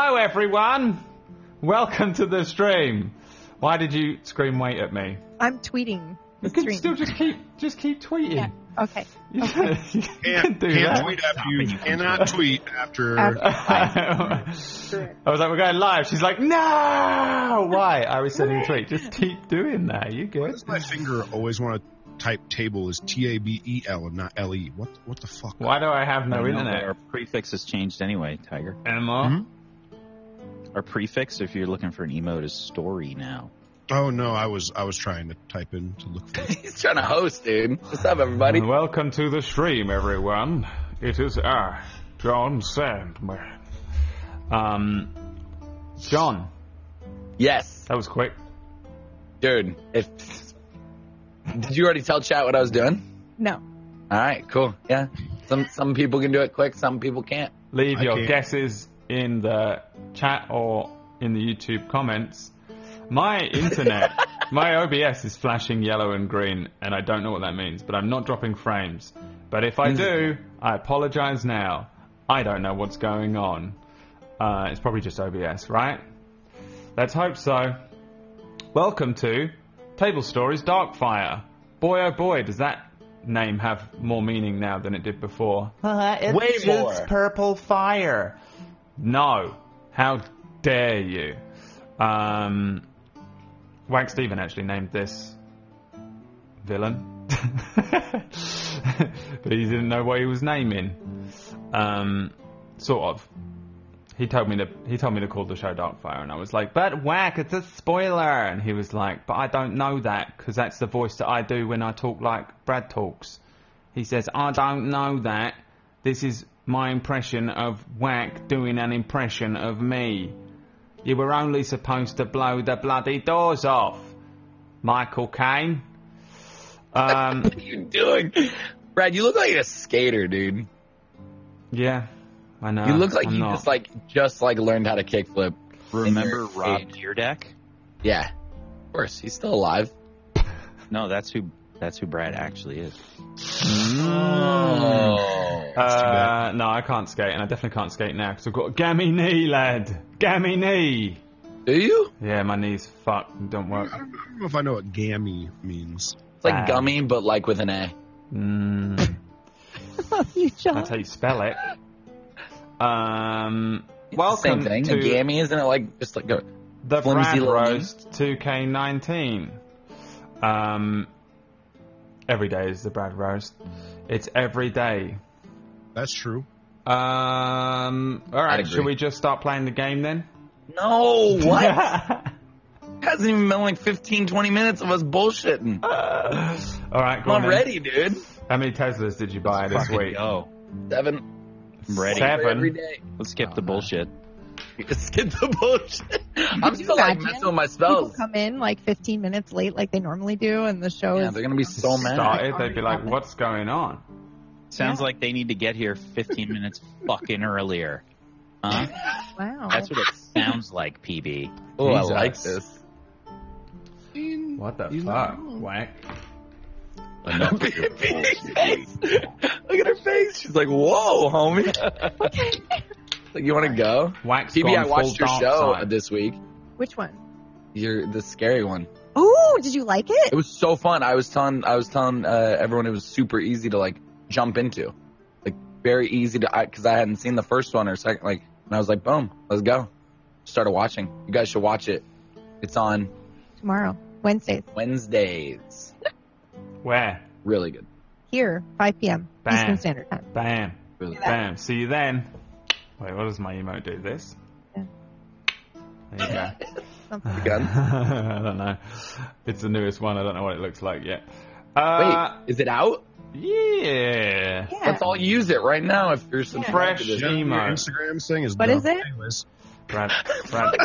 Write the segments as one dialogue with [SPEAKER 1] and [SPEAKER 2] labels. [SPEAKER 1] everyone. Welcome to the stream. Why did you scream wait at me?
[SPEAKER 2] I'm tweeting. the
[SPEAKER 1] You can
[SPEAKER 2] stream.
[SPEAKER 1] still just keep just keep tweeting.
[SPEAKER 2] Yeah. Okay.
[SPEAKER 1] You, you can
[SPEAKER 3] Can't,
[SPEAKER 1] do
[SPEAKER 3] can't
[SPEAKER 1] that.
[SPEAKER 3] tweet after you cannot tweet after.
[SPEAKER 2] After-
[SPEAKER 1] I was like, we're going live. She's like, no! Why? I was sending a tweet. Just keep doing that. You
[SPEAKER 3] Why
[SPEAKER 1] good?
[SPEAKER 3] does my finger always want to type table as T A B E L and not L E? What what the fuck?
[SPEAKER 1] Why do I have no
[SPEAKER 4] I know,
[SPEAKER 1] internet?
[SPEAKER 4] but Our prefix has changed anyway, Tiger.
[SPEAKER 1] Emma?
[SPEAKER 3] Hmm?
[SPEAKER 4] Our prefix, if you're looking for an emote, is story now.
[SPEAKER 3] Oh no, I was I was trying to type in to look for.
[SPEAKER 5] He's trying to host, dude. What's up, everybody?
[SPEAKER 1] Welcome to the stream, everyone. It is I, John Sandman. Um, John,
[SPEAKER 5] Yes,
[SPEAKER 1] that was quick.
[SPEAKER 5] dude. If did you already tell chat what I was doing?
[SPEAKER 2] No.
[SPEAKER 5] All right, cool. Yeah, some some people can do it quick, some people can't.
[SPEAKER 1] Leave
[SPEAKER 3] I
[SPEAKER 1] your
[SPEAKER 3] can't.
[SPEAKER 1] guesses in the chat or in the YouTube comments. My internet, my OBS is flashing yellow and green, and I don't know what that means, but I'm not dropping frames. But if I do, I apologize now. I don't know what's going on. Uh, it's probably just OBS, right? Let's hope so. Welcome to Table Stories Darkfire. Boy, oh boy, does that name have more meaning now than it did before. it's
[SPEAKER 5] Way just more.
[SPEAKER 1] purple fire. No. How dare you? Um, Wag Steven actually named this villain. but he didn't know what he was naming. Um, sort of. He told me to he told me to call the show Darkfire, and I was like, "But whack, it's a spoiler." And he was like, "But I don't know that because that's the voice that I do when I talk like Brad talks." He says, "I don't know that. This is my impression of whack doing an impression of me. You were only supposed to blow the bloody doors off, Michael Caine." Um,
[SPEAKER 5] What are you doing, Brad? You look like a skater, dude.
[SPEAKER 1] yeah, I know.
[SPEAKER 5] You look like
[SPEAKER 1] I'm
[SPEAKER 5] you
[SPEAKER 1] not.
[SPEAKER 5] just like just like learned how to kickflip.
[SPEAKER 4] Remember
[SPEAKER 5] In your
[SPEAKER 4] Rob
[SPEAKER 5] age.
[SPEAKER 4] Deerdeck?
[SPEAKER 5] Yeah, of course. He's still alive.
[SPEAKER 4] No, that's who. That's who Brad actually is.
[SPEAKER 5] Oh.
[SPEAKER 1] Uh, no, I can't skate, and I definitely can't skate now because I've got a gammy knee, lad. Gammy knee.
[SPEAKER 5] Do you?
[SPEAKER 1] Yeah, my knees fucked and don't work.
[SPEAKER 3] I don't, I don't know if I know what gammy means.
[SPEAKER 5] It's like
[SPEAKER 1] Bad.
[SPEAKER 5] gummy, but like with an A.
[SPEAKER 1] Mm,
[SPEAKER 2] you
[SPEAKER 1] that's
[SPEAKER 2] John.
[SPEAKER 1] how you spell it. Um,
[SPEAKER 5] It's
[SPEAKER 1] welcome
[SPEAKER 5] the same thing.
[SPEAKER 1] to
[SPEAKER 5] A gammy, isn't it? Like just like a
[SPEAKER 1] the Brad
[SPEAKER 5] flimsy little knee.
[SPEAKER 1] Roast 2K19. Um, every day is the Brad Roast. It's every day.
[SPEAKER 3] That's true.
[SPEAKER 1] Um, all
[SPEAKER 5] I'd
[SPEAKER 1] right,
[SPEAKER 5] agree.
[SPEAKER 1] should we just start playing the game then?
[SPEAKER 5] no. What? hasn't even been like 15, 20 minutes of us bullshitting.
[SPEAKER 1] all right, go
[SPEAKER 5] I'm
[SPEAKER 1] on then.
[SPEAKER 5] ready, dude.
[SPEAKER 1] How many Teslas did you buy this
[SPEAKER 4] Fucking
[SPEAKER 1] week?
[SPEAKER 4] go.
[SPEAKER 5] Seven
[SPEAKER 4] I'm ready.
[SPEAKER 1] Seven.
[SPEAKER 5] for every day.
[SPEAKER 4] oh, Let's skip the bullshit.
[SPEAKER 5] Let's get the bullshit. I'm
[SPEAKER 2] you
[SPEAKER 5] still like
[SPEAKER 2] imagine?
[SPEAKER 5] messing with my
[SPEAKER 2] People
[SPEAKER 5] spells.
[SPEAKER 2] come in like 15 minutes late, like they normally do, and the show
[SPEAKER 5] Yeah,
[SPEAKER 2] is.
[SPEAKER 5] they're gonna be so mad.
[SPEAKER 1] Started,
[SPEAKER 2] Already
[SPEAKER 1] they'd be like,
[SPEAKER 2] happened.
[SPEAKER 1] "What's going on?"
[SPEAKER 4] Sounds
[SPEAKER 2] Yeah.
[SPEAKER 4] like they need to get here 15 minutes fucking earlier. Huh?
[SPEAKER 2] Wow.
[SPEAKER 4] That's what it sounds like, PB.
[SPEAKER 5] Oh, I
[SPEAKER 1] Jesus.
[SPEAKER 5] like this.
[SPEAKER 1] What the
[SPEAKER 3] He's
[SPEAKER 1] fuck?
[SPEAKER 3] not wrong.
[SPEAKER 1] Whack.
[SPEAKER 5] Look at her face. She's like, "Whoa, homie." like, you want to go?
[SPEAKER 1] Whack's
[SPEAKER 5] TB, I
[SPEAKER 1] gone full
[SPEAKER 5] watched your
[SPEAKER 1] dark
[SPEAKER 5] show
[SPEAKER 1] side.
[SPEAKER 5] this week.
[SPEAKER 2] Which one?
[SPEAKER 5] You're the scary one.
[SPEAKER 2] Ooh, did you like it?
[SPEAKER 5] It was so fun. I was telling, I was telling uh, everyone it was super easy to like jump into, like very easy to, because I, hadn't seen the first one or second, like, and I was like, boom, let's go. Started watching. You guys should watch it. It's on
[SPEAKER 2] Tomorrow, Wednesday,
[SPEAKER 5] Wednesdays.
[SPEAKER 1] Where?
[SPEAKER 5] Really good.
[SPEAKER 2] here, 5 p.m.
[SPEAKER 1] Bam.
[SPEAKER 2] Eastern Standard Time.
[SPEAKER 1] Bam.
[SPEAKER 5] Really good.
[SPEAKER 1] Bam. See you then. Wait, what does my emote do? This?
[SPEAKER 2] Yeah.
[SPEAKER 1] There you go.
[SPEAKER 2] Something.
[SPEAKER 5] Again?
[SPEAKER 1] I don't know. It's the newest one. I don't know what it looks like yet.
[SPEAKER 5] Wait,
[SPEAKER 1] Uh,
[SPEAKER 5] is it out?
[SPEAKER 1] Yeah.
[SPEAKER 2] Yeah.
[SPEAKER 5] Let's all use it right now if you're subscribed to
[SPEAKER 1] Fresh.
[SPEAKER 5] this.
[SPEAKER 3] Yeah, your
[SPEAKER 1] Emo.
[SPEAKER 3] Instagram thing is
[SPEAKER 2] What
[SPEAKER 3] dumb.
[SPEAKER 2] is it?
[SPEAKER 3] Anyways,
[SPEAKER 1] Brad, Brad,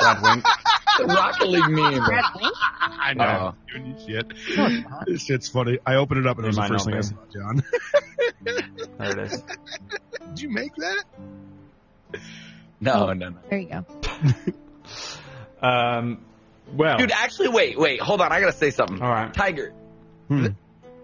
[SPEAKER 1] Brad Wink.
[SPEAKER 5] The Rocket League meme. Oh,
[SPEAKER 3] I know.
[SPEAKER 5] Uh-oh.
[SPEAKER 3] Doing you shit.
[SPEAKER 2] No, it's not.
[SPEAKER 3] This shit's funny. I opened it up and it
[SPEAKER 1] It
[SPEAKER 3] was the
[SPEAKER 1] might
[SPEAKER 3] first
[SPEAKER 1] not
[SPEAKER 3] thing I saw, John.
[SPEAKER 1] There it is.
[SPEAKER 3] Did you make that?
[SPEAKER 5] No, no, no.
[SPEAKER 2] There you go.
[SPEAKER 1] Um,
[SPEAKER 3] Oh.
[SPEAKER 1] well.
[SPEAKER 5] Dude, actually, wait, wait, hold on. I gotta say something.
[SPEAKER 1] all right.
[SPEAKER 5] Tiger.
[SPEAKER 3] Hmm.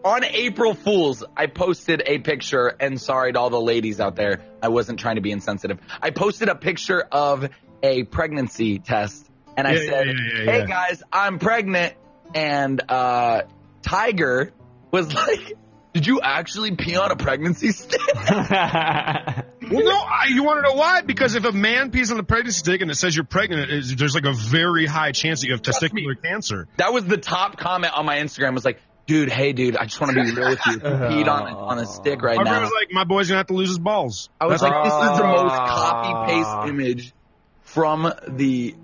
[SPEAKER 5] On April Fools, I posted a picture, and sorry to all the ladies out there, I wasn't trying to be insensitive. I posted a picture of a pregnancy test, and I
[SPEAKER 3] yeah,
[SPEAKER 5] said,
[SPEAKER 3] yeah, yeah, yeah,
[SPEAKER 5] "Hey
[SPEAKER 3] yeah.
[SPEAKER 5] guys, I'm pregnant," and uh, Tiger was like, "Did you actually pee on a pregnancy stick?"
[SPEAKER 3] Well, no, I, you want to know why? Because if a man pees on the pregnancy stick and it says you're pregnant, it's, there's like a very high chance that you have testicular cancer.
[SPEAKER 5] That was the top comment on my Instagram. Was like, "Dude, hey, dude, I just want to be real with you. You Peed on on a stick right
[SPEAKER 3] My friend
[SPEAKER 5] now."
[SPEAKER 3] was like, my boy's gonna have to lose his balls.
[SPEAKER 5] I was like, this is the most copy
[SPEAKER 1] Ah.
[SPEAKER 5] paste image from the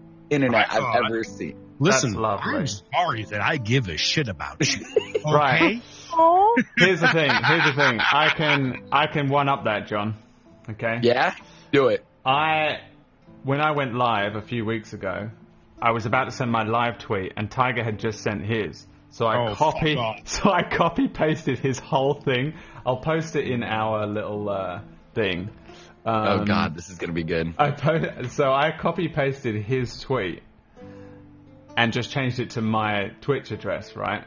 [SPEAKER 3] I
[SPEAKER 5] internet I've
[SPEAKER 3] thought-
[SPEAKER 5] ever seen.
[SPEAKER 3] Listen,
[SPEAKER 1] That's lovely.
[SPEAKER 3] I'm sorry that I give a shit about you.
[SPEAKER 1] Right.
[SPEAKER 3] Okay?
[SPEAKER 2] Oh,
[SPEAKER 1] Here's the thing. Here's the thing. I can I can one up that, John. Okay.
[SPEAKER 5] Yeah, do it.
[SPEAKER 1] I when I went live a few weeks ago, I was about to send my live tweet, and Tiger had just sent his. So I
[SPEAKER 3] Oh,
[SPEAKER 1] copy,
[SPEAKER 3] fuck off.
[SPEAKER 1] so I copy pasted his whole thing. I'll post it in our little uh, thing. Um,
[SPEAKER 5] oh God, this is gonna be good.
[SPEAKER 1] I po- so I copy pasted his tweet and just changed it to my Twitch address, right?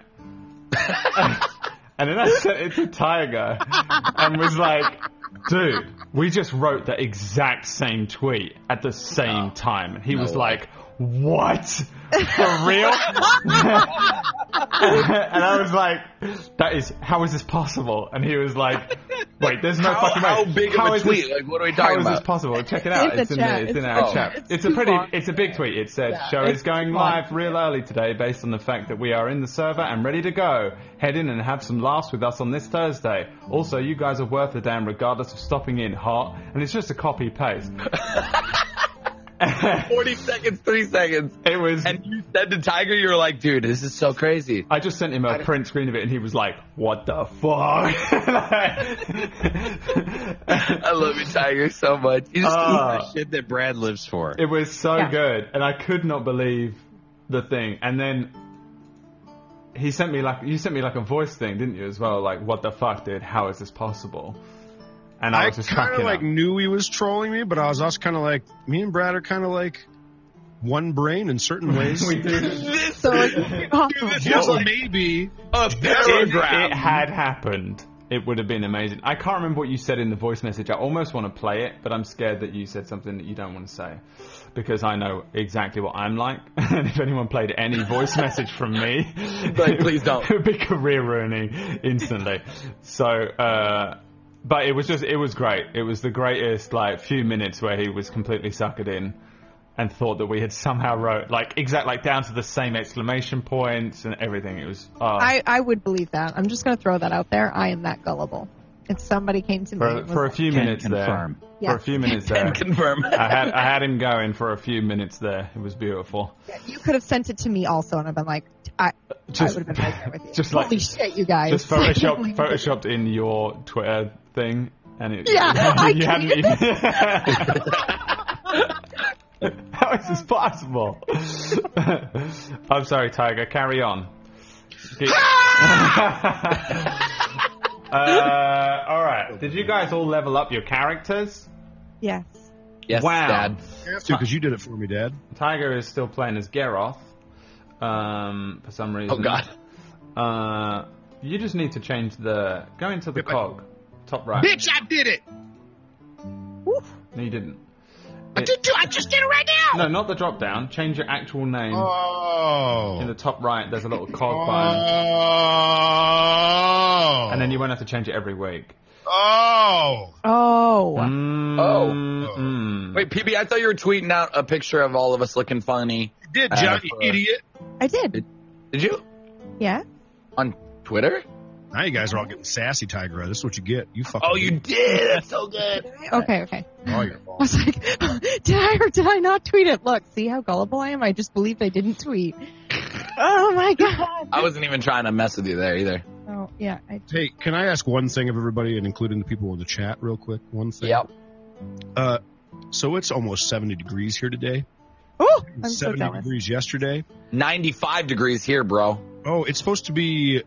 [SPEAKER 1] and then I sent it to Tiger and was like, "Dude, we just wrote the exact same tweet at the same time." And he was
[SPEAKER 5] Oh. way.
[SPEAKER 1] like, "What? For real?" and I was like, "That is how is this possible?" And he was like, "Wait, there's no
[SPEAKER 5] How,
[SPEAKER 1] fucking way.
[SPEAKER 5] how big
[SPEAKER 1] How
[SPEAKER 5] of a
[SPEAKER 1] is this-
[SPEAKER 5] tweet? Like, what are we
[SPEAKER 1] how
[SPEAKER 5] talking
[SPEAKER 1] is this
[SPEAKER 5] about?
[SPEAKER 1] possible? Check it out.
[SPEAKER 2] It's a
[SPEAKER 1] It's, in,
[SPEAKER 2] chat.
[SPEAKER 1] the, it's in
[SPEAKER 2] It's
[SPEAKER 1] our
[SPEAKER 5] too
[SPEAKER 1] chat.
[SPEAKER 2] long.
[SPEAKER 1] It's, a
[SPEAKER 2] It's
[SPEAKER 1] pretty,
[SPEAKER 2] too long.
[SPEAKER 1] it's a big tweet. It said,
[SPEAKER 2] Yeah,
[SPEAKER 1] "Show is
[SPEAKER 2] it's
[SPEAKER 1] going
[SPEAKER 2] too
[SPEAKER 1] live real early today, based on the fact that we are in the server and ready to go. Head in and have some laughs with us on this Thursday. Also, you guys are worth a damn, regardless of stopping in hot." And it's just a copy paste.
[SPEAKER 5] Forty seconds, three seconds,
[SPEAKER 1] It was.
[SPEAKER 5] and you said to Tiger, you were like, dude, this is so crazy.
[SPEAKER 1] I just sent him a print screen of it, and he was like, "What the fuck?"
[SPEAKER 5] I love you, Tiger, so much. You just-
[SPEAKER 1] Ah.
[SPEAKER 4] The shit that Brad lives for.
[SPEAKER 1] It was so
[SPEAKER 2] Yeah.
[SPEAKER 1] good, and I could not believe the thing. And then he sent me like you sent me like a voice thing, didn't you? As well, like what the fuck, dude? How is this possible? And I,
[SPEAKER 3] I
[SPEAKER 1] was just
[SPEAKER 3] kind of
[SPEAKER 1] cracking
[SPEAKER 3] like
[SPEAKER 1] up.
[SPEAKER 3] knew he was trolling me, but I was also kind of like, me and Brad are kind of like one brain in certain ways.
[SPEAKER 1] We did-
[SPEAKER 5] this
[SPEAKER 2] so
[SPEAKER 5] is
[SPEAKER 2] it's awesome.
[SPEAKER 3] This
[SPEAKER 1] Well,
[SPEAKER 3] is
[SPEAKER 1] like-
[SPEAKER 3] maybe
[SPEAKER 5] a
[SPEAKER 1] if
[SPEAKER 5] paragraph.
[SPEAKER 1] it had happened, it would have been amazing. I can't remember what you said in the voice message. I almost want to play it, but I'm scared that you said something that you don't want to say because I know exactly what I'm like. and if anyone played any voice message from me,
[SPEAKER 5] Like, please don't.
[SPEAKER 1] it would be career ruining instantly. so, uh, but it was just, it was great. It was the greatest like few minutes where he was completely suckered in and thought that we had somehow wrote like exact like down to the same exclamation points and everything. It was oh,
[SPEAKER 2] I, I would believe that. I'm just going to throw that out there. I am that gullible. If somebody came to me,
[SPEAKER 1] for,
[SPEAKER 2] and was
[SPEAKER 1] for a
[SPEAKER 2] like,
[SPEAKER 1] few
[SPEAKER 4] Can
[SPEAKER 1] minutes there.
[SPEAKER 4] confirm.
[SPEAKER 2] Yeah.
[SPEAKER 1] For a few minutes
[SPEAKER 5] Can
[SPEAKER 1] there.
[SPEAKER 5] confirm.
[SPEAKER 1] I had I had him going for a few minutes there. It was beautiful.
[SPEAKER 2] you could have sent it to me also, and I've been like, I,
[SPEAKER 1] Just-
[SPEAKER 2] I would have been right there with you.
[SPEAKER 1] just
[SPEAKER 2] Holy
[SPEAKER 1] like-
[SPEAKER 2] shit, you guys!
[SPEAKER 1] Just Photoshop photoshopped in your Twitter thing and it
[SPEAKER 2] Yeah, I
[SPEAKER 1] you hadn't
[SPEAKER 2] tweeted
[SPEAKER 1] even How is this possible? I'm sorry, Tiger, carry on. Keep- uh, all right. Did you guys all level up your characters?
[SPEAKER 2] yes.
[SPEAKER 5] yes,
[SPEAKER 1] wow.
[SPEAKER 5] Dad.
[SPEAKER 3] because you did it for me, Dad.
[SPEAKER 1] Tiger is still playing as Geroth. Um, for some reason.
[SPEAKER 5] Oh God.
[SPEAKER 1] Uh, you just need to change the. Go into the
[SPEAKER 3] Yep, I-
[SPEAKER 1] cog, top right.
[SPEAKER 3] Bitch, I did it.
[SPEAKER 1] No, you didn't.
[SPEAKER 3] I did too. I just did it right now.
[SPEAKER 1] No, not the drop down. Change your actual name.
[SPEAKER 3] Oh.
[SPEAKER 1] In the top right, there's a little cog button,
[SPEAKER 3] Oh.
[SPEAKER 1] and then you won't have to change it every week.
[SPEAKER 3] Oh.
[SPEAKER 2] Oh,
[SPEAKER 1] Mm,
[SPEAKER 5] Oh.
[SPEAKER 1] mm.
[SPEAKER 5] Wait, PB, I thought you were tweeting out a picture of all of us looking funny.
[SPEAKER 3] You did,
[SPEAKER 5] Uh,
[SPEAKER 3] John, you
[SPEAKER 5] for-
[SPEAKER 3] idiot.
[SPEAKER 2] I did.
[SPEAKER 5] Did you?
[SPEAKER 2] Yeah.
[SPEAKER 5] On Twitter?
[SPEAKER 3] Now you guys are all getting sassy, Tiger. This is what you get. You fucking.
[SPEAKER 5] Oh, you did. That's so good.
[SPEAKER 2] Okay. Okay.
[SPEAKER 3] Oh, you're
[SPEAKER 2] I was like, did I or did I not tweet it? Look, see how gullible I am? I just believed I didn't tweet. Oh my god.
[SPEAKER 5] I wasn't even trying to mess with you there either.
[SPEAKER 2] Oh yeah. I,
[SPEAKER 3] Hey, can I ask one thing of everybody, and including the people in the chat, real quick? One thing.
[SPEAKER 5] Yep.
[SPEAKER 3] Uh, so it's almost 70 degrees here today.
[SPEAKER 2] oh, I'm so
[SPEAKER 3] 70
[SPEAKER 2] jealous.
[SPEAKER 3] degrees yesterday.
[SPEAKER 5] 95 degrees here, bro.
[SPEAKER 3] Oh, it's supposed to be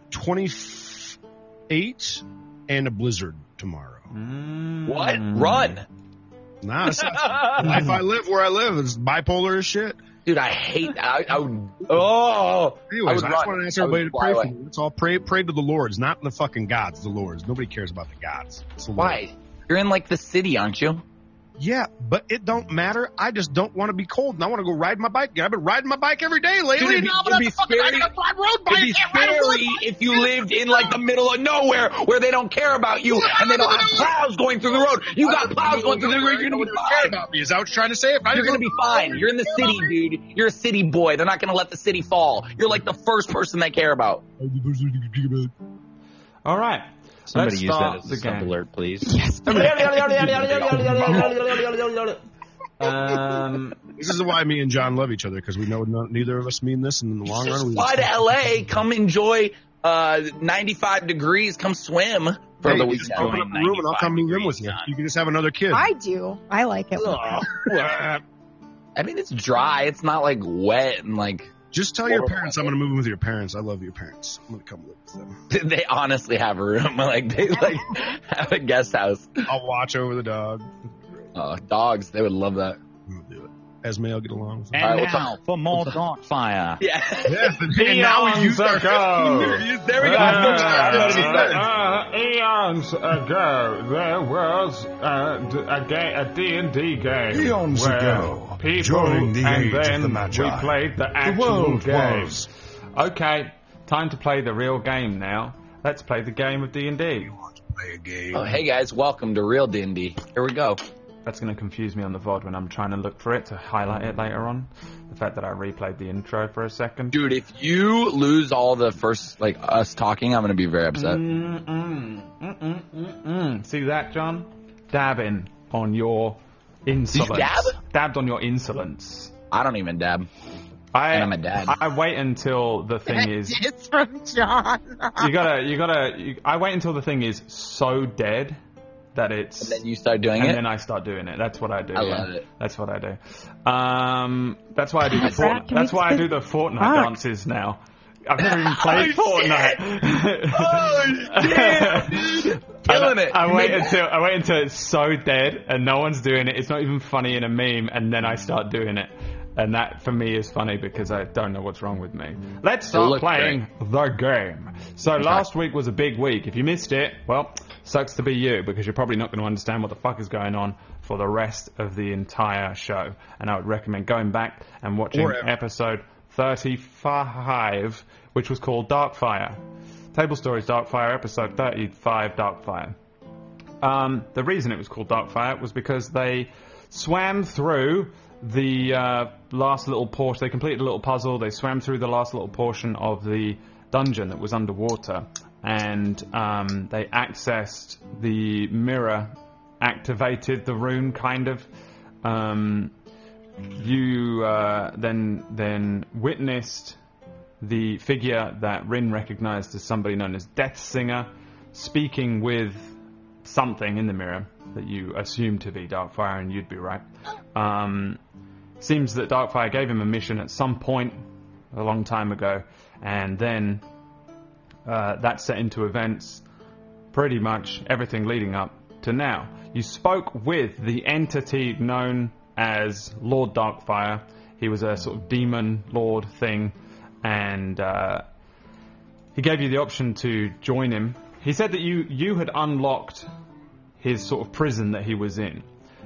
[SPEAKER 3] 28 and a blizzard tomorrow.
[SPEAKER 1] Mm.
[SPEAKER 5] What? Run.
[SPEAKER 3] Nah, it's- if I live where I live, it's bipolar as shit.
[SPEAKER 5] Dude, I hate that. I, I would, oh.
[SPEAKER 3] Anyways,
[SPEAKER 5] I would
[SPEAKER 3] I, just
[SPEAKER 5] run.
[SPEAKER 3] want to ask
[SPEAKER 5] I would
[SPEAKER 3] everybody to pray
[SPEAKER 5] fly
[SPEAKER 3] for me. Let's all pray, pray to the Lords, not the fucking gods, the Lords. Nobody cares about the gods. It's the Lords.
[SPEAKER 5] Why? You're in like the city, aren't you?
[SPEAKER 3] Yeah, but it don't matter. I just don't want to be cold, and I want to go ride my bike. I've been riding my bike every day lately.
[SPEAKER 5] Dude, it'd be-
[SPEAKER 3] now, but
[SPEAKER 5] it'd
[SPEAKER 3] I'm
[SPEAKER 5] be
[SPEAKER 3] fucking riding
[SPEAKER 5] scary-
[SPEAKER 3] a flat road bike.
[SPEAKER 5] It'd be
[SPEAKER 3] I can't ride a road
[SPEAKER 5] scary if you lived in like the middle of nowhere where they don't care about you and they don't have plows going through the road. You got plows going through the road. You're gonna be fine.
[SPEAKER 3] about me. Is that what you're trying to say? If I
[SPEAKER 5] You're gonna be fine. You're in the city, dude. You're a city boy. They're not gonna let the city fall. You're like the first person they care about.
[SPEAKER 1] All right.
[SPEAKER 4] Somebody
[SPEAKER 1] Let's
[SPEAKER 4] use that
[SPEAKER 1] start
[SPEAKER 4] as
[SPEAKER 1] the
[SPEAKER 4] a sub
[SPEAKER 1] game.
[SPEAKER 4] alert, please.
[SPEAKER 2] Yes.
[SPEAKER 1] um,
[SPEAKER 3] This is why me and John love each other because we know no, neither of us mean this, and in the long run,
[SPEAKER 5] Just
[SPEAKER 3] we
[SPEAKER 5] fly to LA. Come enjoy uh, 95 degrees. Come swim for
[SPEAKER 3] Hey,
[SPEAKER 5] the
[SPEAKER 3] just
[SPEAKER 5] weekend.
[SPEAKER 3] open up a room, and I'll come move in with you. You can just have another kid.
[SPEAKER 2] I do. I like it.
[SPEAKER 3] Ugh.
[SPEAKER 5] I mean, it's dry. It's not like wet and like
[SPEAKER 3] just tell your parents I'm gonna move in with your parents. I love your parents. I'm gonna come live with them.
[SPEAKER 5] they honestly have a room. Like they like have a guest house.
[SPEAKER 3] I'll watch over the dog.
[SPEAKER 5] Oh, dogs, they would love that.
[SPEAKER 3] I'm gonna do it. Esme, I'll get along. With
[SPEAKER 4] And
[SPEAKER 5] All right, what's
[SPEAKER 4] now for more dark fire.
[SPEAKER 5] Yeah.
[SPEAKER 3] Yes, and
[SPEAKER 1] Eons
[SPEAKER 3] Oh.
[SPEAKER 1] ago.
[SPEAKER 5] there we go.
[SPEAKER 1] Ah.
[SPEAKER 5] I don't know what he
[SPEAKER 1] Uh, eons
[SPEAKER 5] said.
[SPEAKER 1] ago, there was a, d- a, ga- a D&D game.
[SPEAKER 6] Eons
[SPEAKER 1] where
[SPEAKER 6] ago,
[SPEAKER 1] people
[SPEAKER 6] during the
[SPEAKER 1] and
[SPEAKER 6] age of
[SPEAKER 1] then
[SPEAKER 6] the Magi,
[SPEAKER 1] we played the
[SPEAKER 6] The
[SPEAKER 1] actual
[SPEAKER 6] world
[SPEAKER 1] game.
[SPEAKER 6] was.
[SPEAKER 1] Okay, time to play the real game now. Let's play the game of D&D.
[SPEAKER 6] Play a game.
[SPEAKER 5] Oh, hey guys, welcome to Real D&D. Here we go.
[SPEAKER 1] That's going to confuse me on the VOD when I'm trying to look for it to highlight it later on. The fact that I replayed the intro for a second.
[SPEAKER 5] Dude, if you lose all the first, like, us talking, I'm going to be very upset.
[SPEAKER 1] Mm, mm, mm, mm, mm, mm. See that, John? Dabbing on your insolence.
[SPEAKER 5] dab?
[SPEAKER 1] Dabbed on your insolence.
[SPEAKER 5] I don't even dab.
[SPEAKER 1] I,
[SPEAKER 5] And I'm a dab.
[SPEAKER 1] I, I wait until the thing is.
[SPEAKER 2] It's from John.
[SPEAKER 1] You gotta, you gotta. You, I wait until the thing is so dead that it's.
[SPEAKER 5] Then you start doing
[SPEAKER 1] and
[SPEAKER 5] it.
[SPEAKER 1] then I start doing it. That's what I do.
[SPEAKER 5] I
[SPEAKER 1] yeah.
[SPEAKER 5] love it.
[SPEAKER 1] That's what I do. Um, that's why I do the
[SPEAKER 2] That's right.
[SPEAKER 1] Fortnite.
[SPEAKER 2] Can we
[SPEAKER 1] That's why I do
[SPEAKER 2] spin-
[SPEAKER 1] the Fortnite
[SPEAKER 2] Fuck.
[SPEAKER 1] dances now. I've never even played Fortnite.
[SPEAKER 5] Oh, shit. Killing
[SPEAKER 1] I-
[SPEAKER 5] it.
[SPEAKER 1] I
[SPEAKER 5] You
[SPEAKER 1] wait
[SPEAKER 5] made-
[SPEAKER 1] until I wait until it's so dead and no one's doing it. It's not even funny in a meme, and then I start doing it. And that for me is funny because I don't know what's wrong with me. Let's start
[SPEAKER 5] look
[SPEAKER 1] playing the game. So last week was a big week. If you missed it, well, sucks to be you because you're probably not going to understand what the fuck is going on for the rest of the entire show. And I would recommend going back and watching
[SPEAKER 3] Or ever.
[SPEAKER 1] episode 35, which was called Darkfire. Table Stories Darkfire, episode 35 Darkfire. Um, the reason it was called Darkfire was because they swam through the uh, last little portion. They completed a little puzzle. They swam through the last little portion of the dungeon that was underwater, and um, they accessed the mirror, activated the rune, kind of. Um, you uh, then then witnessed the figure that Rin recognized as somebody known as Death Singer speaking with something in the mirror that you assume to be Darkfire, and you'd be right. Um, seems that Darkfire gave him a mission at some point a long time ago, and then uh, that set into events pretty much everything leading up to now. You spoke with the entity known as Lord Darkfire. He was a sort of demon lord thing, and uh, he gave you the option to join him. He said that you you had unlocked his sort of prison that he was in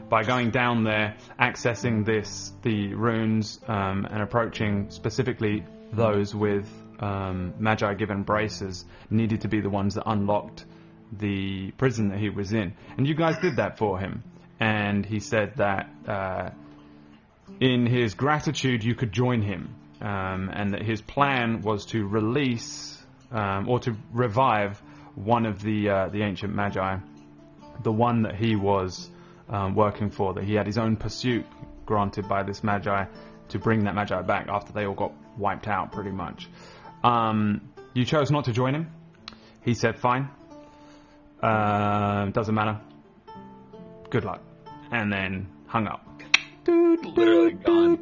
[SPEAKER 1] by going down there, accessing this the runes, um, and approaching specifically those with um, magi given braces needed to be the ones that unlocked the prison that he was in. And you guys did that for him. And he said that. Uh, in his gratitude, you could join him, um, and that his plan was to release um, or to revive one of the uh, the ancient magi, the one that he was um, working for. That he had his own pursuit granted by this magi to bring that magi back after they all got wiped out, pretty much. Um, you chose not to join him. He said, "Fine, uh, doesn't matter. Good luck," and then hung up
[SPEAKER 5] Literally gone.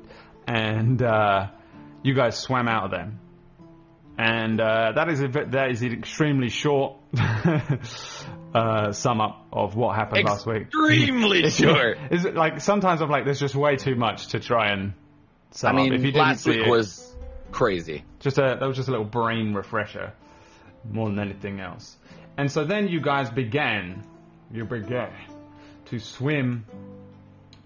[SPEAKER 1] and uh, you guys swam out of there. And uh, that is a, ve- that is an extremely short uh, sum up of what happened last week.
[SPEAKER 5] Extremely sure.
[SPEAKER 1] Is it like sometimes I'm like, there's just way too much to try and
[SPEAKER 5] I
[SPEAKER 1] sum up. If you
[SPEAKER 5] mean,
[SPEAKER 1] didn't
[SPEAKER 5] last
[SPEAKER 1] see
[SPEAKER 5] week
[SPEAKER 1] it,
[SPEAKER 5] was crazy.
[SPEAKER 1] just a that was just a little brain refresher, more than anything else. And so then you guys began, you began to swim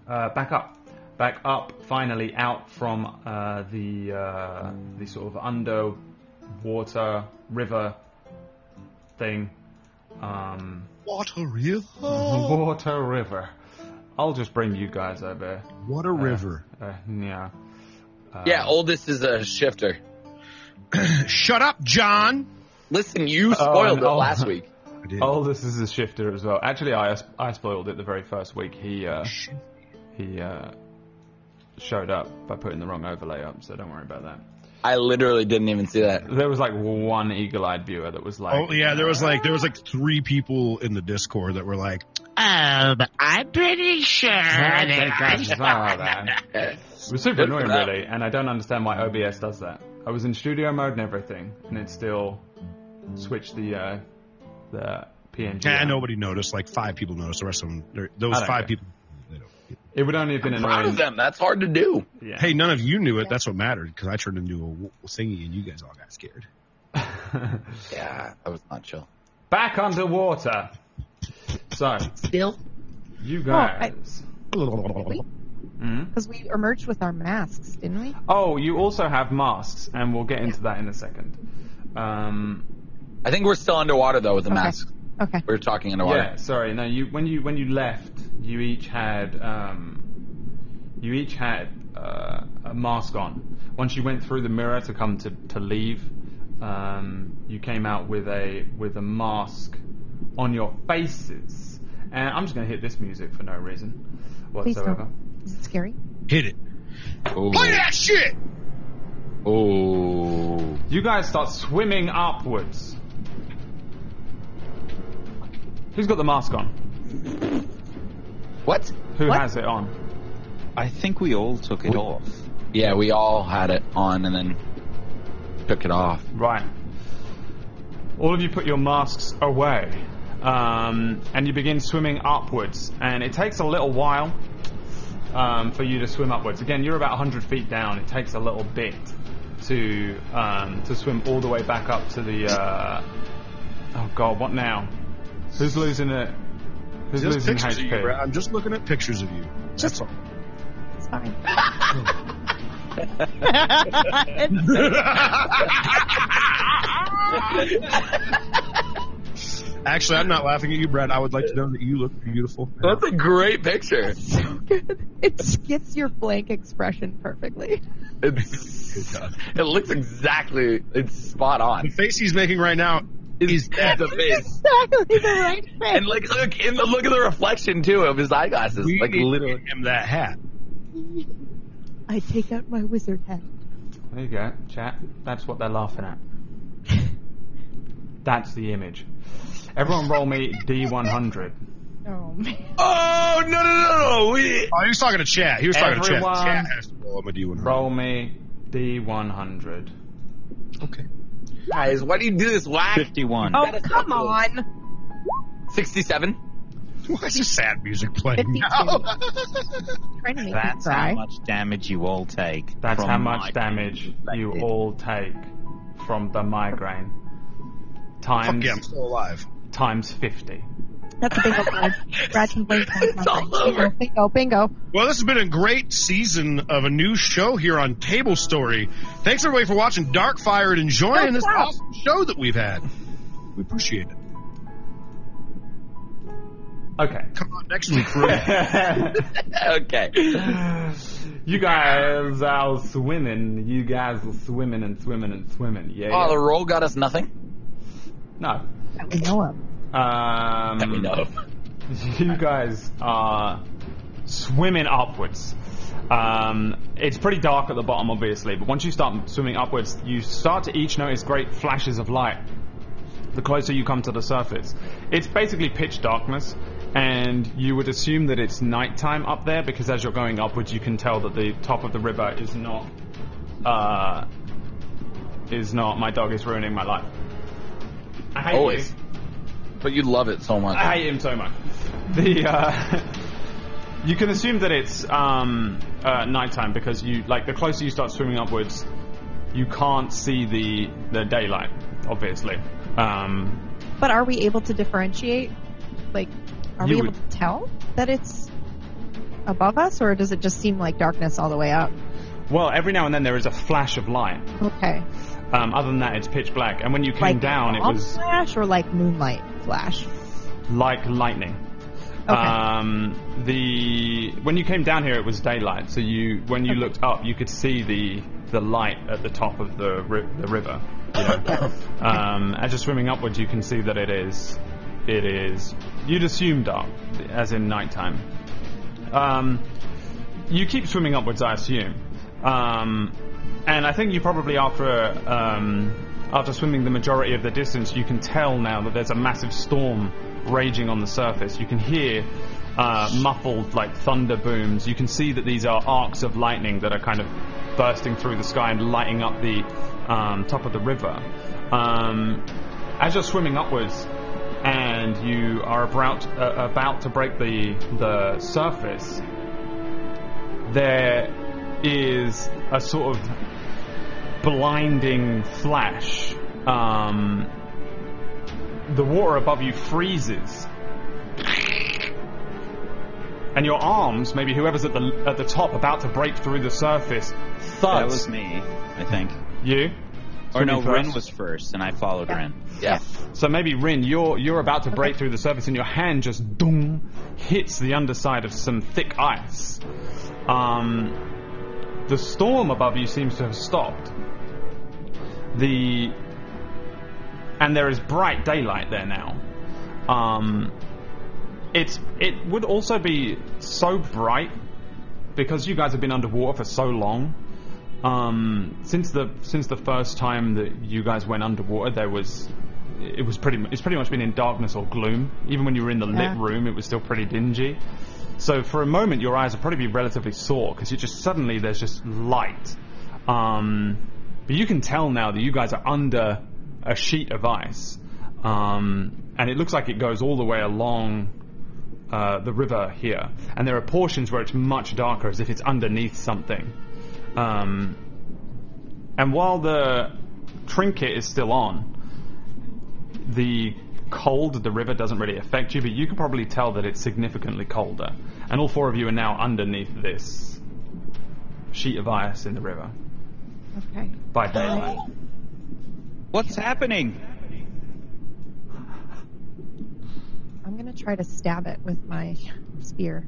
[SPEAKER 1] Uh, back up. Back up, finally out from uh, the uh, the sort of underwater river thing. Um,
[SPEAKER 3] What a river!
[SPEAKER 1] Water river. I'll just bring you guys over.
[SPEAKER 3] What a river!
[SPEAKER 1] Uh, yeah. Uh,
[SPEAKER 5] Yeah, oldest is a shifter.
[SPEAKER 3] Shut up, John.
[SPEAKER 5] Listen, you
[SPEAKER 1] Oh,
[SPEAKER 5] spoiled
[SPEAKER 1] no.
[SPEAKER 5] it last week. Oh,
[SPEAKER 1] Oldest Oh, is a shifter as well. Actually, I I spoiled it the very first week he uh, he uh, showed up by putting the wrong overlay up. So don't worry about that.
[SPEAKER 5] I literally didn't even see that.
[SPEAKER 1] There was like one eagle-eyed viewer that was like,
[SPEAKER 3] Oh yeah, there was like there was like three people in the Discord that were like,
[SPEAKER 1] "Ah, that guy's all that." It was super
[SPEAKER 5] Good
[SPEAKER 1] annoying,
[SPEAKER 5] for that.
[SPEAKER 1] really, and I don't understand why OBS does that. I was in studio mode and everything, and it still switched the uh, the PNG.
[SPEAKER 3] "Eh,
[SPEAKER 1] out.
[SPEAKER 3] nobody noticed. Like five people noticed. The rest of them, they're- those
[SPEAKER 1] I don't
[SPEAKER 3] five
[SPEAKER 1] care.
[SPEAKER 3] people. They don't.
[SPEAKER 1] It would only have been
[SPEAKER 5] Proud of
[SPEAKER 1] annoying.
[SPEAKER 5] them. That's hard to do.
[SPEAKER 1] Yeah.
[SPEAKER 3] Hey, none of you knew it. That's what mattered because I turned into a w- thingy and you guys all got scared.
[SPEAKER 5] Yeah, that was not chill.
[SPEAKER 1] Back underwater. So
[SPEAKER 2] Still,
[SPEAKER 1] you
[SPEAKER 2] Oh, I-
[SPEAKER 1] guys. Mhm.
[SPEAKER 2] because we emerged with our masks, didn't we?
[SPEAKER 1] Oh, you also have masks, and we'll get into that in a second. Um,
[SPEAKER 5] I think we're still underwater though with the
[SPEAKER 2] Okay.
[SPEAKER 5] mask.
[SPEAKER 2] Okay.
[SPEAKER 5] We We're talking underwater.
[SPEAKER 1] yeah, sorry. No, you when you when you left, you each had um, you each had uh, a mask on. Once you went through the mirror to come to to leave, um, you came out with a with a mask on your faces. And I'm just gonna hit this music for no reason
[SPEAKER 2] Please
[SPEAKER 1] whatsoever.
[SPEAKER 2] don't. Is it scary?
[SPEAKER 3] Hit it.
[SPEAKER 5] Ooh.
[SPEAKER 3] Play that shit.
[SPEAKER 5] Ooh.
[SPEAKER 1] You guys start swimming upwards. Who's got the mask on?
[SPEAKER 5] What?
[SPEAKER 1] Who
[SPEAKER 2] What?
[SPEAKER 1] has it on?
[SPEAKER 4] I think we all took it off.
[SPEAKER 5] Yeah, we all had it on and then took it off.
[SPEAKER 1] Right. All of you put your masks away. Um, and you begin swimming upwards. And it takes a little while um, for you to swim upwards. Again, you're about 100 feet down. It takes a little bit to um, to swim all the way back up to the. Uh, oh, God, what now? Who's losing it? Who's
[SPEAKER 3] Just
[SPEAKER 1] losing
[SPEAKER 3] pictures of
[SPEAKER 1] HP?
[SPEAKER 3] you, bro. I'm just looking at pictures of you. That's all.
[SPEAKER 2] It's fine.
[SPEAKER 3] Actually, I'm not laughing at you, Brad. I would like to know that you look beautiful.
[SPEAKER 5] That's a great picture.
[SPEAKER 2] so good. It gets your blank expression perfectly.
[SPEAKER 5] It's, it looks exactly. It's spot
[SPEAKER 3] The
[SPEAKER 5] on.
[SPEAKER 3] face he's making right now is that
[SPEAKER 5] the face.
[SPEAKER 2] exactly the right thing.
[SPEAKER 5] And like, look in the look at the reflection too of his eyeglasses.
[SPEAKER 3] we
[SPEAKER 5] Like
[SPEAKER 3] need to
[SPEAKER 5] literally.
[SPEAKER 3] get him that hat.
[SPEAKER 2] I take out my wizard hat.
[SPEAKER 1] There you go, chat. That's what they're laughing at. That's the image. Everyone roll me D100.
[SPEAKER 2] Oh man.
[SPEAKER 5] Oh no no no no! We
[SPEAKER 3] Oh, he was talking to Chad. He was talking to Chad.
[SPEAKER 1] Everyone-
[SPEAKER 3] Chad has to roll him a D100.
[SPEAKER 1] Roll me D100.
[SPEAKER 3] Okay.
[SPEAKER 5] guys, why do you do this? Whack.
[SPEAKER 4] 51.
[SPEAKER 2] Oh
[SPEAKER 5] That is
[SPEAKER 2] come
[SPEAKER 5] so cool.
[SPEAKER 2] on.
[SPEAKER 5] Sixty-seven.
[SPEAKER 3] Why is this sad music playing
[SPEAKER 2] 52.
[SPEAKER 3] now?
[SPEAKER 2] Trying to make
[SPEAKER 4] That's
[SPEAKER 2] you cry.
[SPEAKER 4] how much damage you all take.
[SPEAKER 1] That's
[SPEAKER 4] from
[SPEAKER 1] how
[SPEAKER 4] my
[SPEAKER 1] much damage you
[SPEAKER 4] perspective.
[SPEAKER 1] all take from the migraine.
[SPEAKER 3] Fuck
[SPEAKER 1] Times
[SPEAKER 3] yeah, I'm still alive.
[SPEAKER 1] times 50.
[SPEAKER 2] That's a bingo card. Brad can play
[SPEAKER 5] It's all over.
[SPEAKER 2] Bingo, bingo.
[SPEAKER 3] Well, this has been a great season of a new show here on Table Story. Thanks everybody for watching Darkfire and enjoying this
[SPEAKER 2] Darkfire.
[SPEAKER 3] awesome show that we've had. We appreciate it.
[SPEAKER 1] Okay.
[SPEAKER 3] Come on next week for a
[SPEAKER 5] okay.
[SPEAKER 1] you guys are swimming. You guys are swimming and swimming and swimming. Yeah.
[SPEAKER 5] Oh, the
[SPEAKER 1] yeah.
[SPEAKER 5] roll got us nothing.
[SPEAKER 1] No.
[SPEAKER 2] That we know him.
[SPEAKER 1] Um,
[SPEAKER 5] That we know. of.
[SPEAKER 1] you guys are swimming upwards. Um, it's pretty dark at the bottom, obviously, but once you start swimming upwards, you start to each notice great flashes of light the closer you come to the surface. It's basically pitch darkness, and you would assume that it's nighttime up there because as you're going upwards, you can tell that the top of the river is not. Uh, is not. My dog is ruining my life. I hate you.
[SPEAKER 5] Always. But you love it so much.
[SPEAKER 1] I hate him so much. The uh, you can assume that it's um, uh, nighttime because you like the closer you start swimming upwards, you can't see the the daylight, obviously. Um,
[SPEAKER 2] But are we able to differentiate? Like, are
[SPEAKER 1] You
[SPEAKER 2] we
[SPEAKER 1] would-
[SPEAKER 2] able to tell that it's above us, or does it just seem like darkness all the way up?
[SPEAKER 1] Well, every now and then there is a flash of light.
[SPEAKER 2] Okay.
[SPEAKER 1] Um, other than that, it's pitch black. And when you came
[SPEAKER 2] like
[SPEAKER 1] down, it
[SPEAKER 2] bomb
[SPEAKER 1] was
[SPEAKER 2] flash or like moonlight flash.
[SPEAKER 1] like lightning.
[SPEAKER 2] Okay.
[SPEAKER 1] Um, the when you came down here, it was daylight. So you, when you looked up, you could see the the light at the top of the ri- the river. you know. um, as you're swimming upwards, you can see that it is it is you'd assume dark, as in nighttime. Um, you keep swimming upwards, I assume. Um, and I think you probably after um, after swimming the majority of the distance, you can tell now that there's a massive storm raging on the surface. You can hear uh, muffled like thunder booms. You can see that these are arcs of lightning that are kind of bursting through the sky and lighting up the um, top of the river. Um, as you're swimming upwards, and you are about uh, about to break the the surface, there is a sort of blinding flash. Um, the water above you freezes, and your arms, maybe whoever's at the at the top, about to break through the surface, thuds.
[SPEAKER 4] That was me, I think.
[SPEAKER 1] You?
[SPEAKER 4] Or no,
[SPEAKER 1] Swimming first.
[SPEAKER 4] Ren was first, and I followed Ren.
[SPEAKER 5] Yeah.
[SPEAKER 1] So maybe Rin, you're you're about to break through the surface, and your hand just doom hits the underside of some thick ice. Um, the storm above you seems to have stopped. The and there is bright daylight there now. Um, it's it would also be so bright because you guys have been underwater for so long. Um, since the since the first time that you guys went underwater, there was it was pretty mu- it's pretty much been in darkness or gloom. Even when you were in the
[SPEAKER 2] Yeah.
[SPEAKER 1] lit room, it was still pretty dingy. So for a moment, your eyes will probably be relatively sore because you just suddenly there's just light. Um, but you can tell now that you guys are under a sheet of ice, um, and it looks like it goes all the way along uh, the river here, and there are portions where it's much darker, as if it's underneath something. Um, and while the trinket is still on, the cold of the river doesn't really affect you, but you can probably tell that it's significantly colder. And all four of you are now underneath this sheet of ice in the river
[SPEAKER 2] Okay.
[SPEAKER 1] by daylight.
[SPEAKER 4] What's happening?
[SPEAKER 2] I'm gonna try to stab it with my spear.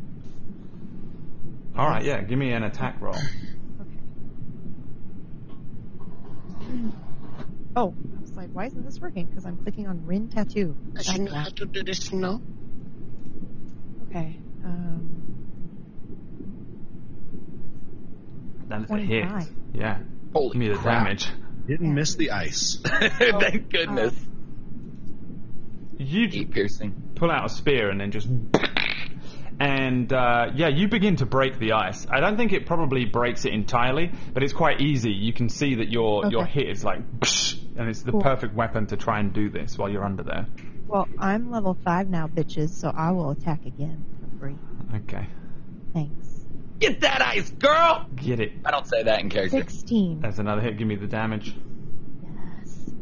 [SPEAKER 1] All right, yeah, give me an attack roll.
[SPEAKER 2] Okay. Oh, I was like, why isn't this working? Because I'm clicking on Rin tattoo.
[SPEAKER 6] I should know how to do this now.
[SPEAKER 2] Okay. Um,
[SPEAKER 1] That is a hit.
[SPEAKER 2] 25.
[SPEAKER 1] Yeah,
[SPEAKER 5] Holy
[SPEAKER 1] give me the
[SPEAKER 5] crap.
[SPEAKER 1] damage.
[SPEAKER 3] Didn't miss the ice.
[SPEAKER 5] Thank goodness.
[SPEAKER 2] Uh-huh. uh,
[SPEAKER 1] You
[SPEAKER 5] Heat piercing.
[SPEAKER 1] pull out a spear and then just and uh, yeah you begin to break the ice i don't think it probably breaks it entirely but it's quite easy you can see that your your
[SPEAKER 2] Okay.
[SPEAKER 1] hit is like and it's the
[SPEAKER 2] Cool.
[SPEAKER 1] perfect weapon to try and do this while you're under there
[SPEAKER 2] well, I'm level five now, bitches, so I will attack again for free.
[SPEAKER 1] okay
[SPEAKER 2] Thanks.
[SPEAKER 5] Get that ice, girl!
[SPEAKER 1] get it
[SPEAKER 5] I don't say that in character.
[SPEAKER 2] Sixteen.
[SPEAKER 1] that's another hit give me the damage
[SPEAKER 2] Yes.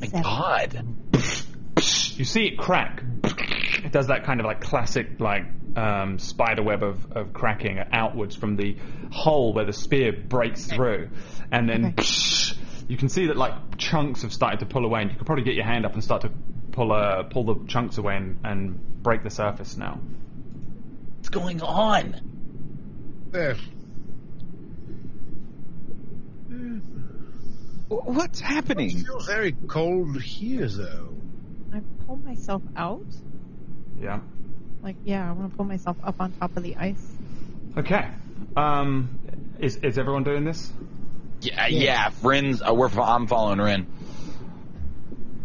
[SPEAKER 5] My
[SPEAKER 2] Seven.
[SPEAKER 5] God.
[SPEAKER 1] you see it crack it does that kind of like classic like um, spider web of, of cracking outwards from the hole where the spear breaks through and then you can see that like chunks have started to pull away and you could probably get your hand up and start to pull uh, pull the chunks away and, and break the surface now
[SPEAKER 5] What's going on?
[SPEAKER 3] There.
[SPEAKER 4] What's happening?
[SPEAKER 3] Still very cold here, though.
[SPEAKER 2] I pull myself out.
[SPEAKER 1] yeah
[SPEAKER 2] Like, yeah, I want to pull myself up on top of the ice.
[SPEAKER 1] okay um, is, is everyone doing this
[SPEAKER 5] Yeah, yeah. Friends, uh, we're, fo- I'm following Ren.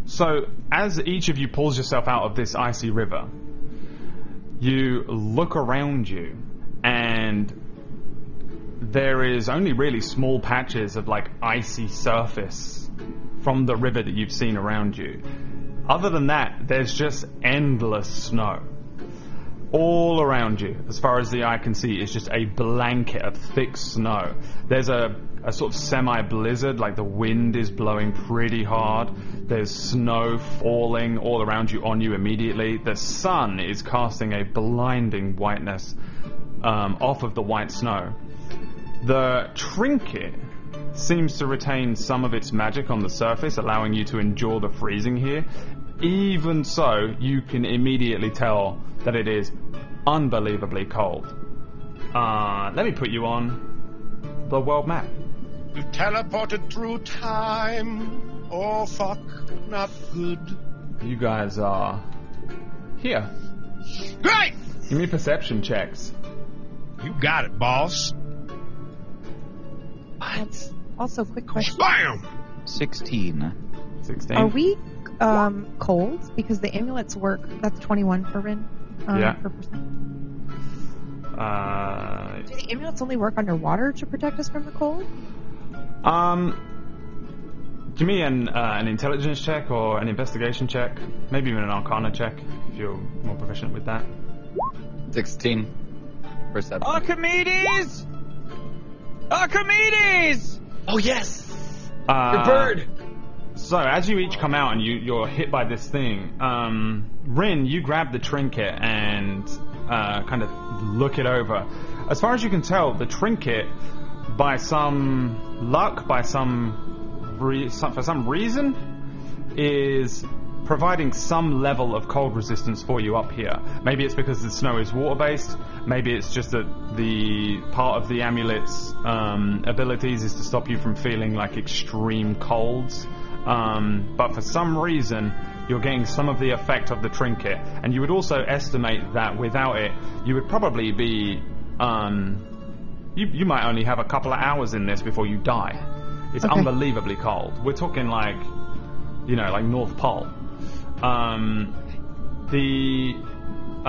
[SPEAKER 1] So, as each of you pulls yourself out of this icy river, you look around you, and there is only really small patches of like icy surface from the river that you've seen around you. Other than that, there's just endless snow. All around you, as far as the eye can see, is just a blanket of thick snow. There's a, a sort of semi blizzard, like the wind is blowing pretty hard. There's snow falling all around you on you immediately. The sun is casting a blinding whiteness um, off of the white snow. The trinket seems to retain some of its magic on the surface, allowing you to endure the freezing here. Even so, you can immediately tell that it is unbelievably cold. Uh, let me put you on the world map.
[SPEAKER 6] You teleported through time. Oh fuck, not good.
[SPEAKER 1] You guys are here.
[SPEAKER 3] Great!
[SPEAKER 1] Give me perception checks.
[SPEAKER 3] You got it, boss.
[SPEAKER 2] That's Um, also a quick question.
[SPEAKER 3] Bam!
[SPEAKER 4] 16.
[SPEAKER 1] 16.
[SPEAKER 2] Are we um, cold? Because the amulets work. That's 21 per min. Um,
[SPEAKER 1] Yeah.
[SPEAKER 2] Per percent.
[SPEAKER 1] Uh,
[SPEAKER 2] Do the amulets only work underwater to protect us from the cold?
[SPEAKER 1] um, give me an, uh, an intelligence check or an investigation check, maybe even an arcana check if you're more proficient with that.
[SPEAKER 5] 16. Perception.
[SPEAKER 4] Archimedes! Archimedes!
[SPEAKER 5] Oh, yes!
[SPEAKER 1] Uh,
[SPEAKER 5] Your bird!
[SPEAKER 1] So as you each come out and you, you're hit by this thing, um, Rin, you grab the trinket and uh, kind of look it over. As far as you can tell, the trinket, by some luck, by some, re- some for some reason, is providing some level of cold resistance for you up here. Maybe it's because the snow is water based. Maybe it's just that the part of the amulet's um, abilities is to stop you from feeling like extreme colds. Um, but for some reason, you're getting some of the effect of the trinket. And you would also estimate that without it, you would probably be. Um, you, you might only have a couple of hours in this before you die. It's
[SPEAKER 2] Okay.
[SPEAKER 1] unbelievably cold. We're talking like, you know, like North Pole. Um, the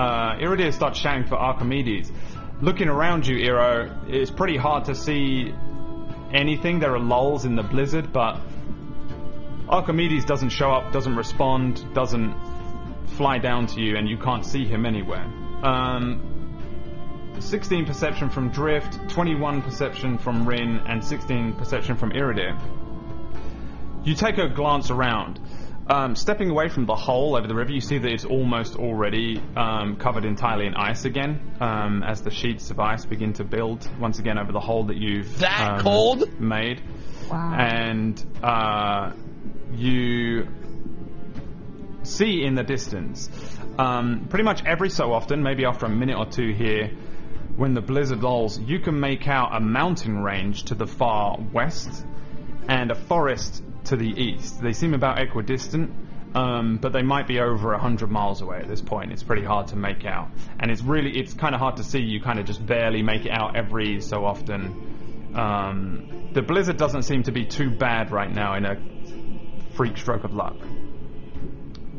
[SPEAKER 1] uh, Iridia starts shouting for Archimedes. Looking around you, Iro, it's pretty hard to see anything. There are lulls in the blizzard, but Archimedes doesn't show up, doesn't respond, doesn't fly down to you, and you can't see him anywhere. Um, 16 perception from Drift, 21 perception from Rin, and 16 perception from Iridir. You take a glance around. Um, stepping away from the hole over the river, you see that it's almost already um, covered entirely in ice again, um, as the sheets of ice begin to build once again over the hole that you've
[SPEAKER 5] That
[SPEAKER 1] um,
[SPEAKER 5] cold?
[SPEAKER 1] made.
[SPEAKER 2] Wow.
[SPEAKER 1] And uh, you see in the distance. Um, pretty much every so often, maybe after a minute or two here, when the blizzard lolls, you can make out a mountain range to the far west and a forest to the east. They seem about equidistant, um, but they might be over 100 miles away at this point. It's pretty hard to make out. And it's really, it's kind of hard to see. You kind of just barely make it out every so often. Um, the blizzard doesn't seem to be too bad right now in a freak stroke of luck.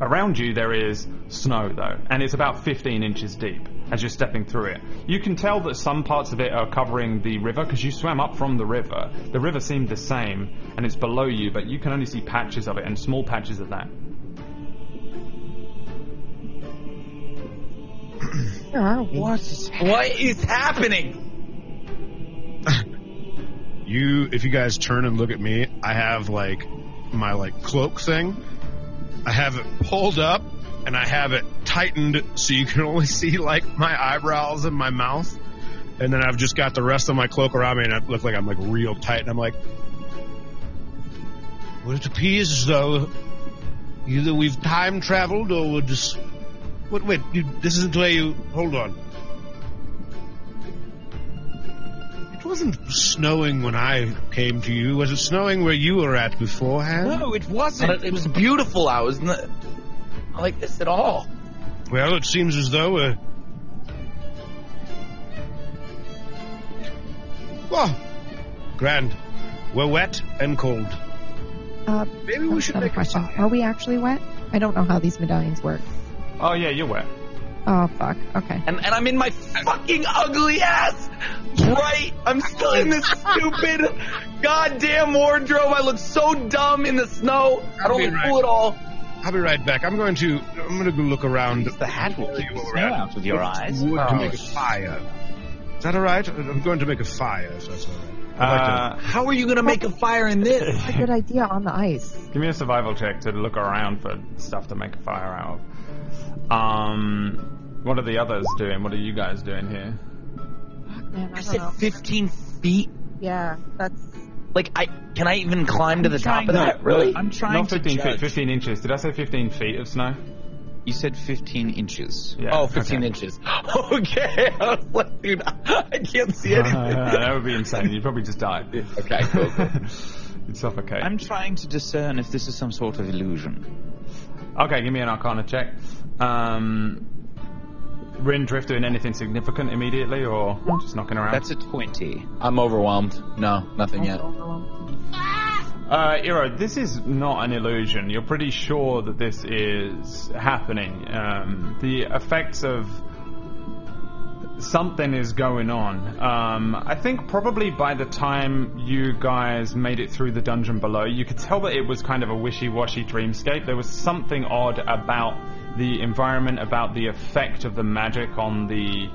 [SPEAKER 1] Around you, there is snow, though, and it's about 15 inches deep as you're stepping through it. You can tell that some parts of it are covering the river because you swam up from the river. The river seemed the same, and it's below you, but you can only see patches of it and small patches of that.
[SPEAKER 2] Where are we?
[SPEAKER 5] What is happening?
[SPEAKER 3] You, if you guys turn and look at me, I have like my like cloak thing. I have it pulled up and I have it tightened so you can only see like my eyebrows and my mouth. And then I've just got the rest of my cloak around me and I look like I'm like real tight. And I'm like, what it appears as though either we've time traveled or we're just. Wait, wait, you, this isn't where you. Hold on. It wasn't snowing when I came to you. Was it snowing where you were at beforehand?
[SPEAKER 5] No, it wasn't. It was beautiful. I was not I like this at all.
[SPEAKER 3] Well, it seems as though uh, we're. Well, grand. We're wet and cold.
[SPEAKER 2] Uh,
[SPEAKER 3] Maybe we should
[SPEAKER 2] another
[SPEAKER 3] make a
[SPEAKER 2] question.
[SPEAKER 3] fire.
[SPEAKER 2] Are we actually wet? I don't know how these medallions work.
[SPEAKER 1] Oh, yeah, you're wet.
[SPEAKER 2] Oh fuck. Okay.
[SPEAKER 5] And, and I'm in my fucking ugly ass. Right? I'm still in this stupid goddamn wardrobe. I look so dumb in the snow. I don't
[SPEAKER 3] Be
[SPEAKER 5] look
[SPEAKER 3] right.
[SPEAKER 5] cool at all.
[SPEAKER 3] I'll be right back. I'm going to. I'm going to go look around.
[SPEAKER 4] The hat will keep the
[SPEAKER 3] Well,
[SPEAKER 4] snow out with your eyes.
[SPEAKER 3] Wood to
[SPEAKER 5] Oh,
[SPEAKER 3] make a fire. Is that all right? I'm going to make a fire. If that's all right. I'd
[SPEAKER 1] Uh,
[SPEAKER 5] How are you gonna make a fire in this?
[SPEAKER 2] That's a good idea on the ice.
[SPEAKER 1] give me a survival check to look around for stuff to make a fire out of. Um, what are the others doing? What are you guys doing here?
[SPEAKER 2] Man, I
[SPEAKER 5] I
[SPEAKER 2] don't
[SPEAKER 5] said
[SPEAKER 2] know.
[SPEAKER 5] 15 feet.
[SPEAKER 2] Yeah, that's.
[SPEAKER 5] Like I can I even climb to the top
[SPEAKER 4] trying
[SPEAKER 5] of
[SPEAKER 4] to-
[SPEAKER 5] that? Really?
[SPEAKER 4] I'm trying
[SPEAKER 1] Not
[SPEAKER 4] to
[SPEAKER 1] 15 feet,
[SPEAKER 4] judge.
[SPEAKER 1] 15 inches. Did I say 15 feet of snow?
[SPEAKER 4] You said 15 inches.
[SPEAKER 1] Yeah.
[SPEAKER 5] Oh, 15
[SPEAKER 1] okay.
[SPEAKER 5] inches. Okay. I was like, dude, I can't see anything.
[SPEAKER 1] that would be insane. You'd probably just die.
[SPEAKER 5] Okay, cool, cool.
[SPEAKER 1] You'd suffocate.
[SPEAKER 4] I'm trying to discern if this is some sort of
[SPEAKER 1] Uh-huh.
[SPEAKER 4] illusion.
[SPEAKER 1] Okay, give me an Arcana check. Um, Rin Drift doing anything significant immediately, or just knocking around?
[SPEAKER 4] That's a 20.
[SPEAKER 5] I'm overwhelmed. No, nothing yet.
[SPEAKER 1] Uh, Iro, this is not an illusion. You're pretty sure that this is happening. Um, the effects of something is going on. Um, I think probably by the time you guys made it through the dungeon below, you could tell that it was kind of a wishy-washy dreamscape. There was something odd about the environment, about the effect of the magic on the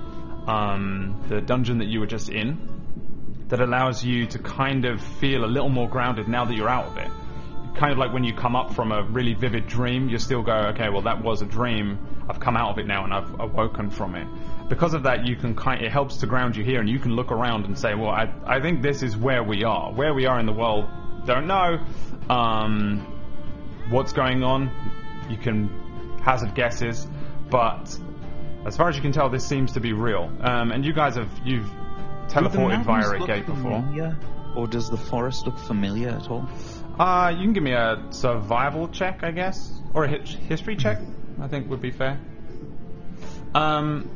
[SPEAKER 1] um, the dungeon that you were just in that allows you to kind of feel a little more grounded now that you're out of it. Kind of like when you come up from a really vivid dream, you still go, okay, well that was a dream. I've come out of it now and I've awoken from it. Because of that, you can kind. It helps to ground you here, and you can look around and say, well, I I think this is where we are. Where we are in the world, don't know. Um, what's going on, you can hazard guesses, but as far as you can tell, this seems to be real. Um, and you guys have you've
[SPEAKER 4] Do the mountains
[SPEAKER 1] teleported via a
[SPEAKER 4] look
[SPEAKER 1] gate before.
[SPEAKER 4] familiar, Or does the forest look familiar at all?
[SPEAKER 1] Uh, you can give me a survival check, I guess, or a hi- history check. I think would be fair. Um,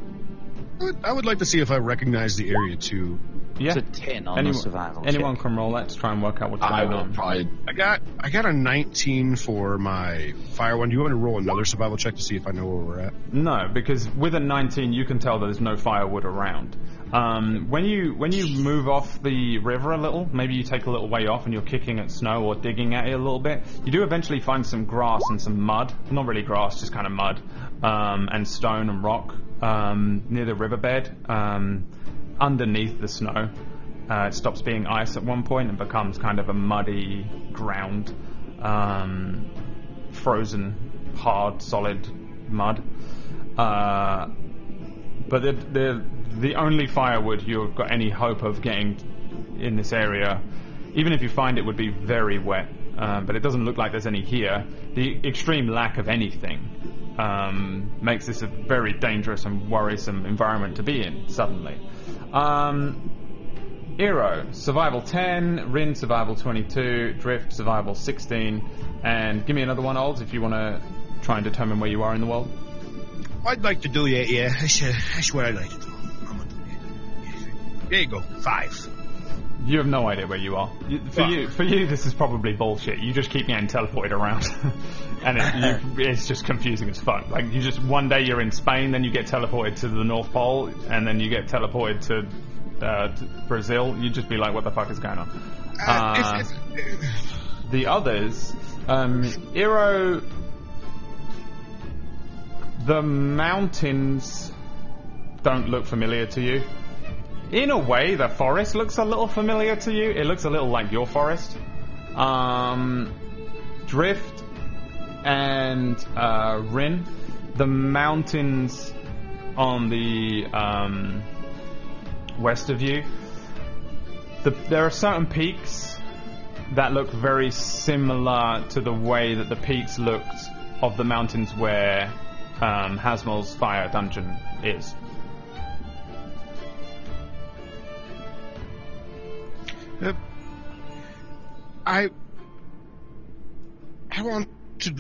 [SPEAKER 3] I would- I would like to see if I recognize the area too.
[SPEAKER 1] yeah.
[SPEAKER 4] It's a 10 on the
[SPEAKER 1] Anyone-
[SPEAKER 4] survival
[SPEAKER 1] Anyone
[SPEAKER 4] check.
[SPEAKER 1] can roll that to try and work out what's going
[SPEAKER 5] I will
[SPEAKER 1] on.
[SPEAKER 5] probably.
[SPEAKER 3] I got I got a 19 for my fire one. Do you want to roll another survival check to see if I know where we're at?
[SPEAKER 1] No, because with a 19, you can tell there's no firewood around. Um, when you when you move off the river a little, maybe you take a little way off and you're kicking at snow or digging at it a little bit. You do eventually find some grass and some mud, not really grass, just kind of mud, um, and stone and rock um, near the riverbed, um, underneath the snow. Uh, it stops being ice at one point and becomes kind of a muddy ground. Um, frozen, hard, solid mud. Uh, but the, the the only firewood you've got any hope of getting in this area, even if you find it, would be very wet. Um, but it doesn't look like there's any here. The extreme lack of anything um, makes this a very dangerous and worrisome environment to be in. Suddenly, um, Eero, survival 10, Rin, survival 22, Drift, survival 16, and give me another one, Olds, if you want to try and determine where you are in the world.
[SPEAKER 3] I'd like to do it. Yeah, that's, uh, that's what I like to do. I'm gonna do it. There you go. Five.
[SPEAKER 1] You have no idea where you are. You- For
[SPEAKER 3] Fuck.
[SPEAKER 1] you, for you, this is probably bullshit. You just keep getting teleported around, and it, you, it's just confusing as fuck. Like you just one day you're in Spain, then you get teleported to the North Pole, and then you get teleported to, uh, to Brazil. You'd just be like, "What the fuck is going on?"
[SPEAKER 3] Uh,
[SPEAKER 1] Uh,
[SPEAKER 3] if- if-
[SPEAKER 1] the others, um, Iro, the mountains don't look familiar to you. In a way, the forest looks a little familiar to you. It looks a little like your forest. Um, Drift and uh, Rin, the mountains on the um, west of you. The, there are certain peaks that look very similar to the way that the peaks looked of the mountains where um, Hasmol's fire dungeon is.
[SPEAKER 3] Uh, I I want to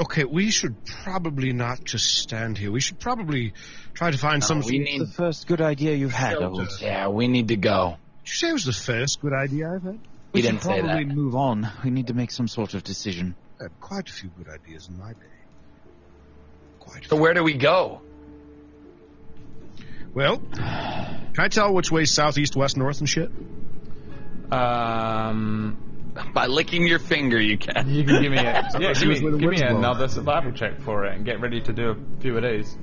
[SPEAKER 3] Okay, we should probably not just stand here. We should probably try to find some
[SPEAKER 5] we
[SPEAKER 3] Did
[SPEAKER 5] need.
[SPEAKER 4] The first good idea you've had, old.
[SPEAKER 5] Yeah, we need to go.
[SPEAKER 3] you say it was the first good idea I've had?
[SPEAKER 5] He
[SPEAKER 4] We should
[SPEAKER 5] didn't say
[SPEAKER 4] probably
[SPEAKER 5] that.
[SPEAKER 4] move on. We need to make some sort of decision.
[SPEAKER 3] I had Uh, quite a few good ideas in my day. Quite a
[SPEAKER 5] So
[SPEAKER 3] few.
[SPEAKER 5] where do we go?
[SPEAKER 3] Well, can I tell which way southeast, west, north, and shit?
[SPEAKER 1] Um,
[SPEAKER 5] By licking your finger, you can.
[SPEAKER 1] you can give me a, yeah,
[SPEAKER 3] she
[SPEAKER 1] give
[SPEAKER 3] was
[SPEAKER 1] me,
[SPEAKER 3] with a
[SPEAKER 1] give me
[SPEAKER 3] woods blower.
[SPEAKER 1] another survival check for it and get ready to do a few of these.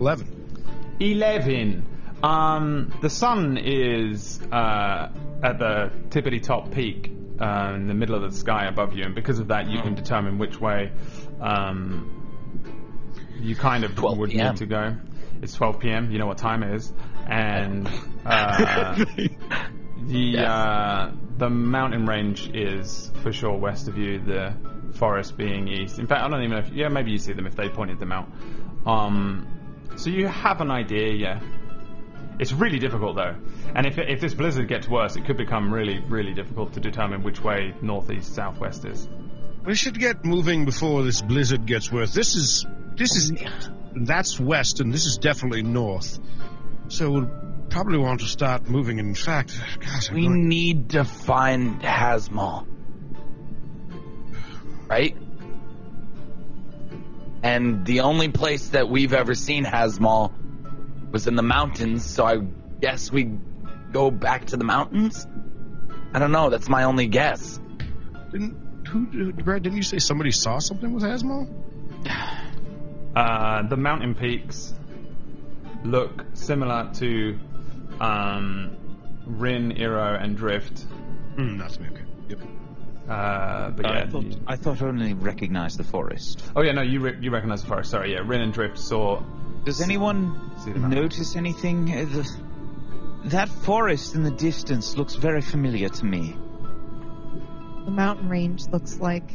[SPEAKER 3] Eleven.
[SPEAKER 1] 11. Um, the sun is uh, at the tippity top peak uh, in the middle of the sky above you, and because of that, you can determine which way um, you kind of
[SPEAKER 5] 12
[SPEAKER 1] would
[SPEAKER 5] PM.
[SPEAKER 1] need to go. It's 12 p.m. You know what time it is, and uh, the uh, the mountain range is for sure west of you. The forest being east. In fact, I don't even know. If, yeah, maybe you see them if they pointed them out. Um, so you have an idea. Yeah, it's really difficult though. And if if this blizzard gets worse, it could become really really difficult to determine which way northeast southwest is.
[SPEAKER 3] We should get moving before this blizzard gets worse. This is this is that's west, and this is definitely north. So we'll probably want to start moving. In fact, gosh, I'm
[SPEAKER 5] We
[SPEAKER 3] going-
[SPEAKER 5] need to find Hazmal. Right? And the only place that we've ever seen Hazmal was in the mountains, so I guess we go back to the mountains? I don't know, that's my only guess.
[SPEAKER 3] didn't, who, who- Brad, didn't you say somebody saw something with Asmal?
[SPEAKER 1] Uh, the mountain peaks look similar to um, Rin, Iro, and Drift.
[SPEAKER 3] Mm, not to me. Okay. Yep.
[SPEAKER 1] Uh, but yeah,
[SPEAKER 7] I thought
[SPEAKER 1] you-
[SPEAKER 7] I thought I only recognized the forest.
[SPEAKER 1] oh yeah, no, you re- you recognize the forest. Sorry, yeah, Rin and Drift saw.
[SPEAKER 7] Does anyone
[SPEAKER 1] See the mountain.
[SPEAKER 7] notice anything? Uh, the- That forest in the distance looks very familiar to me.
[SPEAKER 2] The mountain range looks like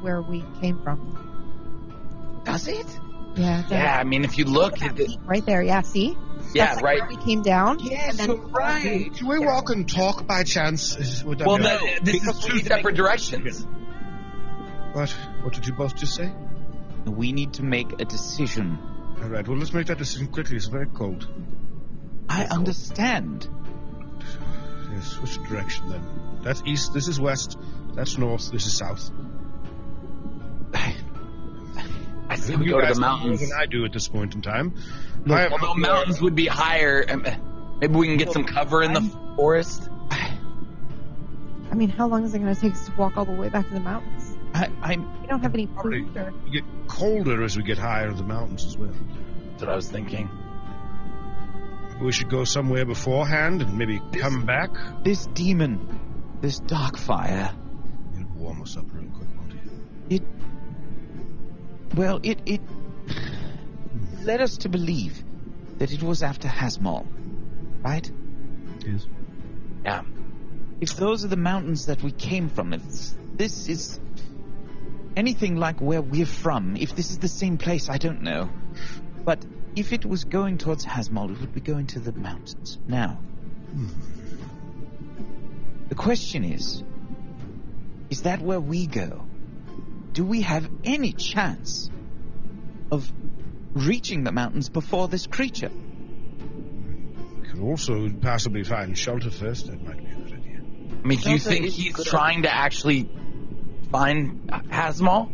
[SPEAKER 2] where we came from.
[SPEAKER 5] Does it?
[SPEAKER 2] Yeah. it's
[SPEAKER 5] Yeah, I mean, if you look,
[SPEAKER 2] that
[SPEAKER 5] it,
[SPEAKER 2] peak Right there. Yeah. See.
[SPEAKER 5] yeah,
[SPEAKER 2] That's like
[SPEAKER 5] right.
[SPEAKER 2] Where we came down. and
[SPEAKER 5] Yes,
[SPEAKER 2] then-
[SPEAKER 5] you're right.
[SPEAKER 3] Can we walk and talk by chance? Is- would that
[SPEAKER 5] Well,
[SPEAKER 3] be-
[SPEAKER 5] no, this
[SPEAKER 3] Because
[SPEAKER 5] is two
[SPEAKER 3] we-
[SPEAKER 5] separate directions.
[SPEAKER 3] What? What did you both just say?
[SPEAKER 7] We need to make a decision.
[SPEAKER 3] All right. Well, let's make that decision quickly. It's very cold.
[SPEAKER 7] I understand.
[SPEAKER 3] Yes. Which direction then? That's east. This is west. That's north. This is south.
[SPEAKER 5] I say we
[SPEAKER 3] You
[SPEAKER 5] go to
[SPEAKER 3] guys
[SPEAKER 5] the
[SPEAKER 3] know
[SPEAKER 5] mountains.
[SPEAKER 3] more than I do at this point in time.
[SPEAKER 5] Look,
[SPEAKER 3] I have-
[SPEAKER 5] although mountains would be higher, um, maybe we can get some cover in the forest.
[SPEAKER 2] I mean, how long is it going to take us to walk all the way back to the mountains?
[SPEAKER 7] I, I'm.
[SPEAKER 2] We don't have any
[SPEAKER 3] Probably.
[SPEAKER 2] food or
[SPEAKER 3] You get colder as we get higher in the mountains as well.
[SPEAKER 5] That's what I was thinking.
[SPEAKER 3] We should go somewhere beforehand and maybe come back.
[SPEAKER 7] This demon, this dark fire.
[SPEAKER 3] It'll warm us up real quick, won't it?
[SPEAKER 7] Well, it it led us to believe that it was after Hasmal, right?
[SPEAKER 3] Yes.
[SPEAKER 5] Yeah.
[SPEAKER 7] If those are the mountains that we came from, if this- this is anything like where we're from, if this is the same place, I don't know. But if it was going towards Hasmal, it would be going to the mountains. Now, the question is is that where we go? Do we have any chance of reaching the mountains before this creature?
[SPEAKER 3] We could also possibly find shelter first. That might be a good idea.
[SPEAKER 5] I mean, do you
[SPEAKER 7] Delta
[SPEAKER 5] think
[SPEAKER 7] is
[SPEAKER 5] he's
[SPEAKER 7] good.
[SPEAKER 5] trying to actually find Hasmal?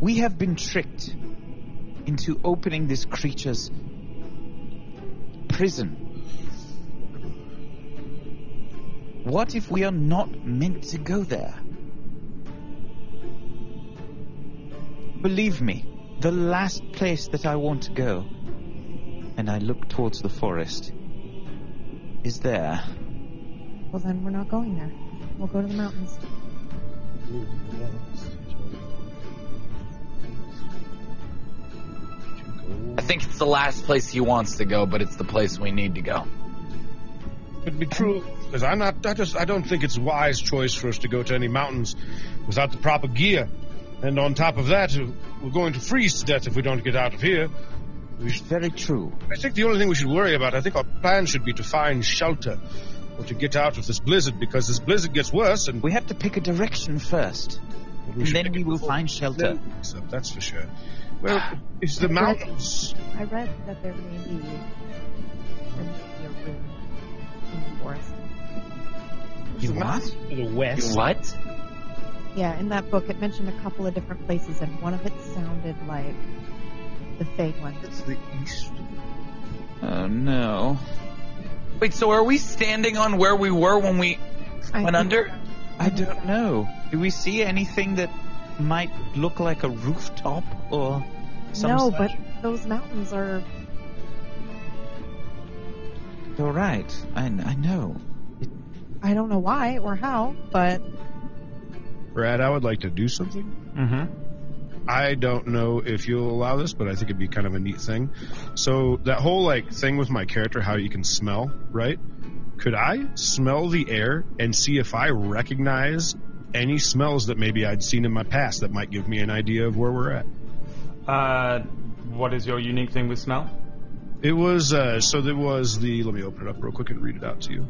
[SPEAKER 7] We have been tricked into opening this creature's prison. What if we are not meant to go there? Believe me, the last place that I want to go, and I look towards the forest, is there.
[SPEAKER 2] Well, then we're not going there. We'll go to the mountains.
[SPEAKER 5] I think it's the last place he wants to go, but it's the place we need to go.
[SPEAKER 3] It'd be true, because I'm not. I just. I don't think it's a wise choice for us to go to any mountains without the proper gear. And on top of that, we're going to freeze to death if we don't get out of here.
[SPEAKER 7] Very true.
[SPEAKER 3] I think the only thing we should worry about, I think our plan should be to find shelter or to get out of this blizzard because this blizzard gets worse and
[SPEAKER 7] We have to pick a direction first,
[SPEAKER 3] we
[SPEAKER 7] and
[SPEAKER 3] should
[SPEAKER 7] then we will find shelter.
[SPEAKER 3] then- so that's for sure. Well, it's the mountains.
[SPEAKER 2] I read that there may be there may be a room in the forest.
[SPEAKER 7] You what?
[SPEAKER 3] To the west.
[SPEAKER 5] What?
[SPEAKER 2] Yeah, in that book, it mentioned a couple of different places, and one of it sounded like the fake one.
[SPEAKER 3] It's the east.
[SPEAKER 7] Oh no.
[SPEAKER 5] Wait, so are we standing on where we were when we
[SPEAKER 2] I
[SPEAKER 5] went
[SPEAKER 2] think-
[SPEAKER 5] under?
[SPEAKER 7] I don't know. Do we see anything that might look like a rooftop or some
[SPEAKER 2] no,
[SPEAKER 7] such?
[SPEAKER 2] but those mountains are.
[SPEAKER 7] You're right. I, I know.
[SPEAKER 2] I don't know why or how, but
[SPEAKER 3] Brad, I would like to do something.
[SPEAKER 1] Mm-hmm.
[SPEAKER 3] I don't know if you'll allow this, but I think it'd be kind of a neat thing. So that whole like thing with my character, how you can smell, right? Could I smell the air and see if I recognize any smells that maybe I'd seen in my past that might give me an idea of where we're at?
[SPEAKER 1] Uh, what is your unique thing with smell?
[SPEAKER 3] It was uh, so there was the. Let me open it up real quick and read it out to you.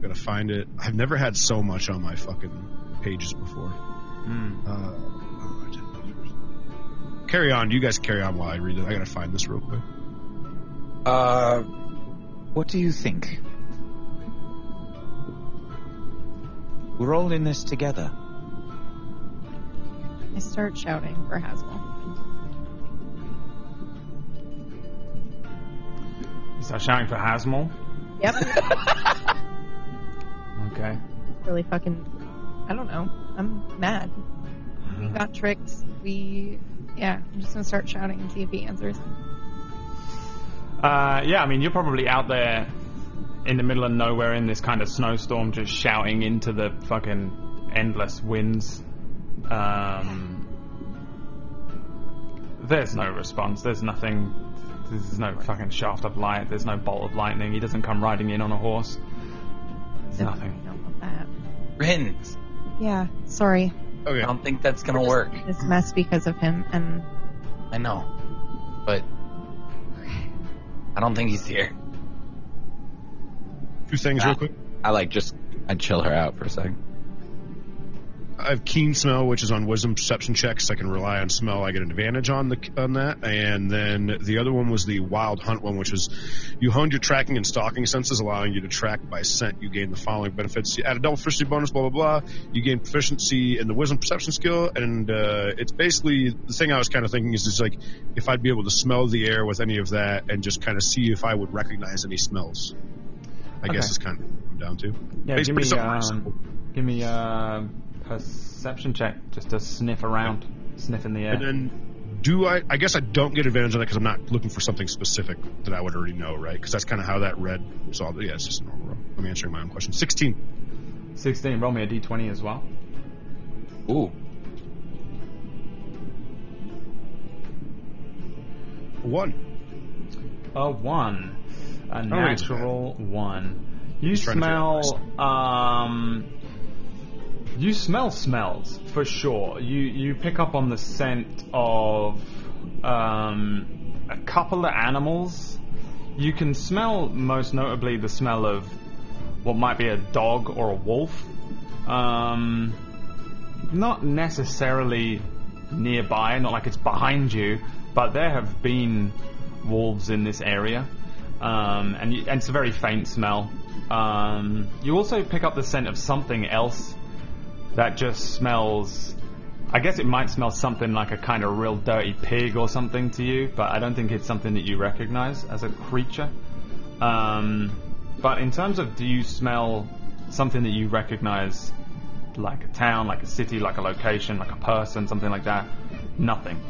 [SPEAKER 3] Gotta find it. I've never had so much on my fucking pages before.
[SPEAKER 1] Hmm.
[SPEAKER 3] Uh, oh, I didn't- carry on. You guys carry on while I read it. I gotta find this real quick.
[SPEAKER 5] Uh,
[SPEAKER 4] What do you think? We're all in this together.
[SPEAKER 2] I start shouting for Haswell.
[SPEAKER 1] You start shouting for Hasmol.
[SPEAKER 2] Yep.
[SPEAKER 1] Okay.
[SPEAKER 2] really fucking. I don't know. I'm mad. We
[SPEAKER 5] Mm-hmm.
[SPEAKER 2] got tricked. We. Yeah, I'm just gonna start shouting and see if he answers.
[SPEAKER 1] Uh, yeah, I mean, you're probably out there in the middle of nowhere in this kind of snowstorm, just shouting into the fucking endless winds. Um, there's no response. There's nothing. There's no fucking shaft of light. There's no bolt of lightning. He doesn't come riding in on a horse. There's
[SPEAKER 2] Definitely
[SPEAKER 1] nothing.
[SPEAKER 2] Don't want that.
[SPEAKER 5] Rin,
[SPEAKER 2] Yeah, sorry.
[SPEAKER 5] I
[SPEAKER 3] Okay.
[SPEAKER 5] don't think that's gonna work.
[SPEAKER 2] This mess because of him, and
[SPEAKER 5] I know, but I don't think he's here.
[SPEAKER 3] Two things real quick.
[SPEAKER 5] I like just I chill her out for a second.
[SPEAKER 3] I have keen smell, which is on wisdom perception checks. I can rely on smell. I get an advantage on the on that. And then the other one was the wild hunt one, which was you honed your tracking and stalking senses, allowing you to track by scent. You gain the following benefits: you add a double proficiency bonus, blah blah blah. You gain proficiency in the wisdom perception skill, and uh, it's basically the thing I was kind of thinking is just like if I'd be able to smell the air with any of that, and just kind of see if I would recognize any smells. I
[SPEAKER 1] Okay.
[SPEAKER 3] guess is kind of what I'm down to.
[SPEAKER 1] Yeah,
[SPEAKER 3] Basically
[SPEAKER 1] give me,
[SPEAKER 3] something reasonable.
[SPEAKER 1] um, give me a perception check just to sniff around, sniff in the air.
[SPEAKER 3] And then, do I? I guess I don't get advantage on that because I'm not looking for something specific that I would already know, right? Because that's kind of how that read. So I'll- yeah, it's just a normal roll. I'm answering my own question. Sixteen.
[SPEAKER 1] 16, roll me a d20 as well.
[SPEAKER 5] Ooh,
[SPEAKER 3] One.
[SPEAKER 1] A one. A
[SPEAKER 3] Oh, it's bad.
[SPEAKER 1] natural one. You
[SPEAKER 3] trying to figure out
[SPEAKER 1] smell um you smell smells for sure. You you pick up on the scent of um a couple of animals. You can smell most notably the smell of what might be a dog or a wolf. Um not necessarily nearby, not like it's behind you, but there have been wolves in this area, um, and, you, and it's a very faint smell. Um, you also pick up the scent of something else that just smells. I guess it might smell something like a kind of real dirty pig or something to you, but I don't think it's something that you recognize as a creature. Um, but in terms of do you smell something that you recognize like a town, like a city, like a location, like a person, something like that. Nothing.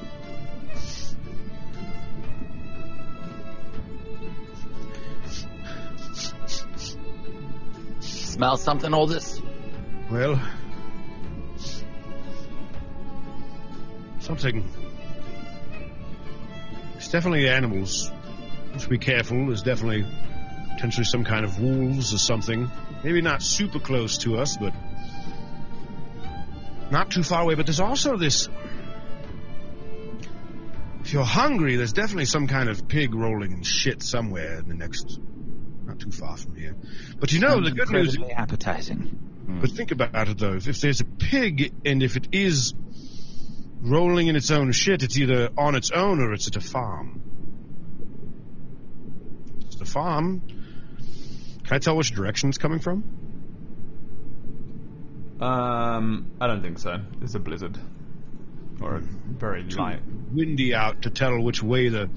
[SPEAKER 5] smell something, oldest?
[SPEAKER 3] Well, something. It's definitely animals. Let's be careful. There's definitely potentially some kind of wolves or something. Maybe not super close to us, but not too far away. But there's also this. If you're hungry, there's definitely some kind of pig rolling in shit somewhere in the next. Not too far from here. But you know, the good news
[SPEAKER 4] Incredibly appetizing.
[SPEAKER 3] but think about it though. If, if there's a pig and if it is rolling in its own shit, it's either on its own or it's at a farm. It's a farm. Can I tell which direction it's coming from?
[SPEAKER 1] Um, I don't think so. It's a blizzard, or a very light.
[SPEAKER 3] Windy out to tell which way the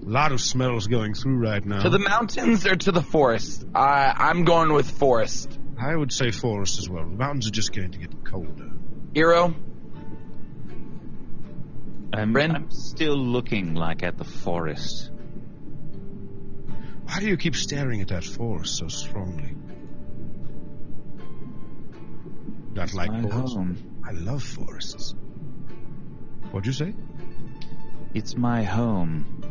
[SPEAKER 3] lot of smells going through right now.
[SPEAKER 5] To the mountains or to the forest? I I'm going with forest.
[SPEAKER 3] I would say forest as well. The mountains are just going to get colder.
[SPEAKER 5] Hero,
[SPEAKER 4] Um,
[SPEAKER 5] Rin?
[SPEAKER 4] I'm still looking like at the forest.
[SPEAKER 3] Why do you keep staring at that forest so strongly? Not like
[SPEAKER 4] my
[SPEAKER 3] forests.
[SPEAKER 4] home.
[SPEAKER 3] I love forests. What'd you say?
[SPEAKER 4] It's my home.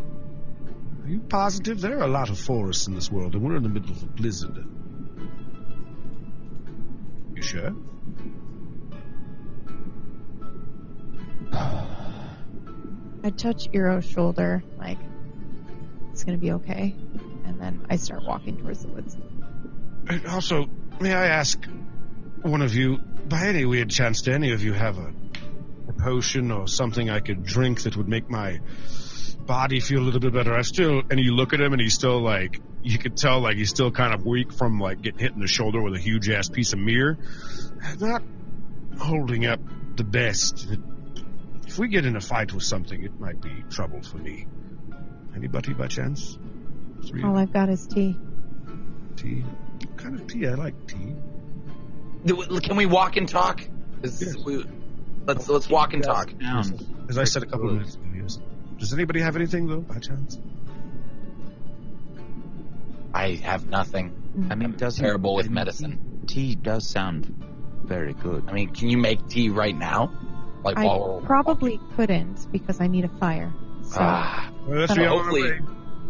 [SPEAKER 3] Are you positive? There are a lot of forests in this world, and we're in the middle of a blizzard. You sure?
[SPEAKER 2] I touch Iro's shoulder, like, it's gonna be okay. And then I start walking towards the woods.
[SPEAKER 3] And Uh, also, may I ask one of you, by any weird chance, do any of you have a, a potion or something I could drink that would make my body feel a little bit better? I still, and you look at him and he's still like, you could tell like he's still kind of weak from like getting hit in the shoulder with a huge ass piece of mirror. Not holding up the best. If we get in a fight with something, it might be trouble for me. Anybody by chance? Three
[SPEAKER 2] All I've got is tea.
[SPEAKER 3] tea. What kind of tea? I like tea.
[SPEAKER 5] Do- Can we walk and talk? Is-
[SPEAKER 3] Yes.
[SPEAKER 5] we- let's let's walk and talk.
[SPEAKER 4] Down.
[SPEAKER 3] As I said a couple of minutes ago, yes. Does anybody have anything though, by chance?
[SPEAKER 5] I have nothing.
[SPEAKER 4] I mean, doesn't
[SPEAKER 5] Terrible with
[SPEAKER 4] I mean,
[SPEAKER 5] medicine.
[SPEAKER 4] Tea does sound very good.
[SPEAKER 5] I mean, can you make tea right now? Like
[SPEAKER 2] I
[SPEAKER 5] while we're
[SPEAKER 2] probably couldn't because I need a fire. So,
[SPEAKER 5] Ah,
[SPEAKER 3] Well, that's
[SPEAKER 2] Well,
[SPEAKER 3] the
[SPEAKER 5] hopefully-
[SPEAKER 3] only way.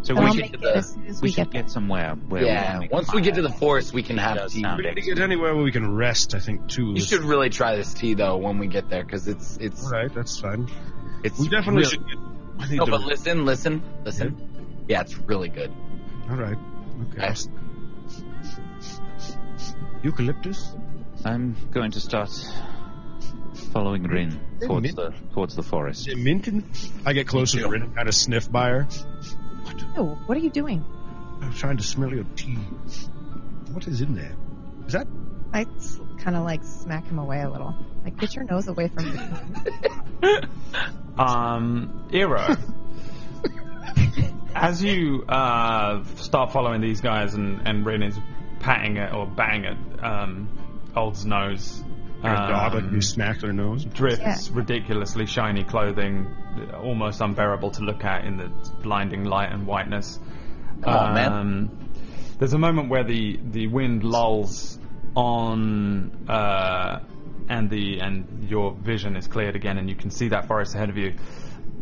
[SPEAKER 4] So
[SPEAKER 2] but
[SPEAKER 5] we
[SPEAKER 4] we
[SPEAKER 2] I'll
[SPEAKER 5] should
[SPEAKER 4] should,
[SPEAKER 2] make
[SPEAKER 5] get
[SPEAKER 2] it
[SPEAKER 5] the-
[SPEAKER 2] as soon as
[SPEAKER 4] we
[SPEAKER 2] we,
[SPEAKER 4] should
[SPEAKER 2] get there.
[SPEAKER 4] get somewhere where
[SPEAKER 5] yeah.
[SPEAKER 4] we can
[SPEAKER 5] Once we get to the
[SPEAKER 4] fire.
[SPEAKER 5] forest, we can
[SPEAKER 4] Tea
[SPEAKER 5] have
[SPEAKER 4] does
[SPEAKER 5] tea.
[SPEAKER 4] sound
[SPEAKER 3] We need to get anywhere where we can rest. I think too.
[SPEAKER 5] You should really try this tea though when we get there, because it's it's
[SPEAKER 3] All right, that's fine.
[SPEAKER 5] it's
[SPEAKER 3] We definitely
[SPEAKER 5] really-
[SPEAKER 3] should. Get, I need
[SPEAKER 5] No,
[SPEAKER 3] to-
[SPEAKER 5] but listen, listen, listen. Yeah, it's really good.
[SPEAKER 3] All right. Okay.
[SPEAKER 5] Yes.
[SPEAKER 3] Eucalyptus.
[SPEAKER 4] I'm going to start following Rin
[SPEAKER 3] Hey,
[SPEAKER 4] towards
[SPEAKER 3] Mint.
[SPEAKER 4] the towards the
[SPEAKER 3] Is
[SPEAKER 4] forest.
[SPEAKER 3] it mint? in- I get closer to her and kind of sniff by her.
[SPEAKER 2] Oh, what are you doing?
[SPEAKER 3] I'm trying to smell your tea. What is in there? Is that?
[SPEAKER 2] I kind of like smack him away a little. Like, get your nose away from me.
[SPEAKER 1] Um, Iro. as you uh, start following these guys and, and Rin is patting at or batting at um, Old's nose,
[SPEAKER 3] Her
[SPEAKER 5] Uh,
[SPEAKER 3] dog
[SPEAKER 1] um,
[SPEAKER 3] like you smacked her nose.
[SPEAKER 1] drifts
[SPEAKER 2] Yeah.
[SPEAKER 1] ridiculously shiny clothing, almost unbearable to look at in the blinding light and whiteness.
[SPEAKER 5] Come on, man.
[SPEAKER 1] Um, There's a moment where the, the wind lulls on, uh, and the and your vision is cleared again, and you can see that forest ahead of you.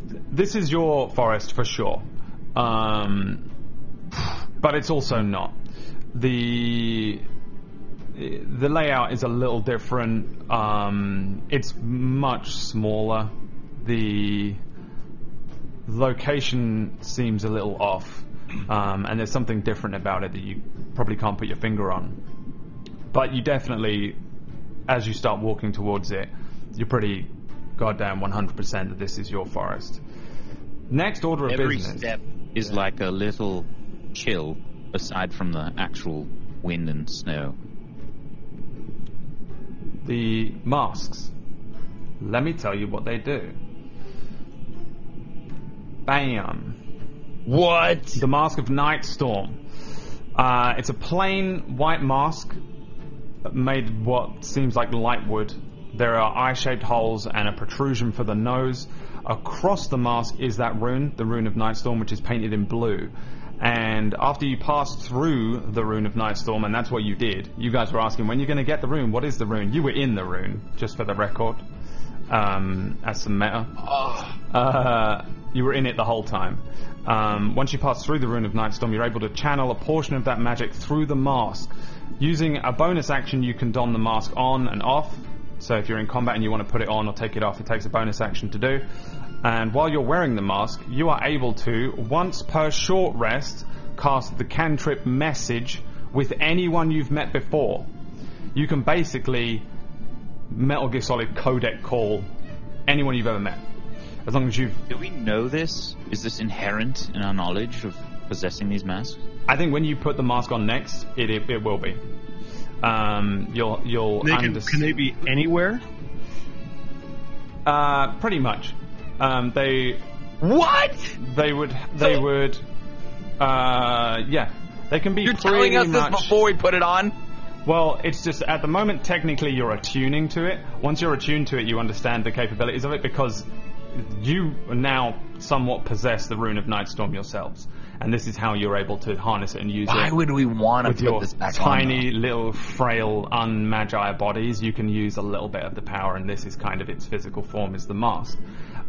[SPEAKER 1] Th- This is your forest for sure, um, but it's also not. The the layout is a little different. Um, it's much smaller. The location seems a little off, um, and there's something different about it that you probably can't put your finger on. But you definitely, as you start walking towards it, you're pretty goddamn 100% that this is your forest. Next order of
[SPEAKER 4] Every
[SPEAKER 1] business.
[SPEAKER 4] step is like a little chill, aside from the actual wind and snow.
[SPEAKER 1] the masks. Let me tell you what they do. Bam!
[SPEAKER 5] What?
[SPEAKER 1] The mask of Night Storm. Uh, it's a plain white mask made what seems like light wood. There are eye-shaped holes and a protrusion for the nose. Across the mask is that rune, the rune of Nightstorm, which is painted in blue. And after you pass through the rune of Nightstorm, and that's what you did, you guys were asking, when you're going to get the rune? What is the rune? You were in the rune, just for the record, um, as some meta. Uh, you were in it the whole time. Um, once you pass through the Rune of Nightstorm, you're able to channel a portion of that magic through the mask. Using a bonus action, you can don the mask on and off. So if you're in combat and you want to put it on or take it off, it takes a bonus action to do. And while you're wearing the mask, you are able to, once per short rest, cast the cantrip message with anyone you've met before. You can basically Metal Gear Solid codec call anyone you've ever met. As long as you've
[SPEAKER 4] Do we know this? Is this inherent in our knowledge of possessing these masks?
[SPEAKER 1] I think when you put the mask on next, it it, it will be. Um, you'll you'll
[SPEAKER 3] They can,
[SPEAKER 1] unders-
[SPEAKER 3] can they be anywhere?
[SPEAKER 1] uh, pretty much. Um, they
[SPEAKER 5] What?
[SPEAKER 1] they would they would uh, yeah. They can be
[SPEAKER 5] You're
[SPEAKER 1] pretty
[SPEAKER 5] telling us this
[SPEAKER 1] much,
[SPEAKER 5] before we put it on?
[SPEAKER 1] Well, it's just at the moment technically you're attuning to it. Once you're attuned to it, you understand the capabilities of it because you now somewhat possess the rune of Nightstorm yourselves. and this is how you're able to harness it and use
[SPEAKER 5] Why
[SPEAKER 1] it.
[SPEAKER 5] would we want to
[SPEAKER 1] With
[SPEAKER 5] put
[SPEAKER 1] your
[SPEAKER 5] this back on?
[SPEAKER 1] tiny, little, frail, unmagi bodies, you can use a little bit of the power, and this is kind of its physical form is the mask.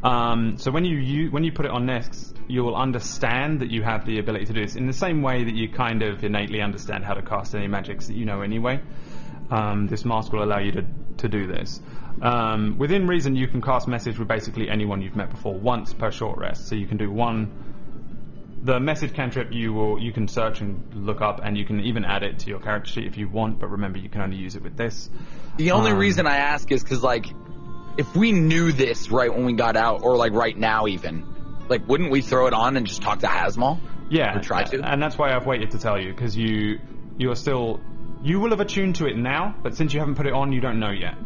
[SPEAKER 1] Um, so when you, you when you put it on next, you will understand that you have the ability to do this in the same way that you kind of innately understand how to cast any magics that you know anyway. Um, this mask will allow you to to do this. Um, within reason, you can cast message with basically anyone you've met before once per short rest. So you can do one the message cantrip you will you can search and look up and you can even add it to your character sheet if you want but remember you can only use it with this
[SPEAKER 5] The only
[SPEAKER 1] Um,
[SPEAKER 5] reason I ask is because, like, if we knew this right when we got out, or like right now even, like, wouldn't we throw it on and just talk to Hasmal?
[SPEAKER 1] yeah
[SPEAKER 5] Or try to.
[SPEAKER 1] and that's why i've waited to tell you because you you are still you will have attuned to it now but since you haven't put it on you don't know yet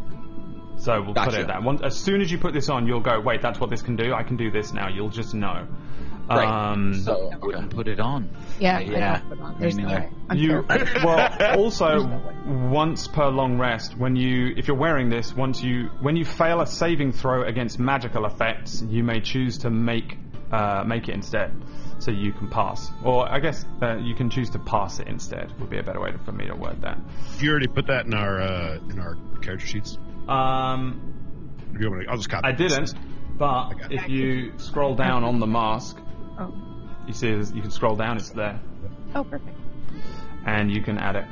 [SPEAKER 1] so we'll put
[SPEAKER 5] Gotcha.
[SPEAKER 1] it at that one as soon as you put this on you'll go wait that's what this can do i can do this now you'll just know
[SPEAKER 5] Right.
[SPEAKER 1] um
[SPEAKER 5] so,
[SPEAKER 4] Wouldn't put it on.
[SPEAKER 2] Yeah,
[SPEAKER 5] Yeah,
[SPEAKER 2] I don't put on. There's
[SPEAKER 5] me
[SPEAKER 2] no
[SPEAKER 5] neither.
[SPEAKER 2] way. I'm
[SPEAKER 1] you
[SPEAKER 2] terrified.
[SPEAKER 1] well also once per long rest when you if you're wearing this once you when you fail a saving throw against magical effects you may choose to make uh, make it instead so you can pass or I guess uh, you can choose to pass it instead would be a better way to, for me to word that
[SPEAKER 3] Have you already put that in our uh, in our character sheets?
[SPEAKER 1] um,
[SPEAKER 3] If you want me to- I'll just copy.
[SPEAKER 1] I didn't but if you scroll down on the mask
[SPEAKER 2] Oh.
[SPEAKER 1] you see there's- you can scroll down it's there
[SPEAKER 2] oh, perfect.
[SPEAKER 1] and you can add it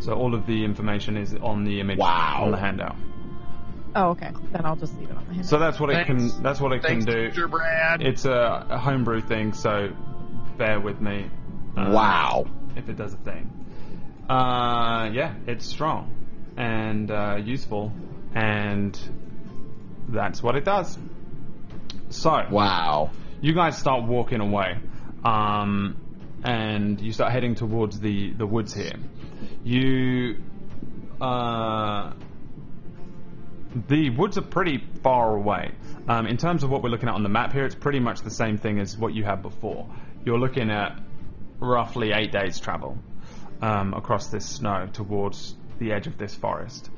[SPEAKER 1] so all of the information is on the image
[SPEAKER 5] Wow.
[SPEAKER 1] on the handout
[SPEAKER 2] Oh, okay. Then I'll just leave it on my hand.
[SPEAKER 1] So that's what it
[SPEAKER 3] Thanks.
[SPEAKER 1] can. That's what it
[SPEAKER 3] Thanks,
[SPEAKER 1] can do.
[SPEAKER 3] Teacher Brad.
[SPEAKER 1] It's a, a homebrew thing, so bear with me. um,
[SPEAKER 5] wow.
[SPEAKER 1] If it does a thing. Uh, yeah, it's strong and uh, useful, and that's what it does. So
[SPEAKER 5] Wow.
[SPEAKER 1] you guys start walking away, um, and you start heading towards the the woods here. You, uh, the woods are pretty far away. Um, in terms of what we're looking at on the map here, it's pretty much the same thing as what you had before. You're looking at roughly eight days travel um, across this snow towards the edge of this forest.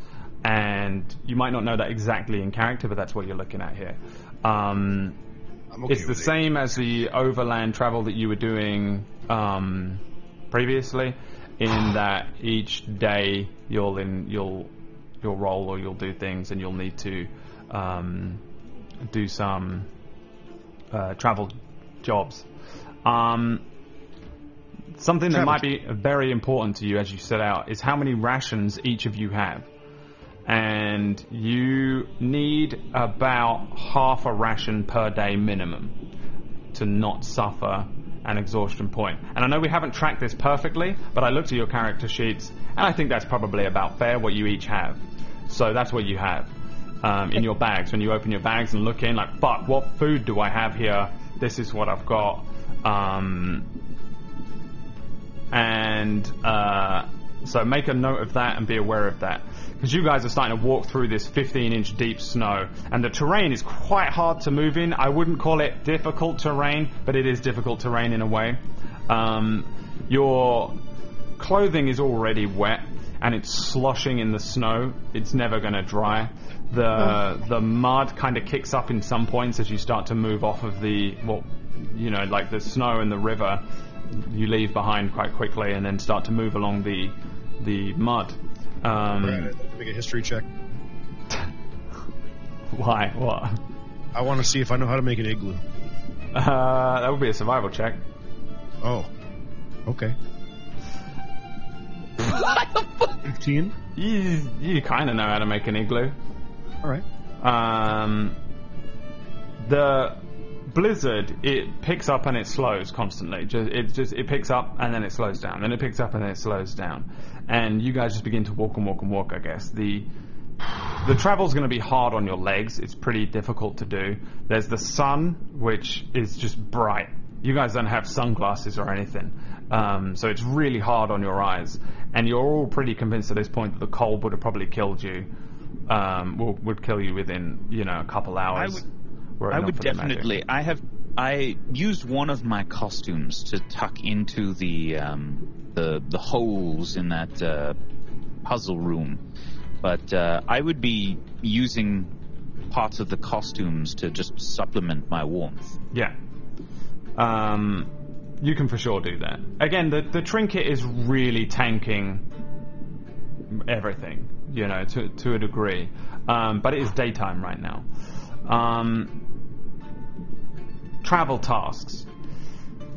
[SPEAKER 1] And you might not know that exactly in character, but that's what you're looking at here. Um,
[SPEAKER 3] I'm okay
[SPEAKER 1] it's the
[SPEAKER 3] with it.
[SPEAKER 1] same as the overland travel that you were doing um, previously, in that each day you'll in you'll you'll roll or you'll do things, and you'll need to um, do some uh, travel jobs. Um, something that
[SPEAKER 3] Travel
[SPEAKER 1] might be very important to you as you set out is how many rations each of you have and you need about half a ration per day minimum to not suffer an exhaustion point. And I know we haven't tracked this perfectly, but I looked at your character sheets, and I think that's probably about fair what you each have. So that's what you have um, in your bags. When you open your bags and look in, like, fuck, what food do I have here? This is what I've got. Um, and uh, so make a note of that and be aware of that because you guys are starting to walk through this 15 inch deep snow and the terrain is quite hard to move in i wouldn't call it difficult terrain but it is difficult terrain in a way um, your clothing is already wet and it's sloshing in the snow it's never going to dry the the mud kind of kicks up in some points as you start to move off of the well you know like the snow and the river you leave behind quite quickly and then start to move along the the mud. Um,
[SPEAKER 3] Brad, make a history check.
[SPEAKER 1] Why? What?
[SPEAKER 3] I want to see if I know how to make an igloo.
[SPEAKER 1] Uh, that would be a survival check.
[SPEAKER 3] Oh, okay. Fifteen.
[SPEAKER 1] You you kind of know how to make an igloo.
[SPEAKER 3] All right.
[SPEAKER 1] Um, the blizzard it picks up and it slows constantly. Just, it just it picks up and then it slows down. Then it picks up and then it slows down. And you guys just begin to walk and walk and walk. I guess the the travel's going to be hard on your legs. It's pretty difficult to do. There's the sun, which is just bright. You guys don't have sunglasses or anything, um, so it's really hard on your eyes. And you're all pretty convinced at this point that the cold would have probably killed you. Um, would, would kill you within you know a couple hours.
[SPEAKER 4] would-
[SPEAKER 1] were it
[SPEAKER 4] I
[SPEAKER 1] not
[SPEAKER 4] would
[SPEAKER 1] for the magic.
[SPEAKER 4] definitely. I have. I used one of my costumes to tuck into the um, the the holes in that uh, puzzle room, but uh, I would be using parts of the costumes to just supplement my warmth.
[SPEAKER 1] Yeah. Um, You can for sure do that. Again, the, the trinket is really tanking everything, you know, to, to a degree. Um, but it is daytime right now. Um, travel tasks.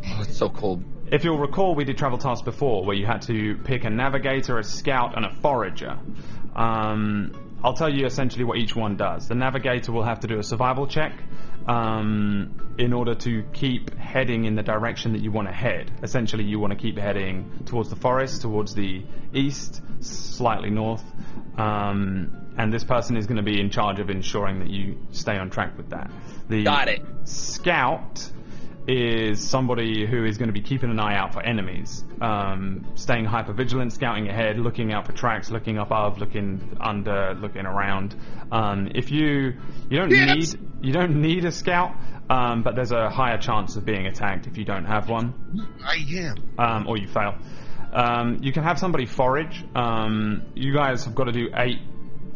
[SPEAKER 5] Oh, it's so cold.
[SPEAKER 1] If you'll recall, we did travel tasks before where you had to pick a navigator, a scout, and a forager. Um, I'll tell you essentially what each one does. The navigator will have to do a survival check um, in order to keep heading in the direction that you want to head. Essentially, you want to keep heading towards the forest, towards the east, slightly north. Um, and this person is going to be in charge of ensuring that you stay on track with that. The
[SPEAKER 5] Got it.
[SPEAKER 1] Scout is somebody who is going to be keeping an eye out for enemies, um, staying hyper vigilant, scouting ahead, looking out for tracks, looking above, looking under, looking around. Um, if you you don't
[SPEAKER 3] Yes.
[SPEAKER 1] need you don't need a scout, um, but there's a higher chance of being attacked if you don't have one
[SPEAKER 3] I am.
[SPEAKER 1] um, or you fail. Um, you can have somebody forage. Um, you guys have got to do eight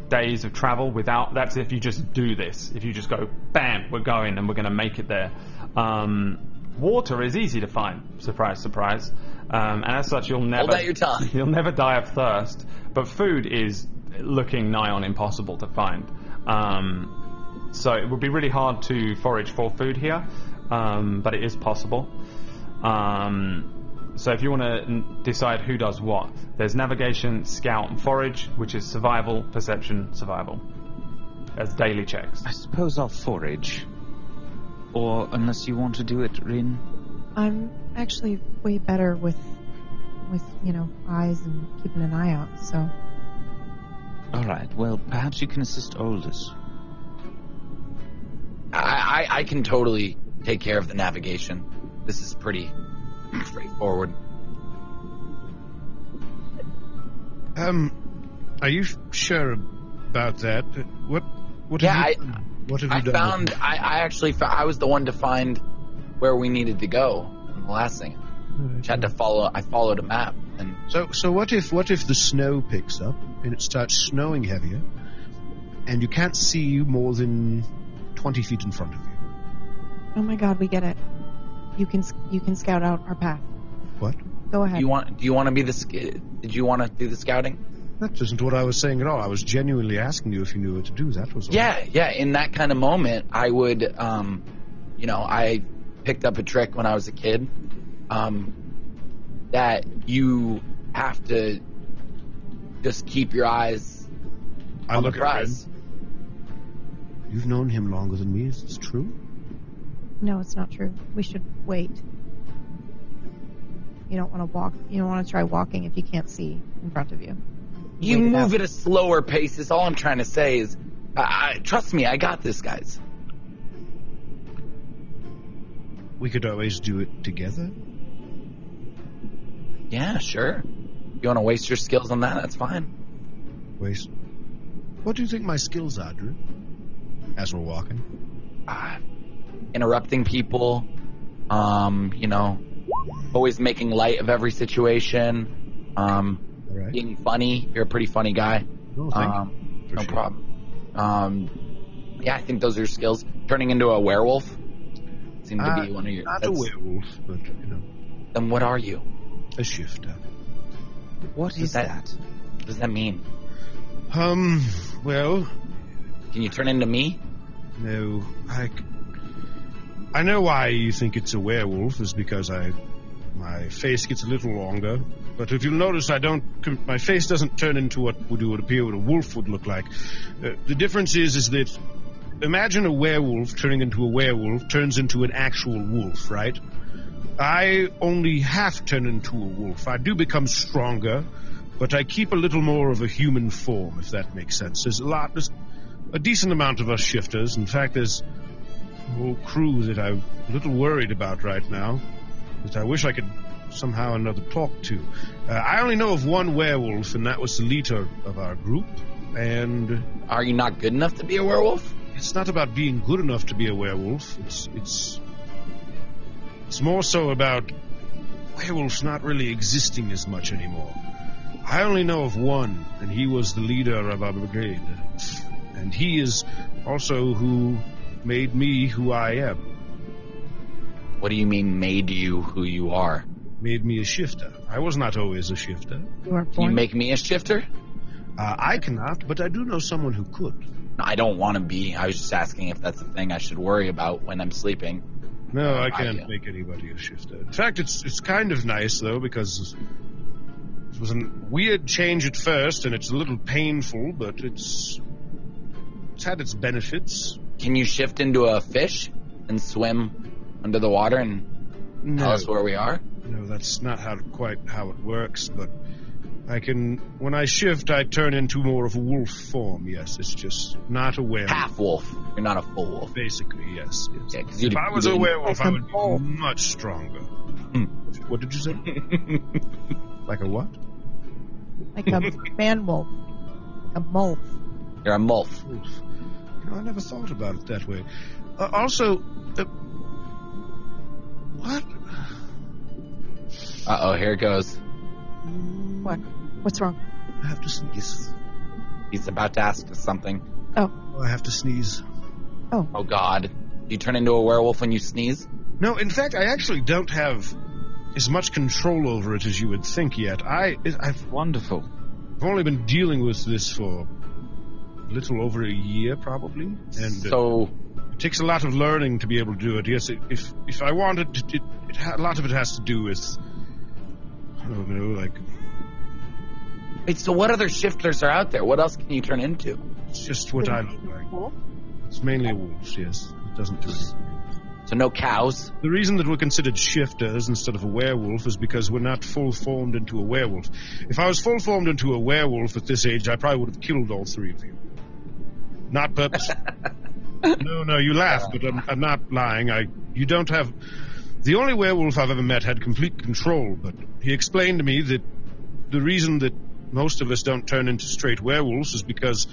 [SPEAKER 1] days of travel without. That's if you just do this. If you just go, bam, we're going and we're going to make it there. Um, water is easy to find. Surprise, surprise. Um, and as such, you'll never
[SPEAKER 5] out your tongue.
[SPEAKER 1] you'll never die of thirst. But food is looking nigh on impossible to find. Um, so it would be really hard to forage for food here, um, but it is possible. Um, so if you want to decide who does what, there's navigation, scout, and forage, which is survival, perception, survival, as daily checks.
[SPEAKER 4] I suppose I'll forage. Or unless you want to do it, Rin.
[SPEAKER 2] I'm actually way better with, with you know, eyes and keeping an eye out. So
[SPEAKER 4] All right. Well, perhaps you can assist Aldous.
[SPEAKER 5] I, I, I can totally take care of the navigation. This is pretty straightforward.
[SPEAKER 3] Um, are you sure about that? What? What?
[SPEAKER 5] Yeah,
[SPEAKER 3] have
[SPEAKER 5] I,
[SPEAKER 3] you, what have you
[SPEAKER 5] I
[SPEAKER 3] done?
[SPEAKER 5] found. I, I actually. Found, I was the one to find where we needed to go. in The last thing, which had to follow. I followed a map, and
[SPEAKER 3] So, so what if what if the snow picks up and it starts snowing heavier, and you can't see more than twenty feet in front of you?
[SPEAKER 2] oh my God, we get it. You can s- you can scout out our path.
[SPEAKER 3] What?
[SPEAKER 2] Go
[SPEAKER 5] do
[SPEAKER 2] ahead.
[SPEAKER 5] you want? Do you want to be the? sc- Did you want to do the scouting?
[SPEAKER 3] That isn't what I was saying at all. I was genuinely asking you if you knew how to do that. Was all.
[SPEAKER 5] Yeah, yeah. In that kind of moment, I would, um, you know, I picked up a trick when I was a kid um, that you have to just keep your eyes
[SPEAKER 3] I
[SPEAKER 5] on the
[SPEAKER 3] look at Ren.
[SPEAKER 5] prize.
[SPEAKER 3] You've known him longer than me. Is this true?
[SPEAKER 2] No, it's not true. We should wait. You don't want to walk. You don't want to try walking if you can't see in front of you.
[SPEAKER 5] You
[SPEAKER 2] Wait it
[SPEAKER 5] move
[SPEAKER 2] out.
[SPEAKER 5] at a slower pace. Is all I'm trying to say is, I, I, trust me, I got this, guys.
[SPEAKER 3] We could always do it together.
[SPEAKER 5] Yeah, sure. You want to waste your skills on that? That's fine.
[SPEAKER 3] Wait. What do you think my skills are, Drew? As we're walking.
[SPEAKER 5] Uh, interrupting people, um, you know, always making light of every situation. Um,
[SPEAKER 3] All right.
[SPEAKER 5] being funny. You're a pretty funny guy.
[SPEAKER 3] No, thank
[SPEAKER 5] Um,
[SPEAKER 3] you.
[SPEAKER 5] no
[SPEAKER 3] Appreciate it.
[SPEAKER 5] problem. Um, yeah, I think those are your skills. Turning into a werewolf seemed to
[SPEAKER 3] Uh,
[SPEAKER 5] be one of your.
[SPEAKER 3] Not a
[SPEAKER 5] that's-
[SPEAKER 3] werewolf, but you know,
[SPEAKER 5] Then what are you?
[SPEAKER 3] a shifter.
[SPEAKER 4] What is
[SPEAKER 5] that-
[SPEAKER 4] that?
[SPEAKER 5] What does that mean?
[SPEAKER 3] Um. Well,
[SPEAKER 5] Can you turn into me?
[SPEAKER 3] no. I. c- I know why you think it's a werewolf is because I, my face gets a little longer. But if you'll notice, I don't. com- My face doesn't turn into what would would appear what a wolf would look like. Uh, the difference is, is that. Imagine a werewolf turning into a werewolf turns into an actual wolf, right? I only half turn into a wolf. I do become stronger, but I keep a little more of a human form, if that makes sense. There's a lot, there's a decent amount of us shifters. In fact, there's a whole crew that I'm a little worried about right now, that I wish I could somehow or another talk to. Uh, I only know of one werewolf, and that was the leader of our group. And
[SPEAKER 5] Are you not good enough to be a werewolf?
[SPEAKER 3] it's not about being good enough to be a werewolf. It's it's it's more so about werewolves not really existing as much anymore. I only know of one, and he was the leader of our brigade, and he is also who made me who I am.
[SPEAKER 5] What do you mean made you who you are?
[SPEAKER 3] Made me a shifter. I was not always a shifter.
[SPEAKER 2] You were
[SPEAKER 5] Can you
[SPEAKER 2] born.
[SPEAKER 5] make me a shifter?
[SPEAKER 3] Uh, I cannot, but I do know someone who could.
[SPEAKER 5] No, I don't want to be. I was just asking if that's a thing I should worry about when I'm sleeping.
[SPEAKER 3] No, I
[SPEAKER 5] I
[SPEAKER 3] can't
[SPEAKER 5] do.
[SPEAKER 3] make anybody a shifter. In fact, it's it's kind of nice though because it was a weird change at first, and it's a little painful, but it's it's had its benefits.
[SPEAKER 5] Can you shift into a fish and swim under the water and tell
[SPEAKER 3] No,
[SPEAKER 5] us where we are?
[SPEAKER 3] no, that's not how quite how it works. But I can when I shift, I turn into more of a wolf form. Yes, it's just not a werewolf.
[SPEAKER 5] Half wolf. You're not a full wolf.
[SPEAKER 3] Basically, yes. yes.
[SPEAKER 5] Yeah, because you.
[SPEAKER 3] If I was
[SPEAKER 5] you
[SPEAKER 3] a werewolf, I
[SPEAKER 2] Like a
[SPEAKER 3] would be
[SPEAKER 2] bull.
[SPEAKER 3] much stronger.
[SPEAKER 5] Hmm.
[SPEAKER 3] What did you say? like a what?
[SPEAKER 2] like a man wolf. A mole.
[SPEAKER 5] You're a mulf.
[SPEAKER 3] Oof. You know, I never thought about it that way. Uh, also, uh, what?
[SPEAKER 5] Uh oh, here it goes.
[SPEAKER 2] What? What's wrong?
[SPEAKER 3] I have to sneeze.
[SPEAKER 5] He's about to ask us something.
[SPEAKER 3] Oh, I have to sneeze.
[SPEAKER 5] Oh God! You turn into a werewolf when you sneeze.
[SPEAKER 3] No, in fact, I actually don't have as much control over it as you would think yet. I, I've
[SPEAKER 4] Wonderful.
[SPEAKER 3] only been dealing with this for a little over a year, probably, and uh,
[SPEAKER 5] so
[SPEAKER 3] it takes a lot of learning to be able to do it. Yes, it, if if I wanted, to, it, it ha- a lot of it has to do with, I don't know, like
[SPEAKER 5] wait. So what other shifters are out there? What else can you turn into?
[SPEAKER 3] it's just what I look like. It's mainly wolves, yes. It doesn't do anything.
[SPEAKER 5] So no cows.
[SPEAKER 3] The reason that we're considered shifters instead of a werewolf is because we're not full formed into a werewolf. If I was full formed into a werewolf at this age, I probably would have killed all three of you. Not purposely. no, no, you laugh, but I'm, I'm not lying. I, you don't have. The only werewolf I've ever met had complete control, but he explained to me that the reason that most of us don't turn into straight werewolves is because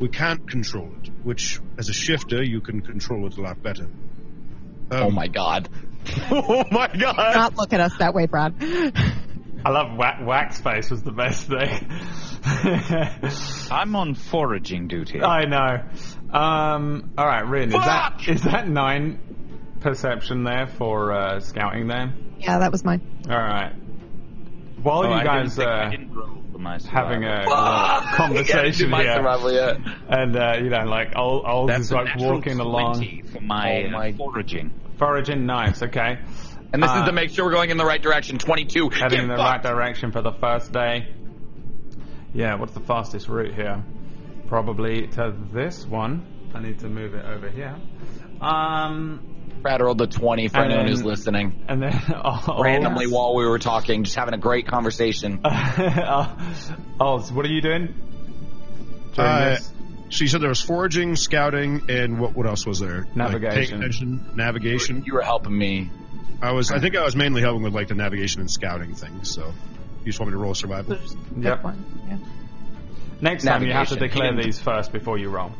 [SPEAKER 3] we can't control it, which, as a shifter, you can control it a lot better.
[SPEAKER 5] oh
[SPEAKER 3] Um,
[SPEAKER 5] my God! oh my God!
[SPEAKER 2] Not look at us that way, Brad.
[SPEAKER 1] I love wa- wax face was the best thing.
[SPEAKER 4] I'm on foraging duty.
[SPEAKER 1] I know. Um, all right, Rin, is that
[SPEAKER 5] Fuck!
[SPEAKER 1] is that nine perception there for uh, scouting there?
[SPEAKER 2] yeah, that was mine.
[SPEAKER 1] All right. While
[SPEAKER 4] Oh,
[SPEAKER 1] you
[SPEAKER 4] I didn't
[SPEAKER 1] guys
[SPEAKER 4] think-
[SPEAKER 1] uh,
[SPEAKER 4] I didn't roll for my survival.
[SPEAKER 1] having a
[SPEAKER 5] Ah!
[SPEAKER 1] conversation
[SPEAKER 5] yeah,
[SPEAKER 1] here,
[SPEAKER 5] survival, yeah.
[SPEAKER 1] and uh, you know, like Old, old
[SPEAKER 4] That's
[SPEAKER 1] is
[SPEAKER 4] a
[SPEAKER 1] like
[SPEAKER 4] natural
[SPEAKER 1] walking along,
[SPEAKER 4] 20 for my,
[SPEAKER 5] Oh my-
[SPEAKER 4] uh, foraging.
[SPEAKER 1] foraging knives. Okay,
[SPEAKER 5] And this
[SPEAKER 1] Uh,
[SPEAKER 5] is to make sure we're going in the right direction. Twenty-two.
[SPEAKER 1] heading
[SPEAKER 5] Get
[SPEAKER 1] in the right
[SPEAKER 5] fucked.
[SPEAKER 1] direction for the first day. Yeah, what's the fastest route here? Probably to this one. I need to move it over here. Um,
[SPEAKER 5] Brad rolled a twenty for
[SPEAKER 1] And
[SPEAKER 5] anyone
[SPEAKER 1] then-
[SPEAKER 5] who's listening.
[SPEAKER 1] and then oh,
[SPEAKER 5] Randomly, while we were talking, just having a great conversation.
[SPEAKER 1] oh, so what are you doing? During
[SPEAKER 3] Uh,
[SPEAKER 1] this?
[SPEAKER 3] So you said there was foraging, scouting, and what what else was there? Like,
[SPEAKER 1] Navigation.
[SPEAKER 3] paying attention, navigation.
[SPEAKER 5] You were helping me.
[SPEAKER 3] I was. I think I was mainly helping with like the navigation and scouting things. So you just want me to roll survival.
[SPEAKER 1] Yep.
[SPEAKER 2] Good one. Yeah.
[SPEAKER 1] Next time you have to
[SPEAKER 5] Navigation.
[SPEAKER 1] declare
[SPEAKER 5] Hidden.
[SPEAKER 1] these first before you roll.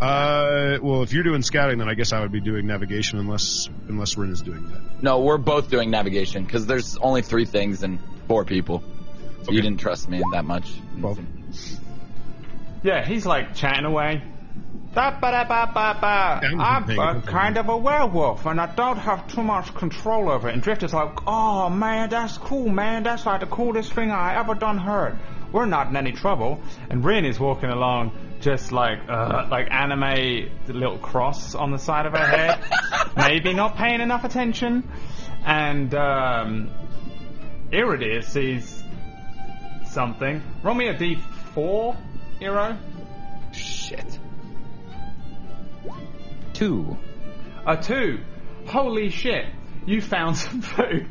[SPEAKER 3] Uh, well, if you're doing scouting, then I guess I would be doing navigation unless unless Rin is doing that.
[SPEAKER 5] No, we're both doing navigation because there's only three things and four people. So
[SPEAKER 3] Okay.
[SPEAKER 5] You didn't trust me that much.
[SPEAKER 3] Well,
[SPEAKER 1] Yeah, he's like chatting away. Da-ba-da-ba-ba-ba.
[SPEAKER 3] Yeah, he wasn't
[SPEAKER 1] I'm
[SPEAKER 3] paying
[SPEAKER 1] a
[SPEAKER 3] attention.
[SPEAKER 1] kind of a werewolf, and I don't have too much control over it. And Drift is like, oh man, that's cool, man. That's like the coolest thing I ever done heard. We're not in any trouble. And Rin is walking along, just like uh, like anime the little cross on the side of her head, maybe not paying enough attention. And um, Iridir sees something. Roll me a d4, Iro.
[SPEAKER 5] shit.
[SPEAKER 4] Two.
[SPEAKER 1] A two. Holy shit. You found some food.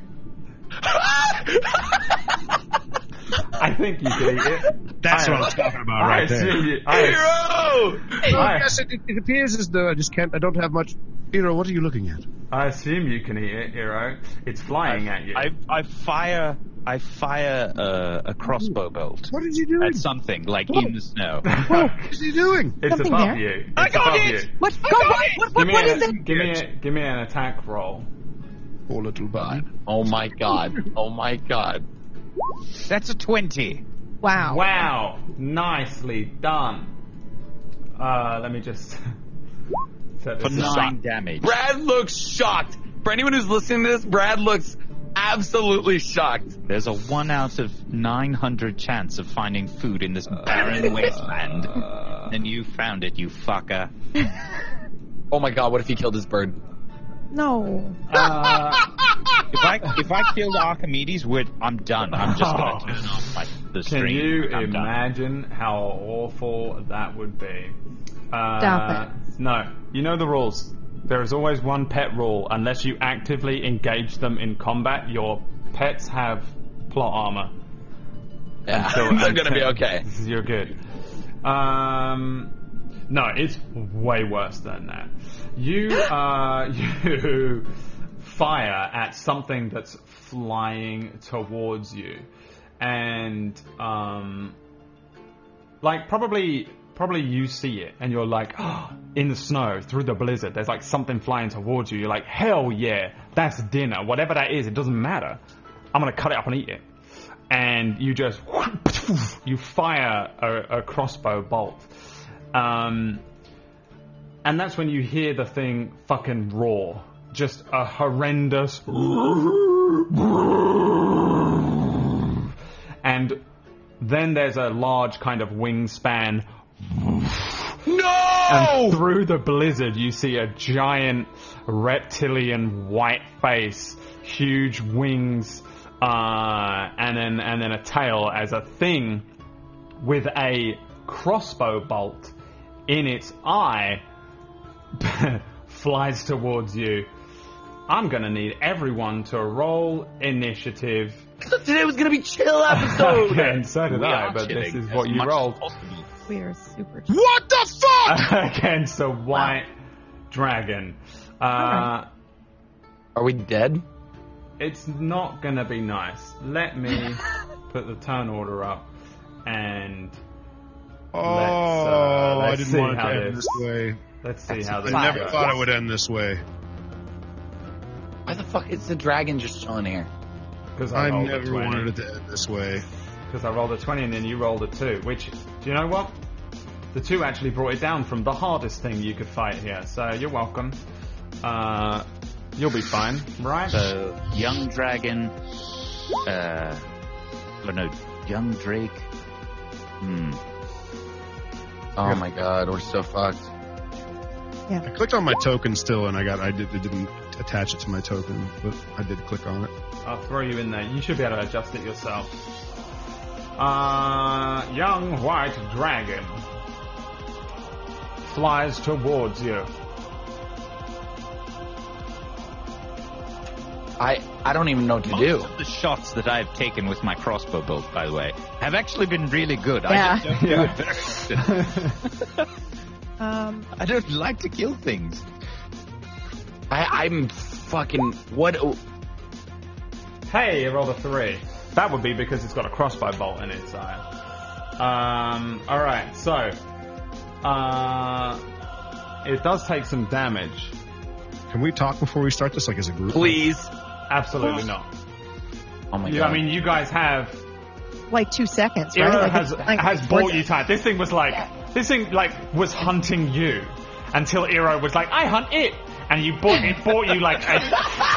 [SPEAKER 1] I think you can eat it.
[SPEAKER 3] That's
[SPEAKER 1] I-
[SPEAKER 3] what I'm talking about
[SPEAKER 1] I
[SPEAKER 3] Oh, right
[SPEAKER 1] assume
[SPEAKER 3] there.
[SPEAKER 1] you. I, I-
[SPEAKER 3] it, it appears as though I just can't. I don't have much. You know, what are you looking at?
[SPEAKER 1] I assume you can eat it, Hero. It's flying at you.
[SPEAKER 4] I, I fire I fire uh, a crossbow bolt
[SPEAKER 3] What is he doing?
[SPEAKER 4] at something like in the snow.
[SPEAKER 3] What is he doing?
[SPEAKER 1] it's
[SPEAKER 2] Something
[SPEAKER 1] above
[SPEAKER 2] there.
[SPEAKER 1] you. It's
[SPEAKER 4] I got
[SPEAKER 1] above
[SPEAKER 4] it!
[SPEAKER 1] You.
[SPEAKER 2] What? God, what? What? What,
[SPEAKER 1] Give me,
[SPEAKER 2] what
[SPEAKER 1] a,
[SPEAKER 2] is it?
[SPEAKER 1] give me a give me an attack roll.
[SPEAKER 3] Poor little bud.
[SPEAKER 5] Oh my god. Oh my god.
[SPEAKER 4] That's a twenty.
[SPEAKER 2] Wow.
[SPEAKER 1] Wow, nicely done. Uh, let me just set this
[SPEAKER 4] For
[SPEAKER 1] up.
[SPEAKER 4] nine damage.
[SPEAKER 5] Brad looks shocked. For anyone who's listening to this, Brad looks absolutely shocked.
[SPEAKER 4] There's a 1 out of 900 chance of finding food in this barren wasteland. And you found it, you fucker.
[SPEAKER 5] Oh my god, what if he killed his bird?
[SPEAKER 2] No.
[SPEAKER 1] Uh,
[SPEAKER 4] If I if I killed Archimedes, would I'm done. I'm just gonna
[SPEAKER 1] Oh.
[SPEAKER 4] turn off my the
[SPEAKER 1] Can
[SPEAKER 4] stream.
[SPEAKER 1] you
[SPEAKER 4] I'm done.
[SPEAKER 1] imagine how awful that would be? Uh,
[SPEAKER 2] Stop
[SPEAKER 1] No, you know the rules. There is always one pet rule. Unless you actively engage them in combat, your pets have plot armor.
[SPEAKER 5] Yeah,
[SPEAKER 1] So
[SPEAKER 5] they're gonna be okay.
[SPEAKER 1] You're good. Um, no, it's way worse than that. You uh, you fire at something that's flying towards you, and um, like probably probably you see it and you're like oh, in the snow through the blizzard there's like something flying towards you you're like hell yeah that's dinner whatever that is it doesn't matter i'm gonna cut it up and eat it and you just you fire a, a crossbow bolt um, and that's when you hear the thing fucking roar just a horrendous and then there's a large kind of wingspan.
[SPEAKER 5] Oh!
[SPEAKER 1] No! And through the blizzard, you see a giant reptilian white face, huge wings, uh, and then and then a tail as a thing with a crossbow bolt in its eye flies towards you. I'm gonna need everyone to roll initiative.
[SPEAKER 5] Today was gonna be chill episode.
[SPEAKER 1] and so did
[SPEAKER 4] We
[SPEAKER 1] I,
[SPEAKER 4] are
[SPEAKER 1] but this
[SPEAKER 4] chilling
[SPEAKER 1] is
[SPEAKER 4] as
[SPEAKER 1] what you
[SPEAKER 4] much as
[SPEAKER 1] rolled.
[SPEAKER 4] possible.
[SPEAKER 2] We are super.
[SPEAKER 3] What the fuck?
[SPEAKER 1] against a white dragon. Uh,
[SPEAKER 2] Alright.
[SPEAKER 5] Are we dead?
[SPEAKER 1] It's not going to be nice. Let me put the turn order up and
[SPEAKER 3] Oh,
[SPEAKER 1] uh,
[SPEAKER 3] I
[SPEAKER 1] let's
[SPEAKER 3] didn't
[SPEAKER 1] see
[SPEAKER 3] want it
[SPEAKER 1] how
[SPEAKER 3] to end
[SPEAKER 1] this-
[SPEAKER 3] this way.
[SPEAKER 1] let's see how this
[SPEAKER 3] I never
[SPEAKER 1] goes.
[SPEAKER 3] thought it would end this way.
[SPEAKER 5] Why the fuck is the dragon just chilling here?
[SPEAKER 1] 'Cause I,
[SPEAKER 3] I
[SPEAKER 1] rolled a
[SPEAKER 3] never
[SPEAKER 1] 20.
[SPEAKER 3] wanted it to end this way.
[SPEAKER 1] Because I rolled a 20 and then you rolled a 2, which, do you know what? The 2 actually brought it down from the hardest thing you could fight here, so you're welcome. Uh, you'll be fine, right?
[SPEAKER 4] So Uh, young dragon, uh, or no, young Drake. Hmm.
[SPEAKER 5] Oh my god, we're so fucked.
[SPEAKER 3] I clicked on my token still, and I got I did, it didn't attach it to my token, but I did click on it.
[SPEAKER 1] I'll throw you in there. You should be able to adjust it yourself. Uh, young white dragon flies towards you.
[SPEAKER 5] I I don't even know what to
[SPEAKER 4] Most
[SPEAKER 5] do.
[SPEAKER 4] of the shots that I've taken with my crossbow bolt, by the way, have actually been really good. I,
[SPEAKER 2] Yeah.
[SPEAKER 4] just don't do it very often.
[SPEAKER 2] Um,
[SPEAKER 4] I don't like to kill things.
[SPEAKER 5] I I'm fucking what?
[SPEAKER 1] Hey, it rolled a three. That would be because it's got a crossbow bolt in its eye. Um, alright, so, uh, it does take some damage.
[SPEAKER 3] Can we talk before we start this, like as a group?
[SPEAKER 5] Please.
[SPEAKER 1] Absolutely not.
[SPEAKER 5] Oh my
[SPEAKER 1] You,
[SPEAKER 5] god.
[SPEAKER 1] I mean, you guys have
[SPEAKER 2] like two seconds, right?
[SPEAKER 1] Iro
[SPEAKER 2] Like,
[SPEAKER 1] has
[SPEAKER 2] like,
[SPEAKER 1] has
[SPEAKER 2] we're-
[SPEAKER 1] bought you time. This thing was like this thing like was hunting you until Iro was like, I hunt it, and you bought it bought you like a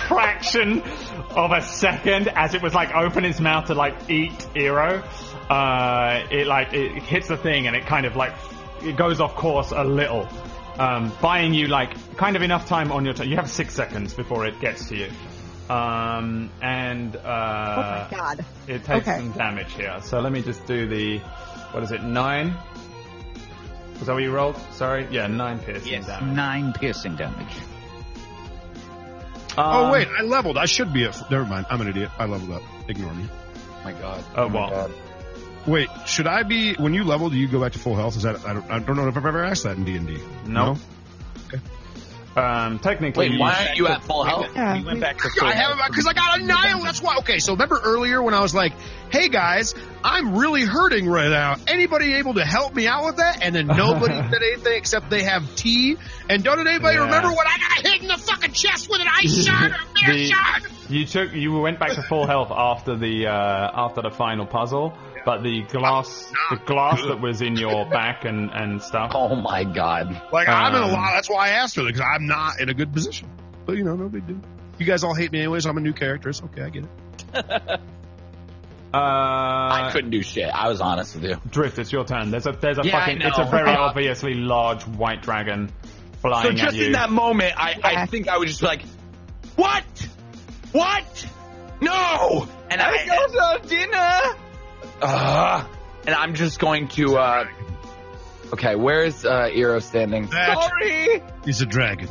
[SPEAKER 1] fraction of a second as it was like open its mouth to like eat Iro. Uh, it like it hits the thing and it kind of like it goes off course a little, um, buying you like kind of enough time on your turn. You have six seconds before it gets to you. Um, and uh,
[SPEAKER 2] Oh my god.
[SPEAKER 1] it takes
[SPEAKER 2] Okay.
[SPEAKER 1] some damage here. So let me just do the what is it, nine? Was that what you rolled? Sorry? Yeah, nine piercing damage.
[SPEAKER 4] Nine piercing damage.
[SPEAKER 3] Oh
[SPEAKER 5] Oh,
[SPEAKER 1] Um,
[SPEAKER 3] wait, I leveled. I should be at. Never mind. I'm an idiot. I leveled up. Ignore me.
[SPEAKER 5] oh my god.
[SPEAKER 1] Oh,
[SPEAKER 5] my
[SPEAKER 1] well.
[SPEAKER 5] God.
[SPEAKER 3] Wait, should I be when you level? Do you go back to full health? Is that I don't, I don't know if I've ever asked that in D and D.
[SPEAKER 1] No. Um, technically,
[SPEAKER 5] Wait,
[SPEAKER 1] you-
[SPEAKER 5] why aren't you at full health?
[SPEAKER 2] Yeah,
[SPEAKER 4] we went
[SPEAKER 2] we-
[SPEAKER 4] back to full
[SPEAKER 3] I haven't because I got annihilated. That's why. Okay, so remember earlier when I was like, "Hey guys, I'm really hurting right now. Anybody able to help me out with that?" And then nobody said anything except they have tea. And don't anybody
[SPEAKER 1] Yeah.
[SPEAKER 3] remember when I got hit in the fucking chest with an ice shard or a bear
[SPEAKER 1] The-
[SPEAKER 3] shard?
[SPEAKER 1] you took you went back to full health after the uh, after the final puzzle, but the glass the glass that was in your back and and stuff.
[SPEAKER 5] Oh my god.
[SPEAKER 3] Like I'm in a
[SPEAKER 1] Um,
[SPEAKER 3] lot. That's why I asked for it because I'm not in a good position. But you know, nobody did. You guys all hate me anyways. I'm a new character. It's okay. I get it.
[SPEAKER 1] Uh,
[SPEAKER 5] I couldn't do shit. I was honest with you.
[SPEAKER 1] Drift, it's your turn. There's a there's a
[SPEAKER 5] Yeah, I
[SPEAKER 1] fucking
[SPEAKER 5] know.
[SPEAKER 1] it's a very
[SPEAKER 5] Uh,
[SPEAKER 1] obviously large white dragon
[SPEAKER 5] So
[SPEAKER 1] flying
[SPEAKER 5] just
[SPEAKER 1] at you.
[SPEAKER 5] in that moment, I,
[SPEAKER 2] Yeah.
[SPEAKER 5] I think I was just like, what? What? No! And I, dinner. and I'm just going to. uh Okay, where is uh Eero standing?
[SPEAKER 3] That is a dragon.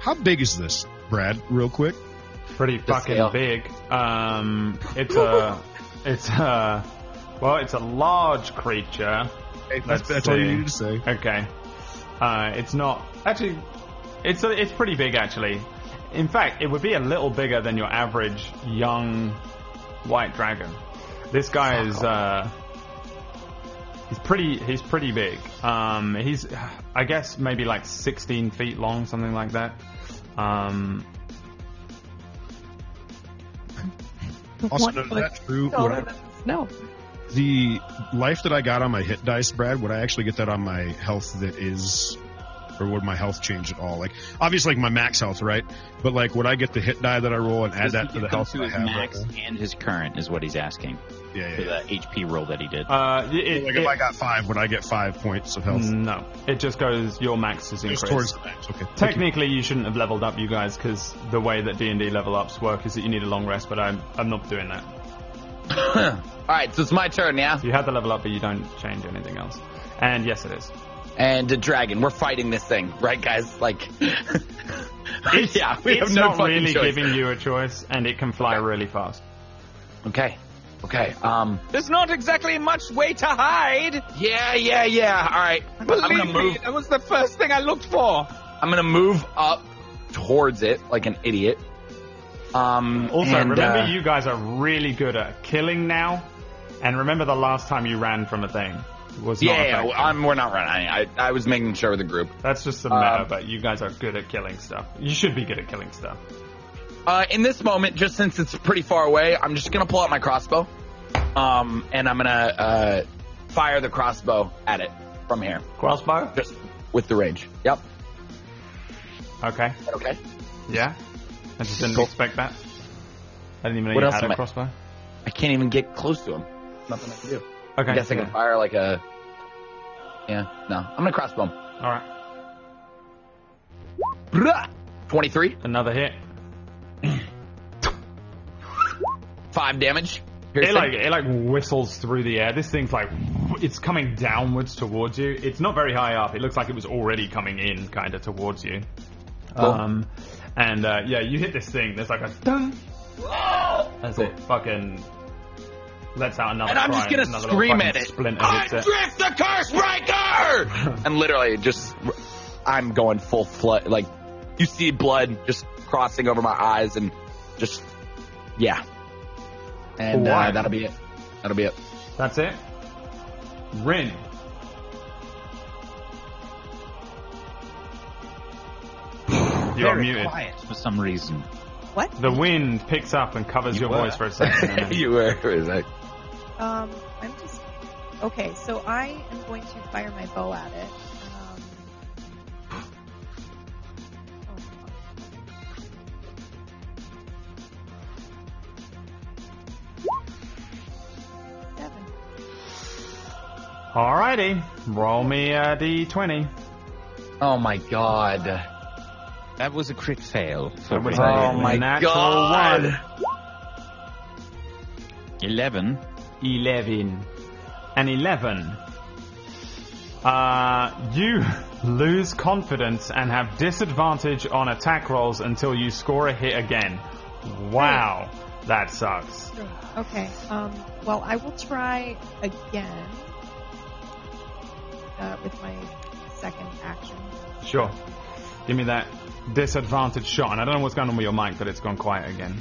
[SPEAKER 3] How big is this, Brad? Real quick.
[SPEAKER 1] pretty fucking
[SPEAKER 5] scale.
[SPEAKER 1] big. Um, it's a, it's a, well, it's a large creature.
[SPEAKER 3] That's,
[SPEAKER 1] Let's
[SPEAKER 3] that's all you
[SPEAKER 1] see.
[SPEAKER 3] needed to say.
[SPEAKER 1] Okay, uh, it's not actually. It's a, it's pretty big actually. In fact, it would be a little bigger than your average young white dragon. This guy is uh, he's pretty he's pretty big. Um, he's I guess maybe like 16 feet long, something like that. Um,
[SPEAKER 3] Also,
[SPEAKER 2] One
[SPEAKER 3] no,
[SPEAKER 2] foot
[SPEAKER 3] that's true.
[SPEAKER 2] taller
[SPEAKER 3] Would I-
[SPEAKER 2] than snow.
[SPEAKER 3] the life that I got on my hit dice, Brad, would I actually get that on my health that is, or would my health change at all? Like, obviously, like my max health, right? But like, would I get the hit die that I roll and add that to the health
[SPEAKER 7] to
[SPEAKER 3] I
[SPEAKER 7] his
[SPEAKER 3] have? right
[SPEAKER 7] max and his current is what he's asking
[SPEAKER 3] now? yeah,
[SPEAKER 7] for
[SPEAKER 3] yeah. yeah.
[SPEAKER 7] the HP roll that he did.
[SPEAKER 1] uh, it- it-
[SPEAKER 3] Like,
[SPEAKER 1] it-
[SPEAKER 3] if I got five, would I get five points of health?
[SPEAKER 1] No, it just goes your max is
[SPEAKER 3] It goes
[SPEAKER 1] increased.
[SPEAKER 3] towards the max. Okay.
[SPEAKER 1] Technically, you shouldn't have leveled up, you guys, because the way that D and D level ups work is that you need a long rest. But I'm I'm not doing that.
[SPEAKER 5] All right, so it's my turn, yeah.
[SPEAKER 1] You had the level up, but you don't change anything else. And yes, it is.
[SPEAKER 5] And the dragon, we're fighting this thing, right, guys? Like,
[SPEAKER 1] It's,
[SPEAKER 5] yeah, we
[SPEAKER 1] it's
[SPEAKER 5] have no
[SPEAKER 1] not
[SPEAKER 5] fucking
[SPEAKER 1] really
[SPEAKER 5] choice.
[SPEAKER 1] giving you a choice, and it can fly really fast.
[SPEAKER 5] Okay, okay. Um,
[SPEAKER 4] There's not exactly much way to hide.
[SPEAKER 5] yeah, yeah, yeah. All right, I'm gonna move.
[SPEAKER 4] That was the first thing I looked for.
[SPEAKER 5] I'm gonna move up towards it like an idiot. Um,
[SPEAKER 1] Also,
[SPEAKER 5] and,
[SPEAKER 1] remember
[SPEAKER 5] uh,
[SPEAKER 1] you guys are really good at killing now, and remember the last time you ran from a thing was not
[SPEAKER 5] Yeah, yeah,
[SPEAKER 1] effective.
[SPEAKER 5] I'm, we're not running. I, I was making sure with the group.
[SPEAKER 1] That's just the meta,
[SPEAKER 5] Um,
[SPEAKER 1] but you guys are good at killing stuff. You should be good at killing stuff.
[SPEAKER 5] Uh, in this moment, just since it's pretty far away, I'm just gonna pull out my crossbow, um, and I'm gonna uh, fire the crossbow at it from here,
[SPEAKER 1] Crossbow.
[SPEAKER 5] just with the range. Yep.
[SPEAKER 1] Okay.
[SPEAKER 5] Okay.
[SPEAKER 1] Yeah. I just didn't
[SPEAKER 5] Cool.
[SPEAKER 1] expect that. I didn't even know
[SPEAKER 5] What
[SPEAKER 1] you
[SPEAKER 5] else
[SPEAKER 1] had
[SPEAKER 5] am
[SPEAKER 1] a
[SPEAKER 5] I-
[SPEAKER 1] crossbow.
[SPEAKER 5] I can't even get close to him. Nothing I can do.
[SPEAKER 1] Okay.
[SPEAKER 5] I guess I
[SPEAKER 1] yeah.
[SPEAKER 5] can fire like a. Yeah. No, I'm gonna crossbow. him.
[SPEAKER 1] All right.
[SPEAKER 5] Bruh! 23,
[SPEAKER 1] Another hit.
[SPEAKER 5] five damage.
[SPEAKER 1] It
[SPEAKER 5] Piercing.
[SPEAKER 1] like it like whistles through the air. This thing's like it's coming downwards towards you. It's not very high up. It looks like it was already coming in kind of towards you.
[SPEAKER 5] Cool.
[SPEAKER 1] Um, and uh, yeah, you hit this thing. There's like a dun. As it fucking lets out another.
[SPEAKER 5] and I'm
[SPEAKER 1] cry
[SPEAKER 5] just gonna
[SPEAKER 1] another little
[SPEAKER 5] scream
[SPEAKER 1] fucking
[SPEAKER 5] at it.
[SPEAKER 1] Splinter
[SPEAKER 5] I'm
[SPEAKER 1] hits it.
[SPEAKER 5] Drift the Curse Breaker! and literally, just I'm going full flood. Like you see blood just crossing over my eyes, and just yeah. And uh,
[SPEAKER 1] Why?
[SPEAKER 5] that'll be it. That'll be it.
[SPEAKER 1] That's it. Rin. You're
[SPEAKER 7] Very
[SPEAKER 1] muted.
[SPEAKER 7] quiet for some reason.
[SPEAKER 2] What?
[SPEAKER 1] The wind picks up and covers your
[SPEAKER 7] were.
[SPEAKER 1] voice for a second.
[SPEAKER 5] you were it was like,
[SPEAKER 2] Um, I'm just okay. So I am going to fire my bow at it. Um, oh, fuck. Seven.
[SPEAKER 1] Alrighty, roll me a d20.
[SPEAKER 5] oh my god.
[SPEAKER 7] That was a crit fail. For
[SPEAKER 1] That was
[SPEAKER 7] Rin.
[SPEAKER 1] a
[SPEAKER 5] Oh my
[SPEAKER 1] natural
[SPEAKER 5] God.
[SPEAKER 1] one.
[SPEAKER 7] Eleven.
[SPEAKER 1] 11. An 11. Uh, you lose confidence and have disadvantage on attack rolls until you score a hit again. Wow, that sucks.
[SPEAKER 2] Okay. Um, well, I will try again uh, with my second action.
[SPEAKER 1] Sure. Give me that disadvantage shot. And I don't know what's going on with your mic, but it's gone quiet again.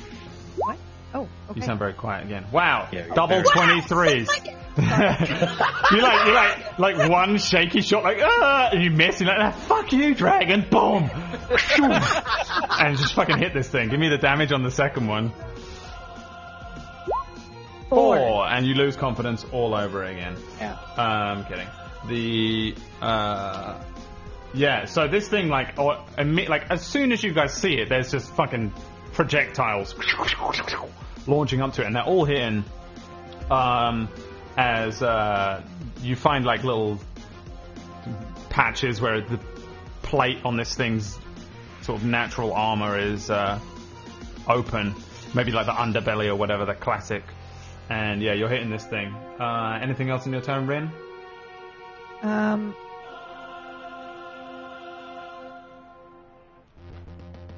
[SPEAKER 2] What? Oh, okay.
[SPEAKER 1] You sound very quiet again. Wow.
[SPEAKER 7] Yeah, you're
[SPEAKER 1] Double
[SPEAKER 7] very-
[SPEAKER 1] twenty threes. you like you like like one shaky shot like ah and you miss and you're like "Ah, fuck you dragon boom Shoom. and just fucking hit this thing. Give me the damage on the second one.
[SPEAKER 2] Four.
[SPEAKER 1] and you lose confidence all over again.
[SPEAKER 2] Yeah.
[SPEAKER 1] Um, kidding. The Um, uh, Yeah, so this thing, like, or, imme- like as soon as you guys see it, there's just fucking projectiles launching up to it, and they're all hitting. Um, as uh, you find like little patches where the plate on this thing's sort of natural armor is uh, open, maybe like the underbelly or whatever, the classic. And yeah, you're hitting this thing. Uh, anything else in your turn, Rin?
[SPEAKER 2] Um.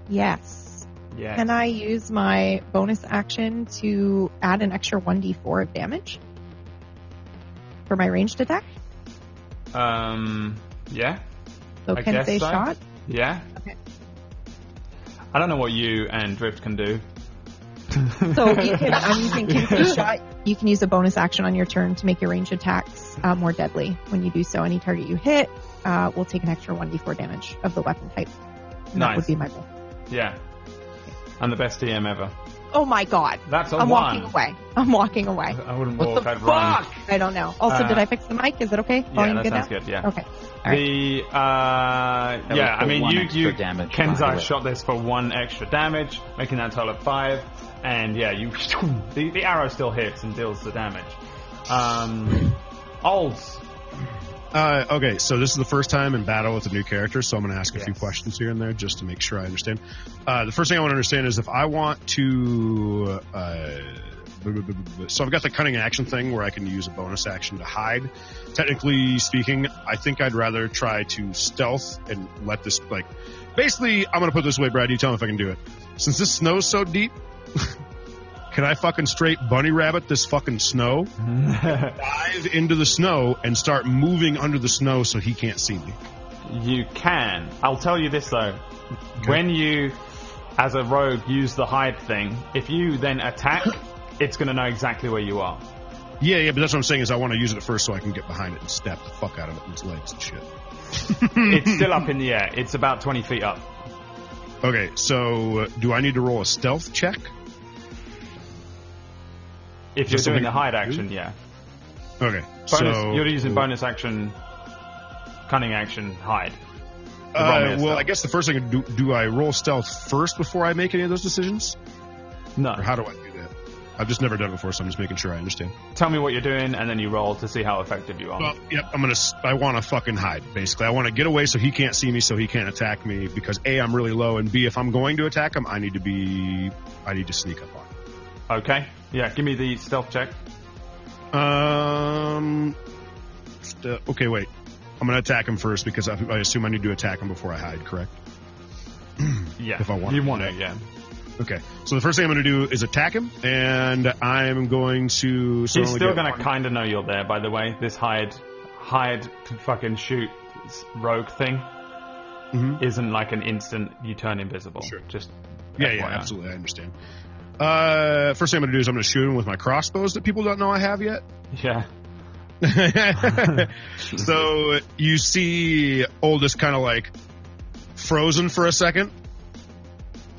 [SPEAKER 2] Yes.
[SPEAKER 1] Yeah.
[SPEAKER 2] Can I use my bonus action to add an extra 1d4 of damage for my ranged attack?
[SPEAKER 1] Um, yeah,
[SPEAKER 2] So
[SPEAKER 1] I
[SPEAKER 2] can
[SPEAKER 1] guess
[SPEAKER 2] they
[SPEAKER 1] so.
[SPEAKER 2] shot?
[SPEAKER 1] yeah.
[SPEAKER 2] Okay.
[SPEAKER 1] I don't know what you and Drift can do.
[SPEAKER 2] So you can, I'm using Kinsey shot. You can use a bonus action on your turn to make your ranged attacks uh, more deadly. When you do so, any target you hit uh, will take an extra 1d4 damage of the weapon type. And That
[SPEAKER 1] Nice.
[SPEAKER 2] would be my bonus.
[SPEAKER 1] Yeah. I'm the best DM ever.
[SPEAKER 2] Oh my god.
[SPEAKER 1] That's a
[SPEAKER 2] I'm
[SPEAKER 1] one.
[SPEAKER 2] walking away. I'm walking away.
[SPEAKER 1] I wouldn't
[SPEAKER 5] What
[SPEAKER 1] walk.
[SPEAKER 5] the
[SPEAKER 1] I'd run.
[SPEAKER 5] fuck?
[SPEAKER 2] I don't know. Also,
[SPEAKER 1] Uh,
[SPEAKER 2] did I fix the mic? Is it okay?
[SPEAKER 1] Yeah,
[SPEAKER 2] Volume
[SPEAKER 1] that
[SPEAKER 2] good
[SPEAKER 1] sounds
[SPEAKER 2] now?
[SPEAKER 1] good. Yeah.
[SPEAKER 2] Okay. All right.
[SPEAKER 1] The uh,
[SPEAKER 7] That
[SPEAKER 1] yeah,
[SPEAKER 7] was
[SPEAKER 1] I
[SPEAKER 7] for
[SPEAKER 1] mean
[SPEAKER 7] one
[SPEAKER 1] you
[SPEAKER 7] extra
[SPEAKER 1] you
[SPEAKER 7] damage, by the
[SPEAKER 1] Kenzai
[SPEAKER 7] way.
[SPEAKER 1] shot this for one extra damage, making that total of five, and yeah, you the, the arrow still hits and deals the damage. Um, Olds,
[SPEAKER 3] Uh, okay, so this is the first time in battle with a new character, so I'm going to ask a few
[SPEAKER 1] Yes.
[SPEAKER 3] questions here and there just to make sure I understand. Uh, the first thing I want to understand is if I want to. Uh, blah, blah, blah, blah, blah. so I've got the cunning action thing where I can use a bonus action to hide. Technically speaking, I think I'd rather try to stealth and let this like. Basically, I'm going to put it this way, Brad. You tell me if I can do it. Since this snow's so deep, can I fucking straight bunny rabbit this fucking snow? dive into the snow and start moving under the snow so he can't see me.
[SPEAKER 1] you can. I'll tell you this though, when you, as a rogue, use the hide thing, if you then attack, it's gonna know exactly where you are.
[SPEAKER 3] Yeah, yeah, but that's what I'm saying is I want to use it first so I can get behind it and stab the fuck out of it with its legs and shit.
[SPEAKER 1] it's still up in the air. It's about twenty feet up.
[SPEAKER 3] Okay, so uh, do I need to roll a stealth check?
[SPEAKER 1] If you're
[SPEAKER 3] Just
[SPEAKER 1] doing
[SPEAKER 3] something
[SPEAKER 1] the hide
[SPEAKER 3] you can do?
[SPEAKER 1] action, yeah.
[SPEAKER 3] Okay,
[SPEAKER 1] Bonus,
[SPEAKER 3] so
[SPEAKER 1] you're using bonus action, cunning action, hide. The wrong way
[SPEAKER 3] Uh,
[SPEAKER 1] of
[SPEAKER 3] well,
[SPEAKER 1] stealth.
[SPEAKER 3] I guess the first thing do, do I roll stealth first before I make any of those decisions,
[SPEAKER 1] No.
[SPEAKER 3] or how do I do that? I've just never done it before, so I'm just making sure I understand.
[SPEAKER 1] Tell me what you're doing, and then you roll to see how effective you are.
[SPEAKER 3] Well, yep. I'm gonna. s- I want to fucking hide. Basically, I want to get away so he can't see me, so he can't attack me. Because a, I'm really low, and b, if I'm going to attack him, I need to be. I need to sneak up on. him.
[SPEAKER 1] okay. Yeah. Give me the stealth check.
[SPEAKER 3] Um. st- okay, wait. I'm gonna attack him first because I, I assume I need to attack him before I hide. Correct.
[SPEAKER 1] Yeah.
[SPEAKER 3] If I want
[SPEAKER 1] you
[SPEAKER 3] to
[SPEAKER 1] want
[SPEAKER 3] do
[SPEAKER 1] it, yeah.
[SPEAKER 3] Okay. So the first thing I'm gonna do is attack him, and I'm going to. So I
[SPEAKER 1] He's
[SPEAKER 3] only
[SPEAKER 1] still
[SPEAKER 3] get
[SPEAKER 1] gonna
[SPEAKER 3] one-
[SPEAKER 1] kind of know you're there, by the way. This hide, hide, to fucking shoot, s- rogue thing
[SPEAKER 3] Mhm.
[SPEAKER 1] isn't like an instant you turn invisible.
[SPEAKER 3] Sure.
[SPEAKER 1] Just
[SPEAKER 3] Yeah, yeah,
[SPEAKER 1] FYI.
[SPEAKER 3] absolutely. I understand. Uh, first thing I'm gonna do is I'm gonna shoot him with my crossbows that people don't know I have yet.
[SPEAKER 1] Yeah.
[SPEAKER 3] so you see oldest kind of like frozen for a second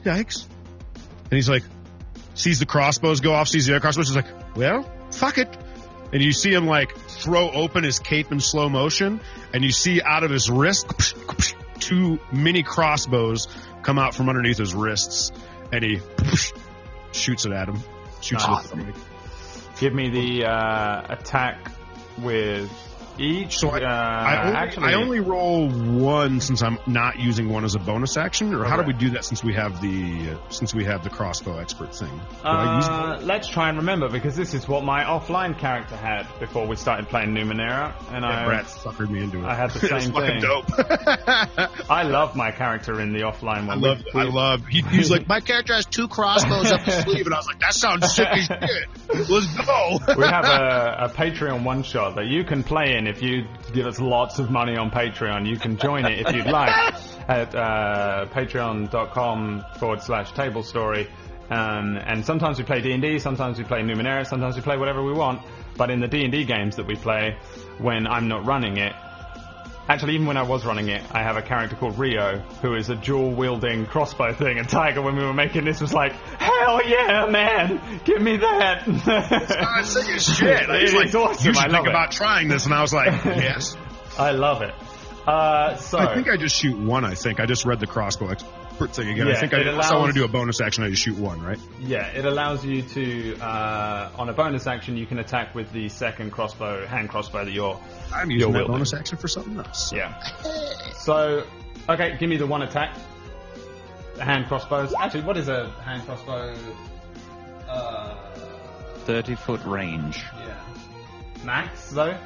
[SPEAKER 3] yikes and he's like sees the crossbows go off sees the other crossbows he's like well fuck it and you see him like throw open his cape in slow motion and you see out of his wrist two mini crossbows come out from underneath his wrists and he shoots it at him shoots it at him.
[SPEAKER 1] Give me the uh, attack with each.
[SPEAKER 3] So I-
[SPEAKER 1] uh,
[SPEAKER 3] I only,
[SPEAKER 1] actually,
[SPEAKER 3] I only roll one since I'm not using one as a bonus action, or how do we
[SPEAKER 1] Correct.
[SPEAKER 3] do that since we have the uh, since we have the crossbow expert thing? Do I use
[SPEAKER 1] Uh, let's try and remember because this is what my offline character had before we started playing Numenera, and
[SPEAKER 3] that?
[SPEAKER 1] I
[SPEAKER 3] Brad suckered me into it.
[SPEAKER 1] I had the
[SPEAKER 3] It was
[SPEAKER 1] same thing.
[SPEAKER 3] fucking dope.
[SPEAKER 1] I love my character in the offline
[SPEAKER 3] I
[SPEAKER 1] one.
[SPEAKER 3] love.
[SPEAKER 1] We-
[SPEAKER 3] I love. He, he's like, my character has two crossbows up his sleeve, and I was like, that sounds sick as shit. Let's go.
[SPEAKER 1] we have a, a Patreon one shot that you can play in if you give us lots of money on Patreon. You can join it if you'd like at uh, patreon.com forward slash table story. Um, and sometimes we play D&D, sometimes we play Numenera, sometimes we play whatever we want. But in the D&D games that we play, when I'm not running it, Actually, even when I was running it, I have a character called Rio, who is a dual wielding crossbow thing. And Tiger, when we were making this, was like, "Hell yeah, man! Give me that!"
[SPEAKER 3] I was sick as shit.
[SPEAKER 1] It
[SPEAKER 3] He's like,
[SPEAKER 1] is awesome.
[SPEAKER 3] you
[SPEAKER 1] I
[SPEAKER 3] should
[SPEAKER 1] love
[SPEAKER 3] think
[SPEAKER 1] it.
[SPEAKER 3] about trying this, and I was like, yes.
[SPEAKER 1] I love it. Uh, so
[SPEAKER 3] I think I just shoot one. I think I just read the crossbow expert thing again.
[SPEAKER 1] Yeah,
[SPEAKER 3] I think I,
[SPEAKER 1] it
[SPEAKER 3] so I want
[SPEAKER 1] allows-
[SPEAKER 3] to do a bonus action. I just shoot one, right?
[SPEAKER 1] yeah, it allows you to uh, on a bonus action you can attack with the second crossbow, hand crossbow that you're.
[SPEAKER 3] I'm using
[SPEAKER 1] You're
[SPEAKER 3] that
[SPEAKER 1] wielding.
[SPEAKER 3] bonus action for something else.
[SPEAKER 1] Yeah. So okay, give me the one attack. The hand crossbows. Actually, what is a hand crossbow? Uh,
[SPEAKER 7] 30 foot range.
[SPEAKER 1] yeah. Max though.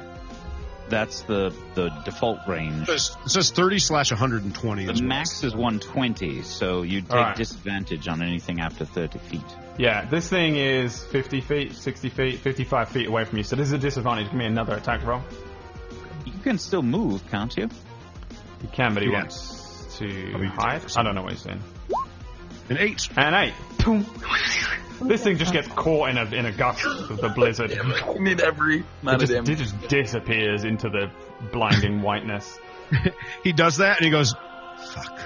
[SPEAKER 7] That's the, the default range.
[SPEAKER 3] It says- it says 30 slash 120.
[SPEAKER 7] The
[SPEAKER 3] is what it
[SPEAKER 7] max is 120, so you take
[SPEAKER 1] Alright.
[SPEAKER 7] disadvantage on anything after 30 feet.
[SPEAKER 1] Yeah, this thing is 50 feet, 60 feet, 55 feet away from you, so this is a disadvantage. Give me another attack roll.
[SPEAKER 7] You can still move, can't you?
[SPEAKER 1] He can, but he
[SPEAKER 3] Yeah.
[SPEAKER 1] wants to
[SPEAKER 3] Probably
[SPEAKER 1] hide. I don't know what he's doing.
[SPEAKER 3] An eight.
[SPEAKER 1] And eight. Boom. This thing just gets caught in a in a gust of the blizzard. It
[SPEAKER 5] You need every amount of
[SPEAKER 1] just, it
[SPEAKER 5] damage.
[SPEAKER 1] just disappears into the blinding whiteness.
[SPEAKER 3] He does that and he goes, "Fuck."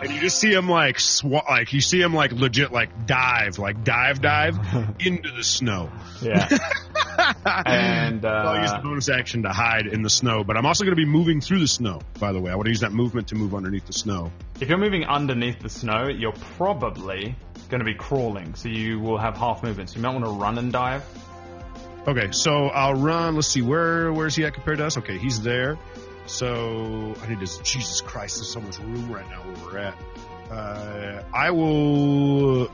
[SPEAKER 3] And you just see him like swa- like you see him like legit like dive like dive dive into the snow.
[SPEAKER 1] Yeah. and
[SPEAKER 3] I'll use the
[SPEAKER 1] uh,
[SPEAKER 3] bonus action to hide in the snow, but I'm also going to be moving through the snow. By the way, I want to use that movement to move underneath the snow.
[SPEAKER 1] if you're moving underneath the snow, you're probably going to be crawling, so you will have half movement. So you might want to run and dive.
[SPEAKER 3] Okay, so I'll run. Let's see where where's he at compared to us. Okay, he's there. So I need to. Jesus Christ, there's so much room right now where we're at. Uh, I will.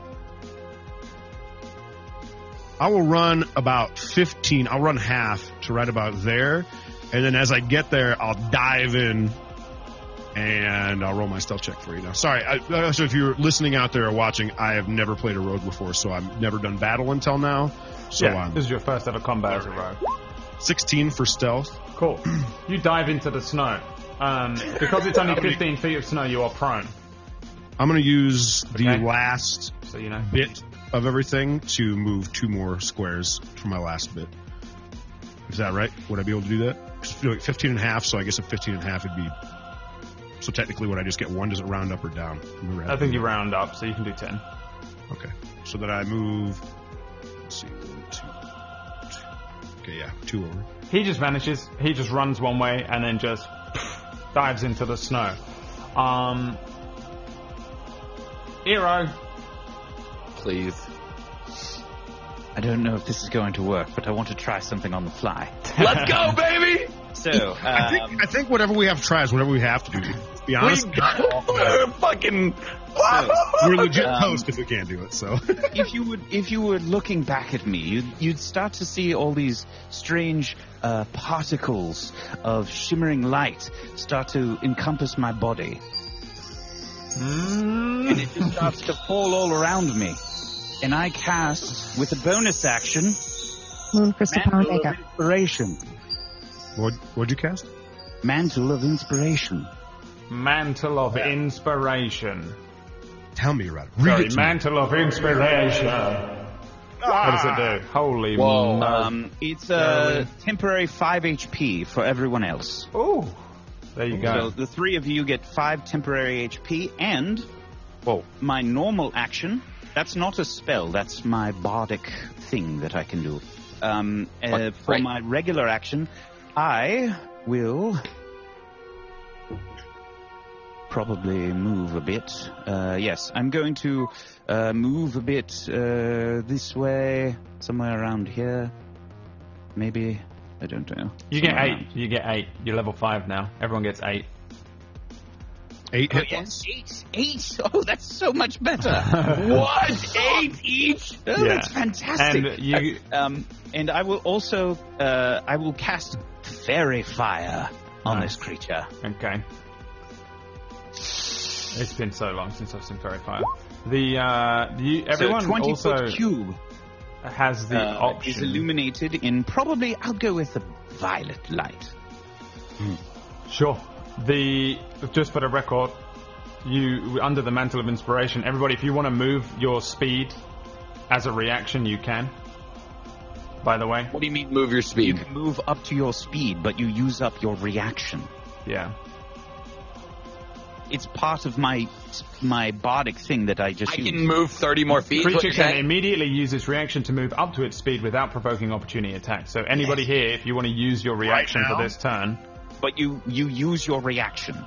[SPEAKER 3] I will run about 15. I'll run half to right about there, and then as I get there, I'll dive in. And I'll roll my stealth check for you now. Sorry, I, also if you're listening out there or watching, I have never played a road before, so I've never done battle until now. So
[SPEAKER 1] yeah,
[SPEAKER 3] I'm
[SPEAKER 1] this is your first ever combat as a rogue.
[SPEAKER 3] 16 for stealth.
[SPEAKER 1] Cool. You dive into the snow. Um, because it's only 15 feet of snow, you are prone.
[SPEAKER 3] I'm going to use the
[SPEAKER 1] Okay.
[SPEAKER 3] last
[SPEAKER 1] So, you know.
[SPEAKER 3] bit of everything to move two more squares for my last bit. Is that right? Would I be able to do that? Just do it 15 and a half, so I guess a 15 and a half would be. So technically, would I just get one? Does it round up or down? Remember
[SPEAKER 1] I think you round up, so you can do 10.
[SPEAKER 3] Okay. So that I move. Let's see. One, two, two. Okay, yeah. Two over.
[SPEAKER 1] He just vanishes. He just runs one way and then just dives into the snow. Um, Eero,
[SPEAKER 5] Please.
[SPEAKER 7] I don't know if this is going to work, but I want to try something on the fly.
[SPEAKER 5] Let's go, baby!
[SPEAKER 7] So,
[SPEAKER 3] I think
[SPEAKER 7] um,
[SPEAKER 3] I think whatever we have to try is whatever we have to do. To be honest,
[SPEAKER 5] We're fucking.
[SPEAKER 3] we're legit
[SPEAKER 7] Um,
[SPEAKER 3] toast if we can't do it. So
[SPEAKER 7] if you would, if you were looking back at me, you'd, you'd start to see all these strange uh, particles of shimmering light start to encompass my body, and it just starts to fall all around me. And I cast with a bonus action
[SPEAKER 2] Moon crystal power
[SPEAKER 7] Mantle
[SPEAKER 2] makeup.
[SPEAKER 7] of Inspiration.
[SPEAKER 3] what what'd you cast?
[SPEAKER 7] Mantle of Inspiration.
[SPEAKER 1] Mantle of Inspiration.
[SPEAKER 3] Tell me about it.
[SPEAKER 1] Sorry,
[SPEAKER 3] Read it.
[SPEAKER 1] Mantle of Inspiration. What does it do? Holy
[SPEAKER 5] Whoa,
[SPEAKER 1] mo-
[SPEAKER 7] Um, it's a temporary 5 HP for everyone else.
[SPEAKER 1] Ooh. There you
[SPEAKER 7] So
[SPEAKER 1] go.
[SPEAKER 7] the three of you get 5 temporary HP and
[SPEAKER 1] Whoa.
[SPEAKER 7] my normal action. That's not a spell, that's my bardic thing that I can do. Um, uh,
[SPEAKER 5] Fuck,
[SPEAKER 7] for
[SPEAKER 5] right.
[SPEAKER 7] my regular action, I will probably move a bit. Uh, yes, I'm going to uh, move a bit uh, this way, somewhere around here. Maybe. I don't know.
[SPEAKER 1] You get
[SPEAKER 7] Somewhere
[SPEAKER 1] eight. You get eight. You're level five now. Everyone gets eight.
[SPEAKER 3] Eight
[SPEAKER 7] Oh,
[SPEAKER 3] hit
[SPEAKER 7] yes. Eight, eight. Oh, that's so much better. what? Eight each? Oh,
[SPEAKER 1] Yeah.
[SPEAKER 7] that's fantastic.
[SPEAKER 1] And you-
[SPEAKER 7] Uh, um, and I will also, uh, I will cast fairy fire on
[SPEAKER 1] Nice.
[SPEAKER 7] this creature.
[SPEAKER 1] Okay. It's been so long since I've seen Fairy Fire. The uh, you, everyone
[SPEAKER 7] so twenty
[SPEAKER 1] also
[SPEAKER 7] foot cube
[SPEAKER 1] has the
[SPEAKER 7] uh, is
[SPEAKER 1] option.
[SPEAKER 7] illuminated in probably. I'll go with the violet light.
[SPEAKER 1] Sure. The just for the record, you under the mantle of inspiration. Everybody, if you want to move your speed as a reaction, you can. By the way,
[SPEAKER 5] What do you mean move your
[SPEAKER 7] You
[SPEAKER 5] speed?
[SPEAKER 7] can move up to your speed, but you use up your reaction.
[SPEAKER 1] yeah.
[SPEAKER 7] It's part of my my bardic thing that I just
[SPEAKER 5] I
[SPEAKER 7] used.
[SPEAKER 5] can move 30 more feet. is what
[SPEAKER 1] Creature
[SPEAKER 5] you're
[SPEAKER 1] can
[SPEAKER 5] saying?
[SPEAKER 1] immediately use its reaction to move up to its speed without provoking opportunity attacks. So anybody here, if you want to use your reaction
[SPEAKER 3] now?
[SPEAKER 1] for this turn,
[SPEAKER 4] but you you use your reaction.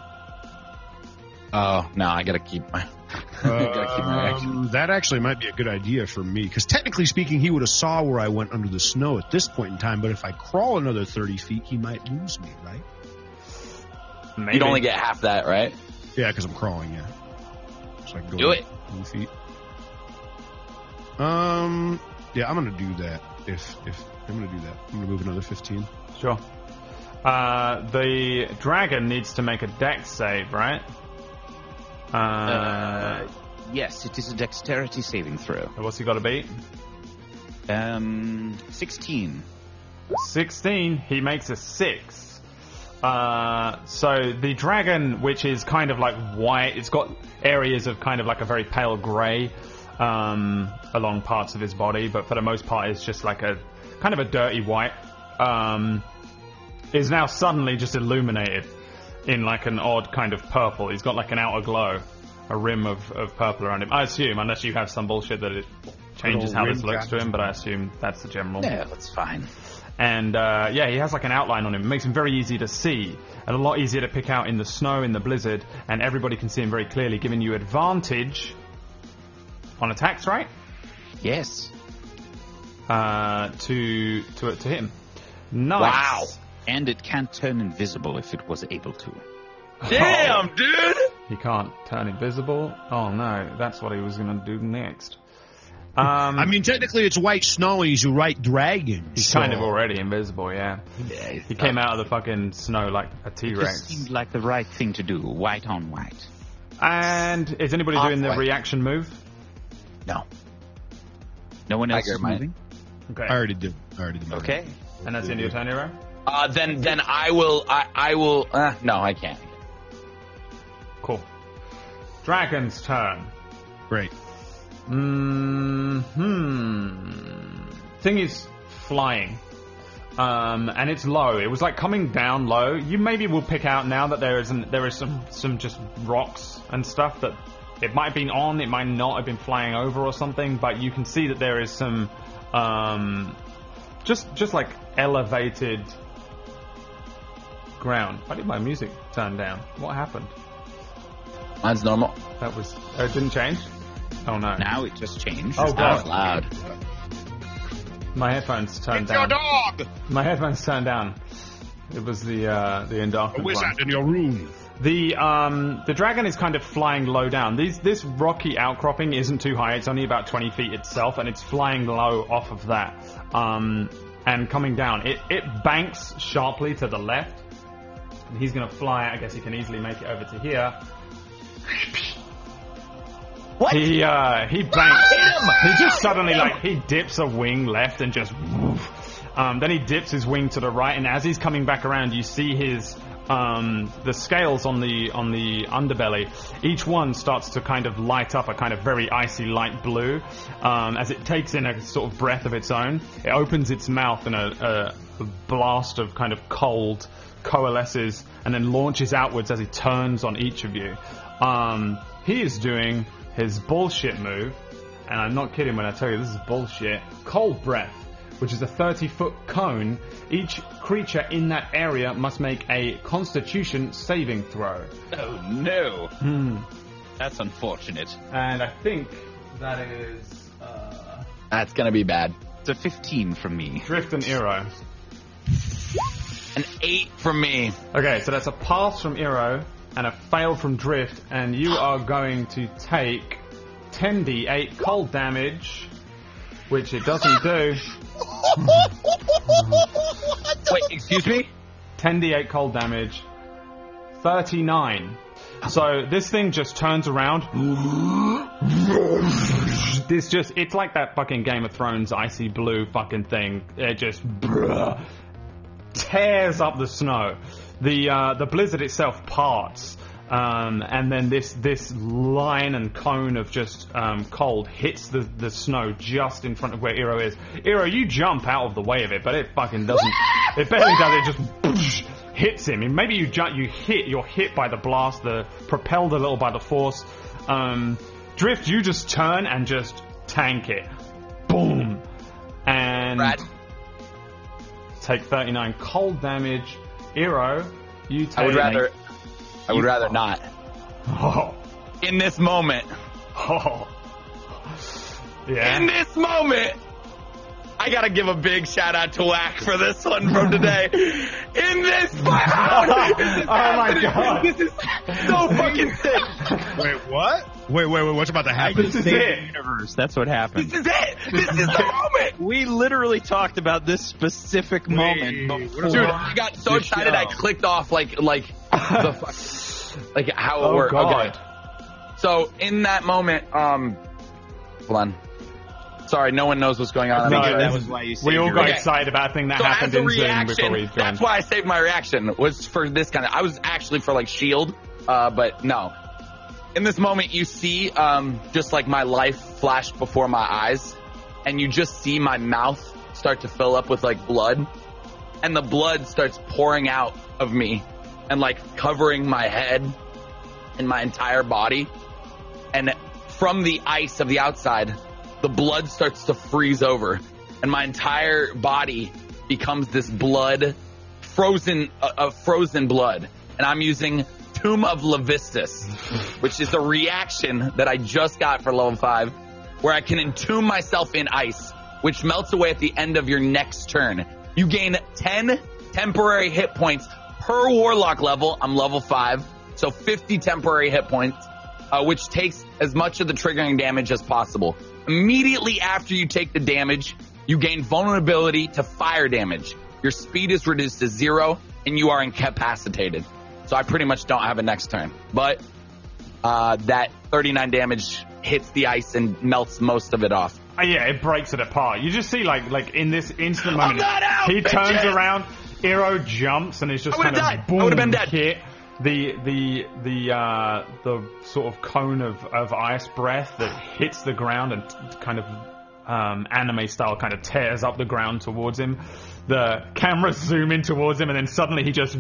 [SPEAKER 5] Oh no, I gotta keep my. I gotta keep my action.
[SPEAKER 3] Um, that actually might be a good idea for me because technically speaking, he would have saw where I went under the snow at this point in time. But if I crawl another thirty feet, he might lose me, right?
[SPEAKER 1] Maybe.
[SPEAKER 5] You'd only get half that, right?
[SPEAKER 3] Yeah, because I'm crawling. Yeah. So I can go
[SPEAKER 5] Do it.
[SPEAKER 3] two feet. Um. Yeah, I'm gonna do that. If if I'm gonna do that, I'm gonna move another fifteen.
[SPEAKER 1] Sure. Uh, the dragon needs to make a dex save, right? Uh,
[SPEAKER 4] Uh, yes, it is a dexterity saving throw.
[SPEAKER 1] what's he got to beat?
[SPEAKER 4] Um, sixteen.
[SPEAKER 1] 16. He makes a 6. Uh, so the dragon, which is kind of like white, it's got areas of kind of like a very pale grey um, along parts of his body, but for the most part, it's just like a kind of a dirty white. Um, is now suddenly just illuminated in like an odd kind of purple. He's got like an outer glow, a rim of, of purple around him. I assume, unless you have some bullshit that it changes how this looks to him, but I assume that's the general
[SPEAKER 4] Yeah, that's fine.
[SPEAKER 1] and uh, yeah, he has like an outline on him. It makes him very easy to see, and a lot easier to pick out in the snow, in the blizzard, and everybody can see him very clearly, giving you advantage on attacks, right?
[SPEAKER 4] Yes.
[SPEAKER 1] Uh, to to to him. Nice.
[SPEAKER 4] Wow. And it can't turn invisible if it was able to.
[SPEAKER 5] Damn, dude.
[SPEAKER 1] He can't turn invisible. Oh no, that's what he was gonna do next. Um,
[SPEAKER 3] I mean, technically, it's white snow, and he's a white dragon.
[SPEAKER 1] he's
[SPEAKER 3] so-
[SPEAKER 1] kind of already invisible. Yeah. He came out of the fucking snow like a T
[SPEAKER 4] Just
[SPEAKER 1] Rex.
[SPEAKER 4] seemed like the right thing to do, white on white.
[SPEAKER 1] And is anybody doing the
[SPEAKER 5] Halfway.
[SPEAKER 1] reaction move?
[SPEAKER 5] No.
[SPEAKER 4] No one
[SPEAKER 5] I
[SPEAKER 4] else
[SPEAKER 5] get
[SPEAKER 4] is
[SPEAKER 5] mine.
[SPEAKER 4] moving.
[SPEAKER 1] Okay.
[SPEAKER 3] I already did. I already did. mine.
[SPEAKER 4] Okay.
[SPEAKER 1] And that's the end of your turn, Nero?
[SPEAKER 5] Uh, then then I will I I will. Uh, no, I can't.
[SPEAKER 1] Cool. Dragon's turn.
[SPEAKER 3] Great.
[SPEAKER 1] Hmm. Thing is flying. Um, and it's low. It was like coming down low. You maybe will pick out now that there isn't there is some some just rocks and stuff that it might have been on, it might not have been flying over or something, but you can see that there is some um, just just like elevated ground. Why did my music turn down? What happened?
[SPEAKER 5] Mine's normal.
[SPEAKER 1] That was. Oh, it didn't change? Oh no.
[SPEAKER 4] Now it just changed.
[SPEAKER 1] Oh,
[SPEAKER 5] That was
[SPEAKER 1] God.
[SPEAKER 5] loud.
[SPEAKER 1] My headphones turned
[SPEAKER 6] It's your
[SPEAKER 1] down.
[SPEAKER 6] dog!
[SPEAKER 1] My headphones turned down. It was the uh, the
[SPEAKER 3] A
[SPEAKER 1] endarkened one.
[SPEAKER 3] wizard in your room.
[SPEAKER 1] The um the dragon is kind of flying low down. These this rocky outcropping isn't too high. It's only about twenty feet itself, and it's flying low off of that. Um and coming down, it it banks sharply to the left. And he's gonna fly. I guess he can easily make it over to here.
[SPEAKER 4] What?
[SPEAKER 1] He uh he banks. He just suddenly like he dips a wing left and just. woof. Um, then he dips his wing to the right, and as he's coming back around, you see his um, the scales on the on the underbelly. Each one starts to kind of light up a kind of very icy light blue um, as it takes in a sort of breath of its own. It opens its mouth, and a, a blast of kind of cold coalesces and then launches outwards as he turns on each of you. Um, he is doing his bullshit move, and I'm not kidding when I tell you this is bullshit. Cold breath, which is a 30 foot cone. Each creature in that area must make a Constitution saving throw,
[SPEAKER 4] Oh no.
[SPEAKER 1] Hmm.
[SPEAKER 4] That's unfortunate.
[SPEAKER 1] and I think that is uh,
[SPEAKER 5] That's gonna be bad.
[SPEAKER 4] It's a 15 from me.
[SPEAKER 1] Drift and Eero.
[SPEAKER 5] An eight from me.
[SPEAKER 1] Okay, so that's a pass from Eero and a fail from Drift, and you are going to take 10d8 cold damage, which it doesn't do.
[SPEAKER 5] Wait, excuse me.
[SPEAKER 1] 10d8 cold damage, 39. So this thing just turns around. This just, it's like that fucking Game of Thrones icy blue fucking thing. It just tears up the snow. The uh, the blizzard itself parts, um, and then this this line and cone of just um, cold hits the, the snow just in front of where Iro is. Iro, you jump out of the way of it, but it fucking doesn't. it barely does. It just hits him. And maybe you jump, you hit, you're hit by the blast, the propelled a little by the force. Um, Drift, you just turn and just tank it. Boom, and
[SPEAKER 5] Brad.
[SPEAKER 1] take 39 cold damage. Eero, You take.
[SPEAKER 5] I would rather. I would rather not.
[SPEAKER 1] Oh,
[SPEAKER 5] In this moment.
[SPEAKER 1] oh. Yeah.
[SPEAKER 5] In this moment. I gotta give a big shout out to Whack for this one from today. In this round,
[SPEAKER 1] Oh my God.
[SPEAKER 5] This is so fucking sick.
[SPEAKER 3] Wait, what? Wait, wait, wait. What's about to happen?
[SPEAKER 1] This is
[SPEAKER 7] Save
[SPEAKER 1] it.
[SPEAKER 7] the universe. That's what happened.
[SPEAKER 5] This is it. This is the moment.
[SPEAKER 7] We literally talked about this specific
[SPEAKER 3] Wait,
[SPEAKER 7] moment. before-
[SPEAKER 3] what
[SPEAKER 5] Dude, I got so
[SPEAKER 7] Good
[SPEAKER 5] excited I
[SPEAKER 7] show.
[SPEAKER 5] clicked off like like the fuck, like how it
[SPEAKER 1] Oh,
[SPEAKER 5] worked.
[SPEAKER 1] God.
[SPEAKER 5] Okay. So in that moment, um, hold on. Sorry, no one knows what's going on.
[SPEAKER 1] No,
[SPEAKER 5] I'm-
[SPEAKER 1] this
[SPEAKER 7] that was
[SPEAKER 1] is-
[SPEAKER 7] why you saved
[SPEAKER 1] We all
[SPEAKER 7] your
[SPEAKER 1] got
[SPEAKER 5] Okay.
[SPEAKER 1] excited about a thing that
[SPEAKER 5] so
[SPEAKER 1] happened
[SPEAKER 5] as a
[SPEAKER 1] in Zoom before we
[SPEAKER 5] reaction,
[SPEAKER 1] joined.
[SPEAKER 5] that's why I saved my reaction was for this kind of. I was actually for like shield, uh, but no. In this moment, you see um, just like my life flash before my eyes, and you just see my mouth start to fill up with like blood, and the blood starts pouring out of me, and like covering my head and my entire body, and from the ice of the outside, the blood starts to freeze over, and my entire body becomes this blood, frozen, uh, uh, frozen blood. And I'm using Tomb of Levistus, which is a reaction that I just got for level five, where I can entomb myself in ice, which melts away at the end of your next turn. You gain 10 temporary hit points per warlock level. I'm level five, so 50 temporary hit points uh, which takes as much of the triggering damage as possible. Immediately after you take the damage, you gain vulnerability to fire damage. Your speed is reduced to zero, and you are incapacitated. So I pretty much don't have a next turn. But uh, that 39 damage hits the ice and melts most of it off.
[SPEAKER 1] Uh, yeah, it breaks it apart. You just see like like in this instant moment,
[SPEAKER 5] not out,
[SPEAKER 1] he turns
[SPEAKER 5] bitches!
[SPEAKER 1] around, Eero jumps, and it's just
[SPEAKER 5] I
[SPEAKER 1] kind
[SPEAKER 5] would've
[SPEAKER 1] of
[SPEAKER 5] died. I
[SPEAKER 1] boom
[SPEAKER 5] would've been dead.
[SPEAKER 1] hit. The the the uh, the sort of cone of, of ice breath that hits the ground and t- kind of um, anime style kind of tears up the ground towards him. The cameras zoom in towards him, and then suddenly he just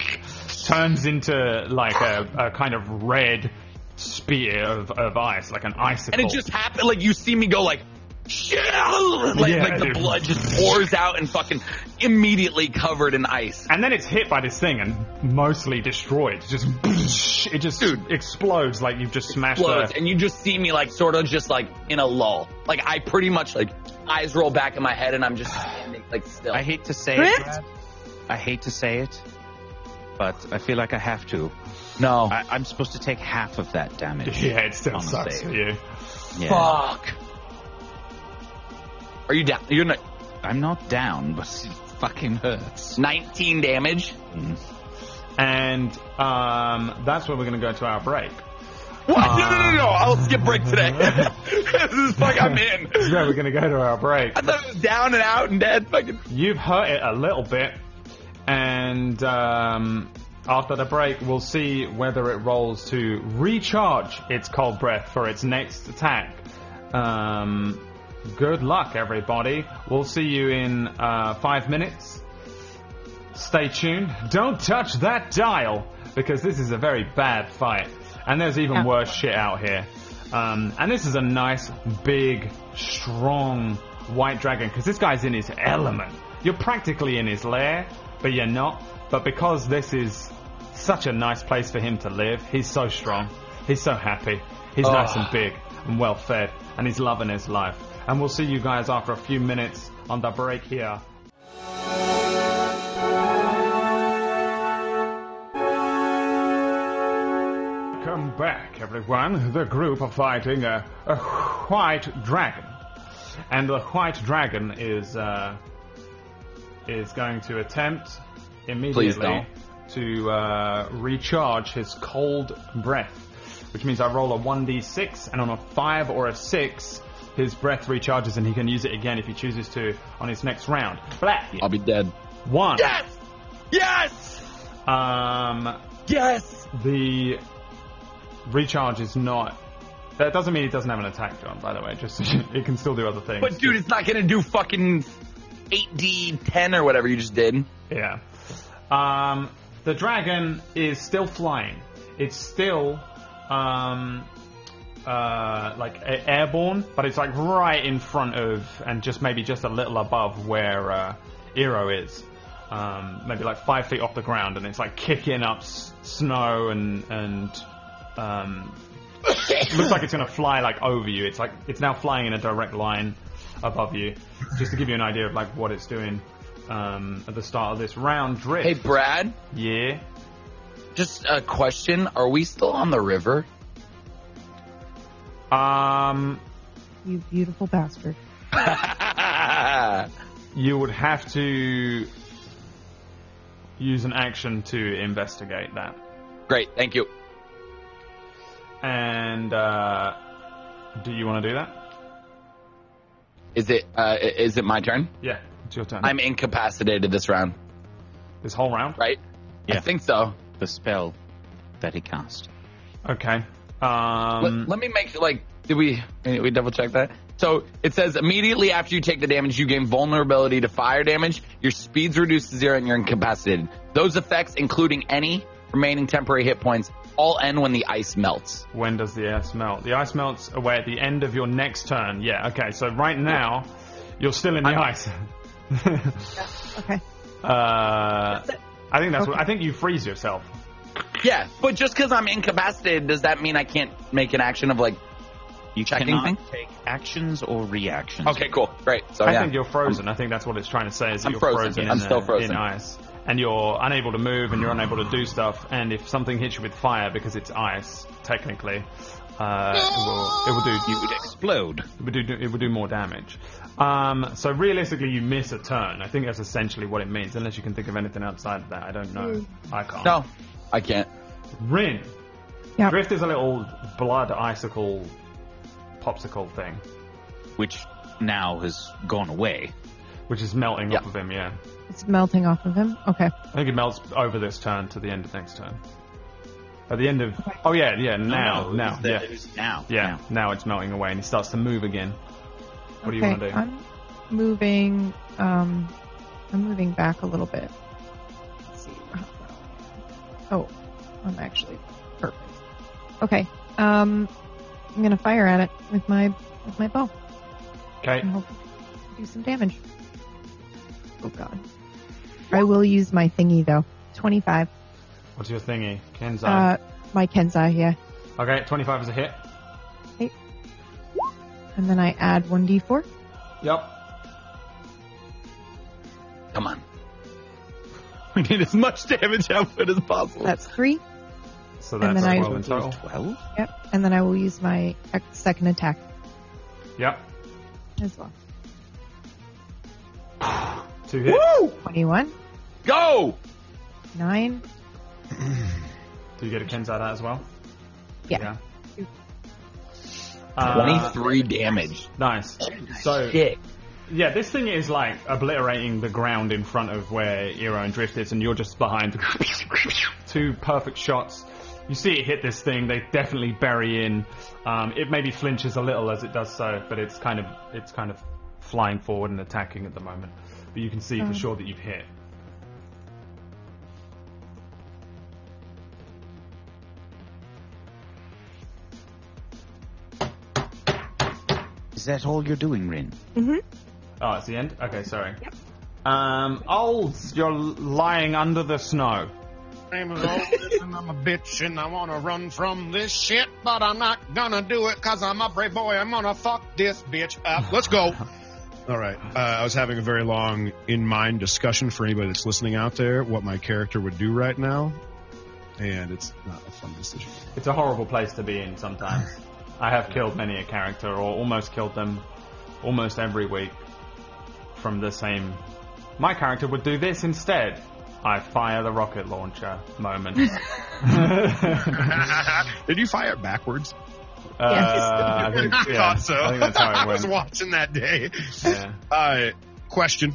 [SPEAKER 1] turns into like a, a kind of red spear of, of ice, like an icicle.
[SPEAKER 5] And it just happened, like, you see me go, like, shit! Like,
[SPEAKER 1] Yeah,
[SPEAKER 5] like the
[SPEAKER 1] dude.
[SPEAKER 5] blood just pours out and fucking immediately covered in ice.
[SPEAKER 1] And then it's hit by this thing and mostly destroyed. It's Just it just
[SPEAKER 5] Dude.
[SPEAKER 1] explodes like you've just smashed
[SPEAKER 5] explodes,
[SPEAKER 1] a.
[SPEAKER 5] and you just see me like sort of just like in a lull. Like I pretty much like eyes roll back in my head, and I'm just standing like still.
[SPEAKER 7] I hate to say
[SPEAKER 2] Crit?
[SPEAKER 7] it. Brad. I hate to say it, but I feel like I have to.
[SPEAKER 5] no,
[SPEAKER 7] I, I'm supposed to take half of that damage.
[SPEAKER 1] Yeah, it still
[SPEAKER 7] I'm gonna
[SPEAKER 1] sucks
[SPEAKER 7] save.
[SPEAKER 1] for you.
[SPEAKER 7] Yeah.
[SPEAKER 5] fuck. Are you down? You're not,
[SPEAKER 7] I'm not down, but it fucking hurts.
[SPEAKER 5] 19 damage.
[SPEAKER 1] And um, that's where we're going to go to our break.
[SPEAKER 5] What? no, no, no, no! I'll skip break today. this is fuck. I'm in.
[SPEAKER 1] That's where we're going to go to our break.
[SPEAKER 5] I thought it was down and out and dead. Fucking.
[SPEAKER 1] You've hurt it a little bit, and um, after the break, we'll see whether it rolls to recharge its cold breath for its next attack. Um, good luck, everybody. We'll see you in uh, five minutes. Stay tuned. Don't touch that dial because this is a very bad fight, and there's even
[SPEAKER 2] Yeah.
[SPEAKER 1] worse shit out here. Um, and this is a nice, big, strong white dragon because this guy's in his element. You're practically in his lair, but you're not. But because this is such a nice place for him to live, he's so strong. He's so happy. He's nice and big and well fed, and he's loving his life. And we'll see you guys after a few minutes on the break here. Welcome back, everyone. The group are fighting a, a white dragon, and the white dragon is uh, is going to attempt immediately
[SPEAKER 5] don't.
[SPEAKER 1] to uh, recharge his cold breath, which means I roll a one d six, and on a five or a six, his breath recharges, and he can use it again if he chooses to on his next round. Black
[SPEAKER 5] I'll be dead.
[SPEAKER 1] one.
[SPEAKER 5] Yes. Yes.
[SPEAKER 1] Um,
[SPEAKER 5] Yes.
[SPEAKER 1] the recharge is not. That doesn't mean it doesn't have an attack, John. By the way, just it can still do other things.
[SPEAKER 5] But dude, it's not gonna do fucking 8d10 or whatever you just did.
[SPEAKER 1] yeah. Um, the dragon is still flying. It's still um, uh, like a- airborne, but it's like right in front of and just maybe just a little above where uh, Eero is. um, maybe like five feet off the ground, and it's like kicking up s- snow and and um, looks like it's going to fly like over you. It's like it's now flying in a direct line above you, just to give you an idea of like what it's doing um, at the start of this round. Drift,
[SPEAKER 5] Hey, Brad,
[SPEAKER 1] yeah.
[SPEAKER 5] just a question. Are we still on the river?
[SPEAKER 1] Um,
[SPEAKER 2] You beautiful bastard.
[SPEAKER 1] you would have to use an action to investigate that.
[SPEAKER 5] Great, thank you.
[SPEAKER 1] And uh, do you want to do that?
[SPEAKER 5] Is it uh, i- is it my turn?
[SPEAKER 1] Yeah, it's your turn.
[SPEAKER 5] I'm incapacitated this round,
[SPEAKER 1] this whole round.
[SPEAKER 5] right?
[SPEAKER 7] Yeah.
[SPEAKER 5] I think so.
[SPEAKER 7] The spell that he cast.
[SPEAKER 1] Okay.
[SPEAKER 5] Let-
[SPEAKER 1] Um,
[SPEAKER 5] let, me make like did we eh, we double check that? So it says immediately after you take the damage, you gain vulnerability to fire damage. Your speed's reduced to zero, and you're incapacitated. Those effects, including any remaining temporary hit points, all end when the ice melts.
[SPEAKER 1] when does the ice melt? The ice melts away at the end of your next turn. Yeah. Okay. So right now, you're still in the ice.
[SPEAKER 2] Okay.
[SPEAKER 1] uh,
[SPEAKER 2] That's it.
[SPEAKER 1] I think that's what
[SPEAKER 2] Okay.
[SPEAKER 1] I think you freeze yourself.
[SPEAKER 5] Yeah, but just because I'm incapacitated, does that mean I can't make an action of like?
[SPEAKER 7] You
[SPEAKER 5] Checking
[SPEAKER 7] cannot
[SPEAKER 5] thing?
[SPEAKER 7] take actions or reactions.
[SPEAKER 5] Okay, cool, great. So
[SPEAKER 1] I
[SPEAKER 5] Oh, yeah,
[SPEAKER 1] think you're frozen. i think that's what it's trying to say is that
[SPEAKER 5] I'm
[SPEAKER 1] you're
[SPEAKER 5] frozen,
[SPEAKER 1] frozen.
[SPEAKER 5] yeah.
[SPEAKER 1] in
[SPEAKER 5] I'm
[SPEAKER 1] the-
[SPEAKER 5] still frozen.
[SPEAKER 1] in ice, and you're unable to move, and you're unable to do stuff. And if something hits you with fire, because it's ice, technically, uh, it will it will do
[SPEAKER 7] You would explode.
[SPEAKER 1] it would do it would do more damage. Um, so realistically, you miss a turn. I think that's essentially what it means, unless you can think of anything outside of that. I don't know.
[SPEAKER 2] Hmm.
[SPEAKER 1] I can't.
[SPEAKER 5] no, I can't.
[SPEAKER 1] Rin.
[SPEAKER 2] Yeah.
[SPEAKER 1] Drift is a little blood icicle popsicle thing,
[SPEAKER 7] Which now has gone away.
[SPEAKER 1] which is melting
[SPEAKER 5] Yeah.
[SPEAKER 1] off of him. Yeah.
[SPEAKER 2] It's melting off of him. Okay.
[SPEAKER 1] I think it melts over this turn to the end of next turn. At the end of oh yeah yeah now
[SPEAKER 7] No, it
[SPEAKER 1] now
[SPEAKER 7] was the-
[SPEAKER 1] yeah
[SPEAKER 7] it was Now.
[SPEAKER 1] yeah now it's melting away and he starts to move again. What do you
[SPEAKER 2] okay.
[SPEAKER 1] want to do?
[SPEAKER 2] I'm moving. Um, I'm moving back a little bit. Let's see. Oh, I'm actually perfect. Okay. Um, I'm gonna fire at it with my with my bow
[SPEAKER 1] Okay.
[SPEAKER 2] and hope to do some damage. Oh God. I will use my thingy though. Twenty-five.
[SPEAKER 1] What's your thingy? Kenzai.
[SPEAKER 2] Uh, my Kenzai, yeah.
[SPEAKER 1] okay, twenty-five is a hit.
[SPEAKER 2] And then I add 1d4.
[SPEAKER 1] Yep.
[SPEAKER 5] Come on. We need as much damage output as possible.
[SPEAKER 2] That's three.
[SPEAKER 1] So
[SPEAKER 2] And
[SPEAKER 1] that's
[SPEAKER 2] then I-
[SPEAKER 1] twelve in total.
[SPEAKER 7] Twelve.
[SPEAKER 2] Yep. And then I will use my ac- second attack
[SPEAKER 1] Yep.
[SPEAKER 2] as well.
[SPEAKER 1] Two hits.
[SPEAKER 2] 21,
[SPEAKER 5] Go!
[SPEAKER 2] 9,
[SPEAKER 1] Do you get a Ken's out of that as well?
[SPEAKER 2] Yeah.
[SPEAKER 1] Yeah. Uh,
[SPEAKER 5] 23 damage.
[SPEAKER 1] nice. So,
[SPEAKER 5] Shit.
[SPEAKER 1] yeah, this thing is like obliterating the ground in front of where Eero and Drift is, and you're just behind. Two perfect shots. You see it hit this thing. They definitely bury in. Um, it maybe flinches a little as it does so, but it's kind of it's kind of flying forward and attacking at the moment. But you can see
[SPEAKER 2] Oh.
[SPEAKER 1] for sure that you've hit.
[SPEAKER 7] Is that all you're doing, Rin?
[SPEAKER 1] Oh, it's the end. Okay, sorry. Um, Olds, you're lying under the snow.
[SPEAKER 6] I'm an old and I'm a bitch and I wanna run from this shit, but I'm not gonna do it cause I'm a brave boy. I'm gonna fuck this bitch up.
[SPEAKER 3] Let's go. All right. Uh, I was having a very long in mind discussion for anybody that's listening out there what my character would do right now, and it's not a fun decision.
[SPEAKER 1] It's a horrible place to be in sometimes. I have killed many a character, or almost killed them, almost every week from the same. My character would do this instead. I fire the rocket launcher moment. uh,
[SPEAKER 3] Did you fire backwards?
[SPEAKER 1] I think,
[SPEAKER 3] I
[SPEAKER 1] yeah,
[SPEAKER 3] thought so.
[SPEAKER 1] I think that's how it
[SPEAKER 3] I was
[SPEAKER 1] went.
[SPEAKER 3] watching that day.
[SPEAKER 1] Yeah.
[SPEAKER 3] Uh, question.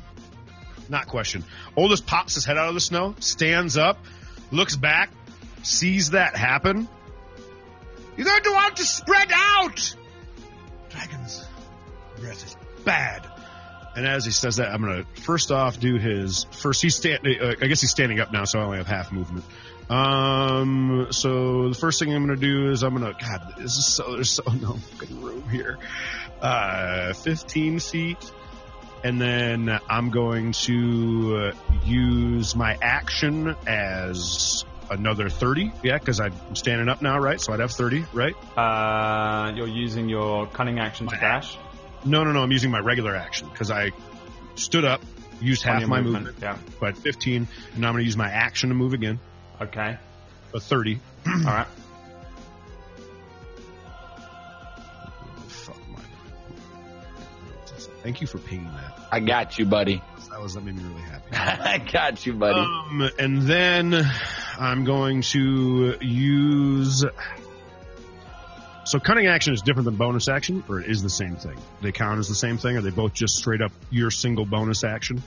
[SPEAKER 3] Not question. Oldest pops his head out of the snow, stands up, looks back, sees that happen. You're going to want to spread out! Dragon's breath is bad. And as he says that, I'm going to first off do his first. He's stand. Uh, I guess he's standing up now, so I only have half movement. Um. So the first thing I'm going to do is I'm going to. God, this is so. There's so no fucking room here. Uh, 15 feet. and then I'm going to uh, use my action as another 30. Yeah, because I'm standing up now, right? So I'd have 30, right?
[SPEAKER 1] Uh, you're using your cunning action to dash.
[SPEAKER 3] No, no, no. I'm using my regular action because I stood up, used
[SPEAKER 1] on
[SPEAKER 3] half
[SPEAKER 1] your
[SPEAKER 3] my movement,
[SPEAKER 1] Yeah.
[SPEAKER 3] but 15, and now I'm going to use my action to move again,
[SPEAKER 1] Okay.
[SPEAKER 3] a 30.
[SPEAKER 1] All right.
[SPEAKER 3] Fuck my. Thank you for pinging that.
[SPEAKER 5] I got you, buddy.
[SPEAKER 3] 'cause That was that made me really happy.
[SPEAKER 5] I got you, buddy.
[SPEAKER 3] Um, and then I'm going to use. So cunning action is different than bonus action, or it is the same thing. They count as the same thing. Are they both just straight up your single bonus action?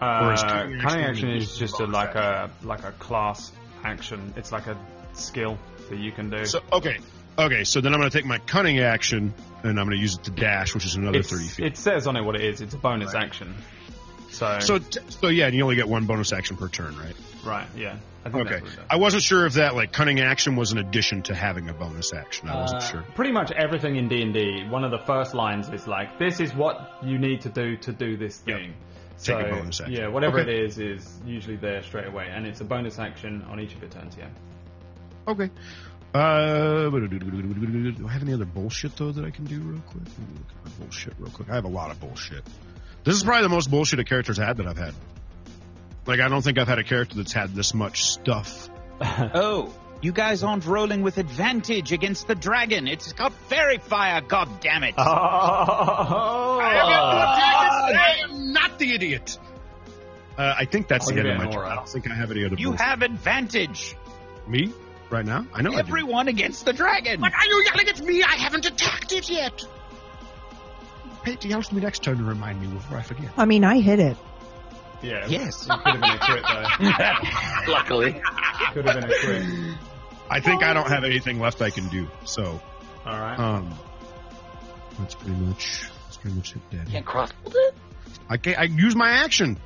[SPEAKER 1] Uh,
[SPEAKER 3] is
[SPEAKER 1] cunning
[SPEAKER 3] cunning
[SPEAKER 1] action
[SPEAKER 3] action
[SPEAKER 1] is just a,
[SPEAKER 3] bonus
[SPEAKER 1] like a like a class action. It's like a skill that you can do.
[SPEAKER 3] So okay, okay. So then I'm going to take my cunning action and I'm going to use it to dash, which is another
[SPEAKER 1] It's-
[SPEAKER 3] thirty feet.
[SPEAKER 1] it says on it what it is. It's a bonus
[SPEAKER 3] Right.
[SPEAKER 1] action. So,
[SPEAKER 3] So t- so yeah, and you only get one bonus action per turn, right?
[SPEAKER 1] right, yeah. I think
[SPEAKER 3] Okay.
[SPEAKER 1] that's what it is.
[SPEAKER 3] I wasn't sure if that like cunning action was an addition to having a bonus action. I wasn't
[SPEAKER 1] Uh,
[SPEAKER 3] sure.
[SPEAKER 1] Pretty much everything in D and D, one of the first lines is like, "This is what you need to do to do this
[SPEAKER 3] Yep.
[SPEAKER 1] thing."
[SPEAKER 3] Take a
[SPEAKER 1] So,
[SPEAKER 3] bonus action.
[SPEAKER 1] Yeah, whatever
[SPEAKER 3] Okay.
[SPEAKER 1] it is is usually there straight away, and it's a bonus action on each of your turns. Yeah.
[SPEAKER 3] Okay. Uh, do I have any other bullshit though that I can do real quick? Let me look at my bullshit real quick. I have a lot of bullshit. This is probably the most bullshit a character's had that I've had. Like I don't think I've had a character that's had this much stuff.
[SPEAKER 7] Oh, you guys aren't rolling with advantage against the dragon. It's got fairy fire, god damn
[SPEAKER 1] Ah.
[SPEAKER 7] it.
[SPEAKER 3] not the idiot. Uh, I think that's
[SPEAKER 1] I'll
[SPEAKER 3] the
[SPEAKER 1] give
[SPEAKER 3] end of
[SPEAKER 1] you
[SPEAKER 3] my
[SPEAKER 1] an
[SPEAKER 3] turn.
[SPEAKER 1] aura.
[SPEAKER 3] I don't think I have any other.
[SPEAKER 7] you
[SPEAKER 3] bullshit.
[SPEAKER 7] have advantage.
[SPEAKER 3] me right now. I know. I do.
[SPEAKER 7] Everyone against the dragon.
[SPEAKER 6] What are you yelling at me? I haven't attacked it yet.
[SPEAKER 3] Pete yells me next turn to remind me before I forget.
[SPEAKER 2] I mean, I hit it.
[SPEAKER 1] yeah.
[SPEAKER 7] Yes.
[SPEAKER 1] Could have been a crit though.
[SPEAKER 5] Luckily.
[SPEAKER 1] Could have been a crit.
[SPEAKER 3] I think I don't have anything left I can do. So
[SPEAKER 1] All right.
[SPEAKER 3] Um, that's pretty much that's pretty much it, Daddy.
[SPEAKER 5] Can't cross it?
[SPEAKER 3] I can't. I use my action.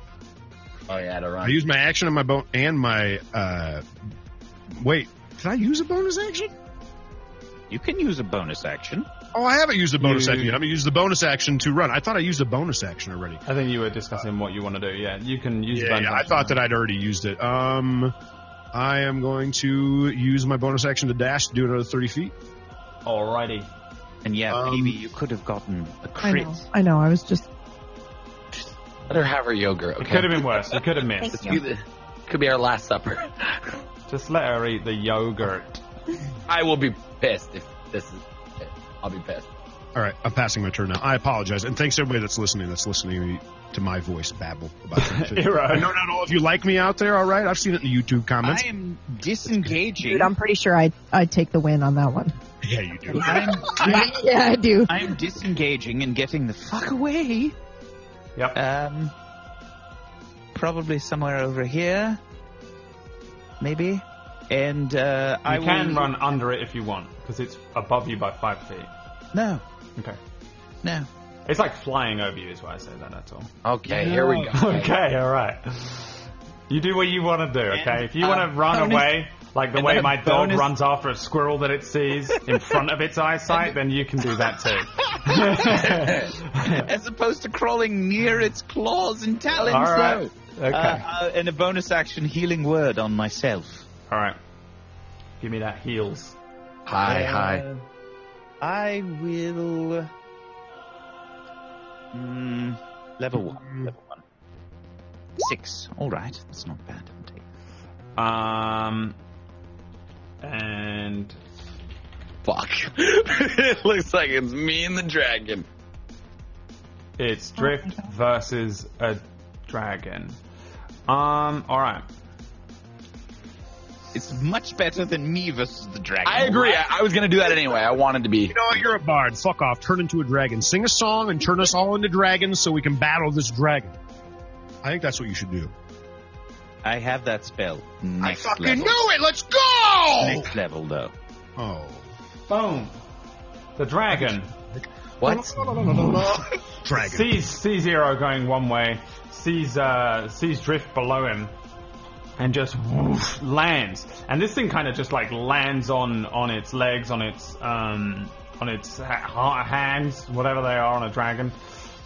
[SPEAKER 5] Oh, yeah, to
[SPEAKER 3] I
[SPEAKER 5] run.
[SPEAKER 3] use my action and my bone and my. uh Wait, did I use a bonus action?
[SPEAKER 7] You can use a bonus action.
[SPEAKER 3] Oh, I haven't used a bonus
[SPEAKER 1] You-
[SPEAKER 3] action. yet. I'm gonna use the bonus action to run. I thought I used a bonus action already.
[SPEAKER 1] I think you were discussing what you want to do. Yeah, you can use.
[SPEAKER 3] Yeah, yeah, I thought that I'd already used it. Um, I am going to use my bonus action to dash to do another thirty feet.
[SPEAKER 1] Alrighty.
[SPEAKER 7] And yeah,
[SPEAKER 3] Um,
[SPEAKER 7] maybe you could have gotten a
[SPEAKER 2] I
[SPEAKER 7] crit.
[SPEAKER 2] know. I know. I was just.
[SPEAKER 5] Let her have her yogurt,
[SPEAKER 1] It
[SPEAKER 5] okay?
[SPEAKER 1] could have been worse. It could have missed.
[SPEAKER 2] Thank you.
[SPEAKER 5] Either- Could be our last supper.
[SPEAKER 1] Just let her eat the yogurt.
[SPEAKER 5] I will be pissed if this is it. I'll be pissed.
[SPEAKER 3] All right, I'm passing my turn now. I apologize, and thanks to everybody that's listening. That's listening to my voice babble about something. I know not all of you like me out there. All right, I've seen it in the YouTube comments.
[SPEAKER 7] I am disengaging.
[SPEAKER 2] Dude, I'm pretty sure I'd, I'd take the win on that one.
[SPEAKER 3] yeah, you do.
[SPEAKER 7] I'm, I'm,
[SPEAKER 2] Yeah, I do.
[SPEAKER 7] I'm disengaging and getting the fuck away.
[SPEAKER 1] Yep.
[SPEAKER 7] Um, probably somewhere over here. Maybe. And uh, I
[SPEAKER 1] You can
[SPEAKER 7] will...
[SPEAKER 1] run under it if you want, because it's above you by five feet.
[SPEAKER 7] No,
[SPEAKER 1] Okay.
[SPEAKER 7] no.
[SPEAKER 1] It's like flying over you, is why I say that, that's all.
[SPEAKER 5] Okay, here we go.
[SPEAKER 1] Okay, alright. You do what you want to do, okay? If you
[SPEAKER 5] uh,
[SPEAKER 1] want to run
[SPEAKER 7] bonus-
[SPEAKER 1] away, like the way
[SPEAKER 7] then
[SPEAKER 1] my dog
[SPEAKER 7] bonus-
[SPEAKER 1] runs after a squirrel that it sees in front of its eyesight, then you can do that too.
[SPEAKER 7] As opposed to crawling near its claws and talons.
[SPEAKER 1] Alright.
[SPEAKER 7] though.
[SPEAKER 1] Okay.
[SPEAKER 7] Uh, uh, and a bonus action healing word on myself.
[SPEAKER 1] Alright. Give me that heels.
[SPEAKER 5] Hi, hi.
[SPEAKER 7] Uh, I will. Mm, level one. Level one. Six. All right. That's not bad. I'll take it.
[SPEAKER 1] Um. And.
[SPEAKER 5] Fuck. it looks like it's me and the dragon.
[SPEAKER 1] It's Drift versus a dragon. Um, alright.
[SPEAKER 7] It's much better than me versus the dragon.
[SPEAKER 5] I agree. I, I was gonna do that anyway. I wanted to be.
[SPEAKER 3] You know what? You're a bard. Fuck off. Turn into a dragon. Sing a song and turn us all into dragons so we can battle this dragon. I think that's what you should do.
[SPEAKER 7] I have that spell. Next
[SPEAKER 6] I fucking
[SPEAKER 7] level.
[SPEAKER 6] knew it. Let's go.
[SPEAKER 7] Next level though.
[SPEAKER 3] Oh.
[SPEAKER 1] Boom! The dragon
[SPEAKER 5] What?
[SPEAKER 3] Dragon.
[SPEAKER 1] sees sees Zero going one way, sees uh sees Drift below him, and just woof, lands. And this thing kind of just like lands on on its legs, on its um on its ha- ha- hands, whatever they are on a dragon,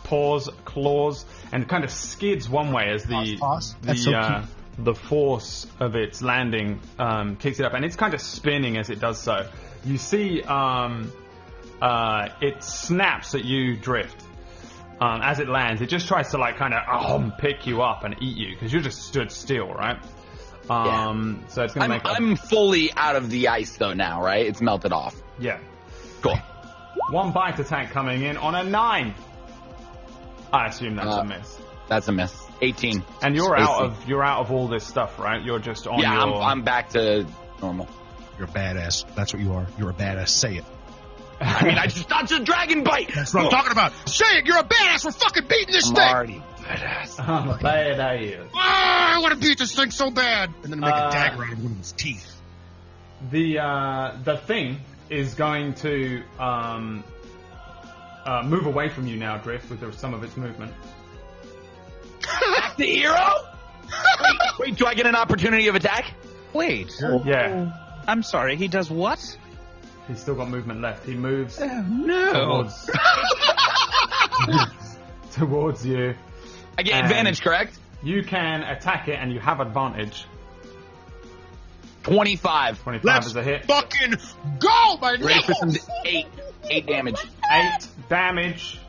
[SPEAKER 1] paws, claws, and kind of skids one way as the
[SPEAKER 3] Paws, paws.
[SPEAKER 1] the
[SPEAKER 3] That's so
[SPEAKER 1] uh, the force of its landing um, kicks it up, and it's kind of spinning as it does so. You see, um, uh, it snaps at you, drift. Um, as it lands, it just tries to like kind of um, pick you up and eat you because you just stood still, right? Um, So it's gonna
[SPEAKER 5] I'm,
[SPEAKER 1] make a-
[SPEAKER 5] I'm fully out of the ice though now, right? It's melted off.
[SPEAKER 1] yeah.
[SPEAKER 5] Cool.
[SPEAKER 1] One bite attack coming in on a nine. I assume that's
[SPEAKER 5] Uh,
[SPEAKER 1] a miss.
[SPEAKER 5] That's a miss. 18.
[SPEAKER 1] And you're out
[SPEAKER 5] Spacey.
[SPEAKER 1] of you're out of all this stuff, right? You're just on
[SPEAKER 5] Yeah,
[SPEAKER 1] your.
[SPEAKER 5] I'm, I'm back to normal.
[SPEAKER 3] You're a badass. That's what you are. You're a badass. Say it.
[SPEAKER 5] I mean, I just that's a dragon bite.
[SPEAKER 3] That's what I'm talking about. Say it. You're a badass. We're fucking beating this
[SPEAKER 5] I'm
[SPEAKER 3] thing.
[SPEAKER 5] already badass.
[SPEAKER 1] I'm glad I am.
[SPEAKER 3] Ah, I want to beat this thing so bad. And then make
[SPEAKER 1] Uh,
[SPEAKER 3] a dagger out of one of his teeth.
[SPEAKER 1] The uh, the thing is going to um, uh, move away from you now, Drift, with the- some of its movement.
[SPEAKER 5] Back to hero. wait, wait, do I get an opportunity of attack?
[SPEAKER 7] Wait,
[SPEAKER 1] Oh. Yeah,
[SPEAKER 7] I'm sorry. He does what?
[SPEAKER 1] he's still got movement left. He moves
[SPEAKER 7] Oh, No.
[SPEAKER 1] towards towards you.
[SPEAKER 5] I get
[SPEAKER 1] Um,
[SPEAKER 5] advantage, correct?
[SPEAKER 1] You can attack it, and you have advantage.
[SPEAKER 5] 25.
[SPEAKER 1] Twenty-five
[SPEAKER 3] Let's
[SPEAKER 1] is a hit.
[SPEAKER 3] fucking go, baby.
[SPEAKER 5] Ready for some eight, eight damage.
[SPEAKER 1] Eight damage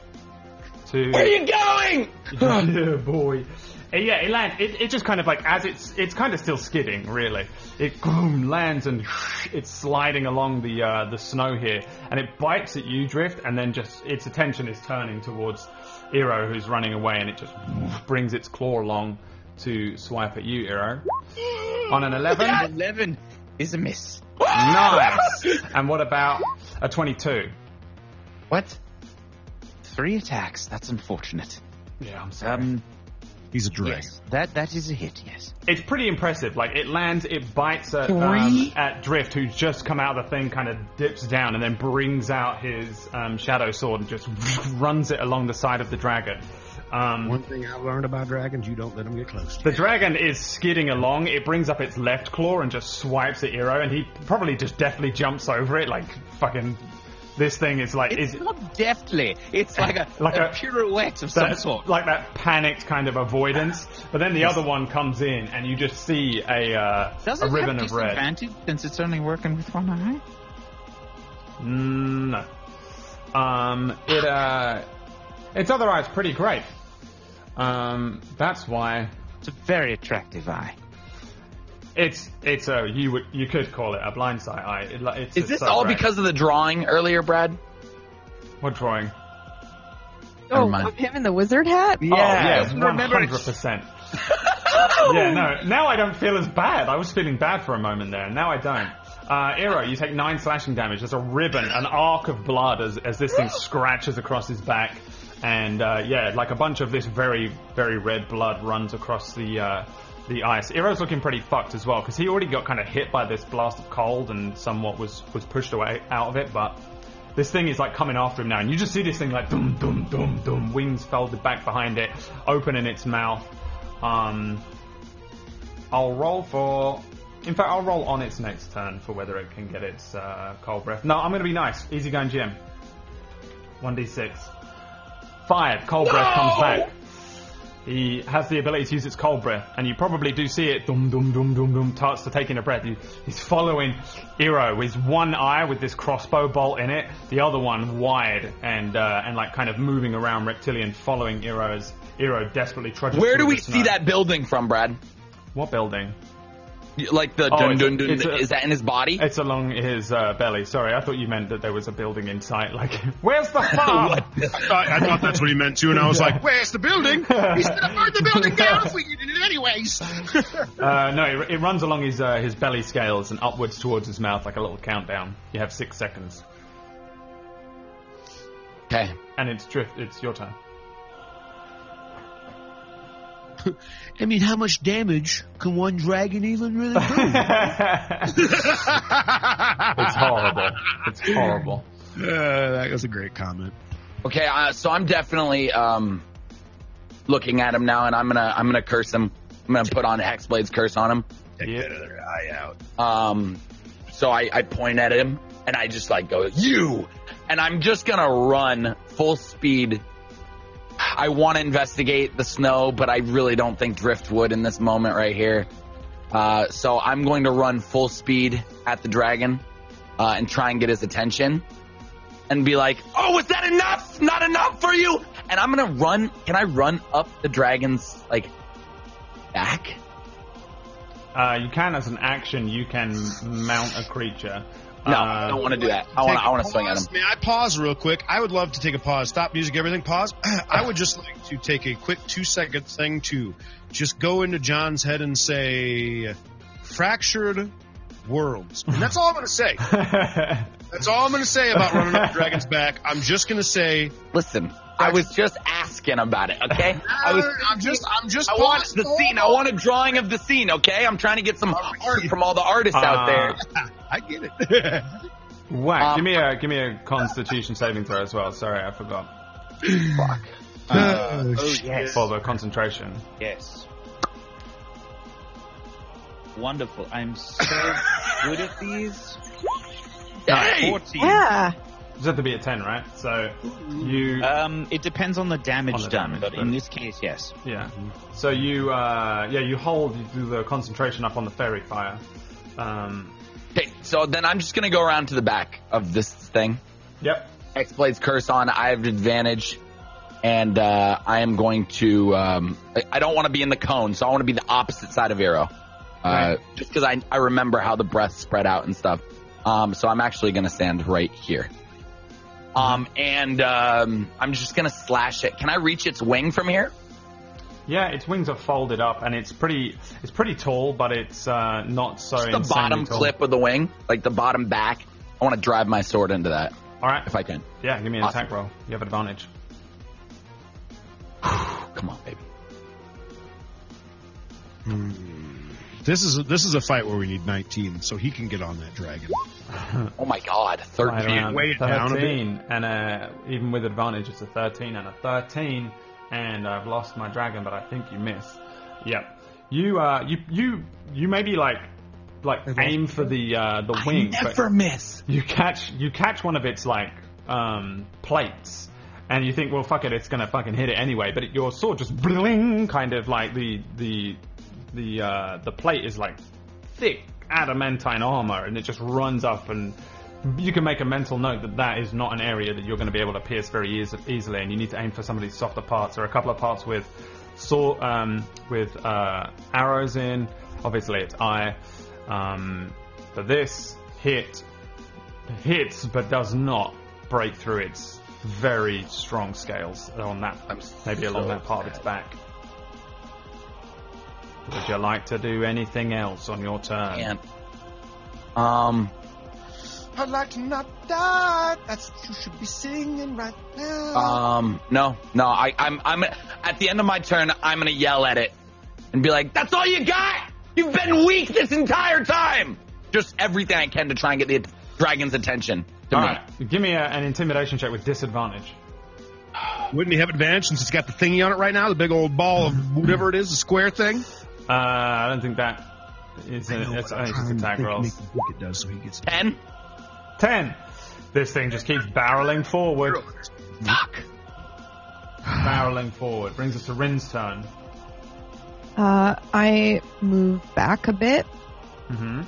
[SPEAKER 1] to.
[SPEAKER 5] Where are you going?
[SPEAKER 1] yeah, boy. Uh, Yeah, Oh, it lands. It, it just kind of like as it's it's kind of still skidding, really. It boom, lands and it's sliding along the uh, the snow here, and it bites at you, Drift, and then just its attention is turning towards Iro, who's running away, and it just brings its claw along to swipe at you, Iro. On an eleven,
[SPEAKER 7] Eleven is a miss.
[SPEAKER 1] nice. And what about a twenty-two?
[SPEAKER 7] What? Three attacks. That's unfortunate.
[SPEAKER 1] Yeah, I'm sorry.
[SPEAKER 7] Um,
[SPEAKER 3] He's a drake.
[SPEAKER 7] yes, that that is a hit. Yes.
[SPEAKER 1] it's pretty impressive. Like it lands, it bites at um, at Drift, who's just come out of the thing, kind of dips down, and then brings out his um, shadow sword and just runs it along the side of the dragon. Um,
[SPEAKER 3] One thing I've learned about dragons, you don't let them get close.
[SPEAKER 1] the dragon is skidding along. It brings up its left claw and just swipes at Iro, and he probably just deftly jumps over it. Like fucking, this thing is like is
[SPEAKER 7] It's
[SPEAKER 1] Eh,
[SPEAKER 7] not deftly. It's like a,
[SPEAKER 1] Like
[SPEAKER 7] a,
[SPEAKER 1] a-
[SPEAKER 7] pirouette of some
[SPEAKER 1] that,
[SPEAKER 7] sort.
[SPEAKER 1] like that panicked kind of avoidance. But then the other one comes in, and you just see a uh,
[SPEAKER 7] Does
[SPEAKER 1] a
[SPEAKER 7] it
[SPEAKER 1] ribbon
[SPEAKER 7] have
[SPEAKER 1] of red.
[SPEAKER 7] disadvantage since it's only working with one eye?
[SPEAKER 1] Mm, No. Um, it uh, its other eye's pretty great. Um, that's why
[SPEAKER 7] It's a very attractive eye.
[SPEAKER 1] it's it's a you would you could call it a blindsight eye. It, li- it's
[SPEAKER 5] Is
[SPEAKER 1] just
[SPEAKER 5] this
[SPEAKER 1] so
[SPEAKER 5] all
[SPEAKER 1] great.
[SPEAKER 5] because of the drawing earlier, Brad?
[SPEAKER 1] what drawing?
[SPEAKER 5] Never
[SPEAKER 2] Oh,
[SPEAKER 5] mind.
[SPEAKER 2] of him in the wizard hat?
[SPEAKER 1] Oh, yeah, one
[SPEAKER 7] remember
[SPEAKER 1] hundred
[SPEAKER 7] it's-
[SPEAKER 1] percent. Yeah, no. Now I don't feel as bad. I was feeling bad for a moment there. Now I don't. Uh, Iro, you take nine slashing damage. There's a ribbon, an arc of blood as, as this thing scratches across his back, and uh, yeah, like a bunch of this very very red blood runs across the uh, the ice. Iro's looking pretty fucked as well because he already got kind of hit by this blast of cold and somewhat was was pushed away out of it, but. This thing is like coming after him now, and you just see this thing like dum dum dum dum, wings folded back behind it, open in its mouth. Um, I'll roll for. In fact, I'll roll on its next turn for whether it can get its uh, cold breath. No, I'm going to be nice. Easy going, Jim. 1d6. Five. Cold breath comes back. He has the ability to use its cold breath, and you probably do see it. Dum dum dum dum dum. Starts to take in a breath. He, he's following Iro with one eye with this crossbow bolt in it, the other one wide and uh, and like kind of moving around reptilian, following Iro as Iro desperately trudges.
[SPEAKER 5] Where do
[SPEAKER 1] through
[SPEAKER 5] we
[SPEAKER 1] the
[SPEAKER 5] see
[SPEAKER 1] snow.
[SPEAKER 5] that building from, Brad?
[SPEAKER 1] What building?
[SPEAKER 5] Like the
[SPEAKER 1] Oh,
[SPEAKER 5] dun
[SPEAKER 1] it's-
[SPEAKER 5] dun dun.
[SPEAKER 1] it's a-
[SPEAKER 5] is that in his body?
[SPEAKER 1] It's along his uh, belly. Sorry, I thought you meant that there was a building in sight. Like, where's the farm?
[SPEAKER 3] I thought, I thought that's what he meant too, and I was like, "Where's the building? He's gonna burn the building down if we get in it anyways."
[SPEAKER 1] Uh, no, it, it runs along his uh, his belly scales and upwards towards his mouth like a little countdown. You have six seconds,
[SPEAKER 5] Okay.
[SPEAKER 1] and it's drift. It's your turn.
[SPEAKER 8] I mean, how much damage can one dragon even really
[SPEAKER 1] Oh,
[SPEAKER 8] do?
[SPEAKER 5] Hmm.
[SPEAKER 1] it's horrible. It's horrible.
[SPEAKER 3] Uh, that was a great comment.
[SPEAKER 5] Okay, uh, so I'm definitely um, looking at him now, and I'm gonna I'm gonna curse him. I'm gonna put on Hexblade's curse on him.
[SPEAKER 3] Take
[SPEAKER 1] Yeah.
[SPEAKER 3] that other eye out.
[SPEAKER 5] Um, so I, I point at him, and I just like go you, and I'm just gonna run full speed I want to investigate the snow, but I really don't think driftwood in this moment right here. Uh, so I'm going to run full speed at the dragon uh, and try and get his attention and be like, "Oh, is that enough? Not enough for you?" And I'm gonna run. Can I run up the dragon's like back?
[SPEAKER 1] Uh, you can, as an action, you can mount a creature.
[SPEAKER 5] No,
[SPEAKER 1] Uh,
[SPEAKER 5] I don't want to do that. I want.
[SPEAKER 3] Take
[SPEAKER 5] I
[SPEAKER 3] a
[SPEAKER 5] want to swing at him.
[SPEAKER 3] pause. May I pause real quick? I would love to take a pause. Stop music, everything, pause. I would just like to take a quick two second thing to just go into John's head and say, fractured worlds. And that's all I'm going to say. That's all I'm going to say about running up the dragon's back. I'm just going to say,
[SPEAKER 5] Listen, I was just asking about it. Okay, I was.
[SPEAKER 3] I'm just, I'm just,
[SPEAKER 5] I want the scene. I want a drawing of the scene. Okay, I'm trying to get some art from all the artists out
[SPEAKER 1] Uh,
[SPEAKER 5] there.
[SPEAKER 3] I get it.
[SPEAKER 1] Whack!
[SPEAKER 5] Um,
[SPEAKER 1] give me a give me a Constitution saving throw as well. Sorry, I forgot.
[SPEAKER 3] oh,
[SPEAKER 4] yes.
[SPEAKER 1] For the concentration.
[SPEAKER 4] Yes. Wonderful. I'm so good at these.
[SPEAKER 5] Hey!
[SPEAKER 4] 14.
[SPEAKER 2] Yeah.
[SPEAKER 1] You have to be at ten, right? So you
[SPEAKER 5] Uh,
[SPEAKER 4] Um, it depends on the damage
[SPEAKER 1] On the
[SPEAKER 4] done,
[SPEAKER 1] damage,
[SPEAKER 4] but
[SPEAKER 1] but-
[SPEAKER 4] in this case, yes.
[SPEAKER 1] yeah. So you uh yeah you hold you do the concentration up on the fairy fire. Um.
[SPEAKER 5] Okay, so then I'm just gonna go around to the back of this thing.
[SPEAKER 1] Yep.
[SPEAKER 5] X-Blade's curse on. I have advantage, and uh, I am going to. Um, I- I don't want to be in the cone, so I want to be the opposite side of Arrow, uh,
[SPEAKER 1] Right.
[SPEAKER 5] just because I I remember how the breath spread out and stuff. Um, so I'm actually gonna stand right here. Um, and um, I'm just gonna slash it. Can I reach its wing from here?
[SPEAKER 1] Yeah, its wings are folded up, and it's pretty it's pretty tall, but it's uh not so
[SPEAKER 5] Just the
[SPEAKER 1] insanely
[SPEAKER 5] bottom
[SPEAKER 1] tall.
[SPEAKER 5] clip of the wing, like the bottom back. I want to drive my sword into that
[SPEAKER 1] All right.
[SPEAKER 5] if I can.
[SPEAKER 1] Yeah, give me an
[SPEAKER 5] Awesome.
[SPEAKER 1] attack roll. You have advantage.
[SPEAKER 5] Come on, baby.
[SPEAKER 3] This is, this is a fight where we need 19, so he can get on that dragon.
[SPEAKER 5] Oh my God,
[SPEAKER 1] Right
[SPEAKER 5] thirteen.
[SPEAKER 1] around
[SPEAKER 3] weigh it down a bit.
[SPEAKER 1] 13, and uh, even with advantage, it's a 13 and a 13, and I've lost my dragon, but I think you miss. Yep. You uh, you you you maybe like like aim for the uh, the wing, but
[SPEAKER 4] Never miss.
[SPEAKER 1] you catch you catch one of its like um plates. And you think, well, fuck it, it's gonna fucking hit it anyway. But it, your sword just bling, kind of like the the the uh, the plate is like thick adamantine armor, and it just runs up and you can make a mental note that that is not an area that you're going to be able to pierce very eas- easily, and you need to aim for some of these softer parts or a couple of parts with saw um, with uh, arrows in. Obviously, it's eye, um, but this hit hits but does not break through its very strong scales on that maybe along that part of its back. Would you like to do anything else on your turn?
[SPEAKER 5] Man. Um,
[SPEAKER 6] I'd like to not die. That's what you should be singing right now.
[SPEAKER 5] um, no, no. I, I'm, I'm. At the end of my turn, I'm gonna yell at it and be like, "That's all you got? You've been weak this entire time." Just everything I can to try and get the dragon's attention. To
[SPEAKER 1] All
[SPEAKER 5] me.
[SPEAKER 1] right, give me a, an intimidation check with disadvantage.
[SPEAKER 3] Wouldn't he have advantage since it's got the thingy on it right now, the big old ball of whatever it is, the square thing?
[SPEAKER 1] Uh, I don't think that is an
[SPEAKER 3] know,
[SPEAKER 1] it's,
[SPEAKER 3] but
[SPEAKER 1] I think
[SPEAKER 3] I'm
[SPEAKER 1] it's
[SPEAKER 3] trying to
[SPEAKER 1] attack
[SPEAKER 3] think-
[SPEAKER 1] rolls.
[SPEAKER 3] make him think it does so he gets
[SPEAKER 5] Ten.
[SPEAKER 1] Ten. This thing just keeps barreling forward,
[SPEAKER 5] Fuck.
[SPEAKER 1] barreling forward. Brings us to Rin's turn.
[SPEAKER 2] Uh, I move back a bit.
[SPEAKER 1] Mm-hmm.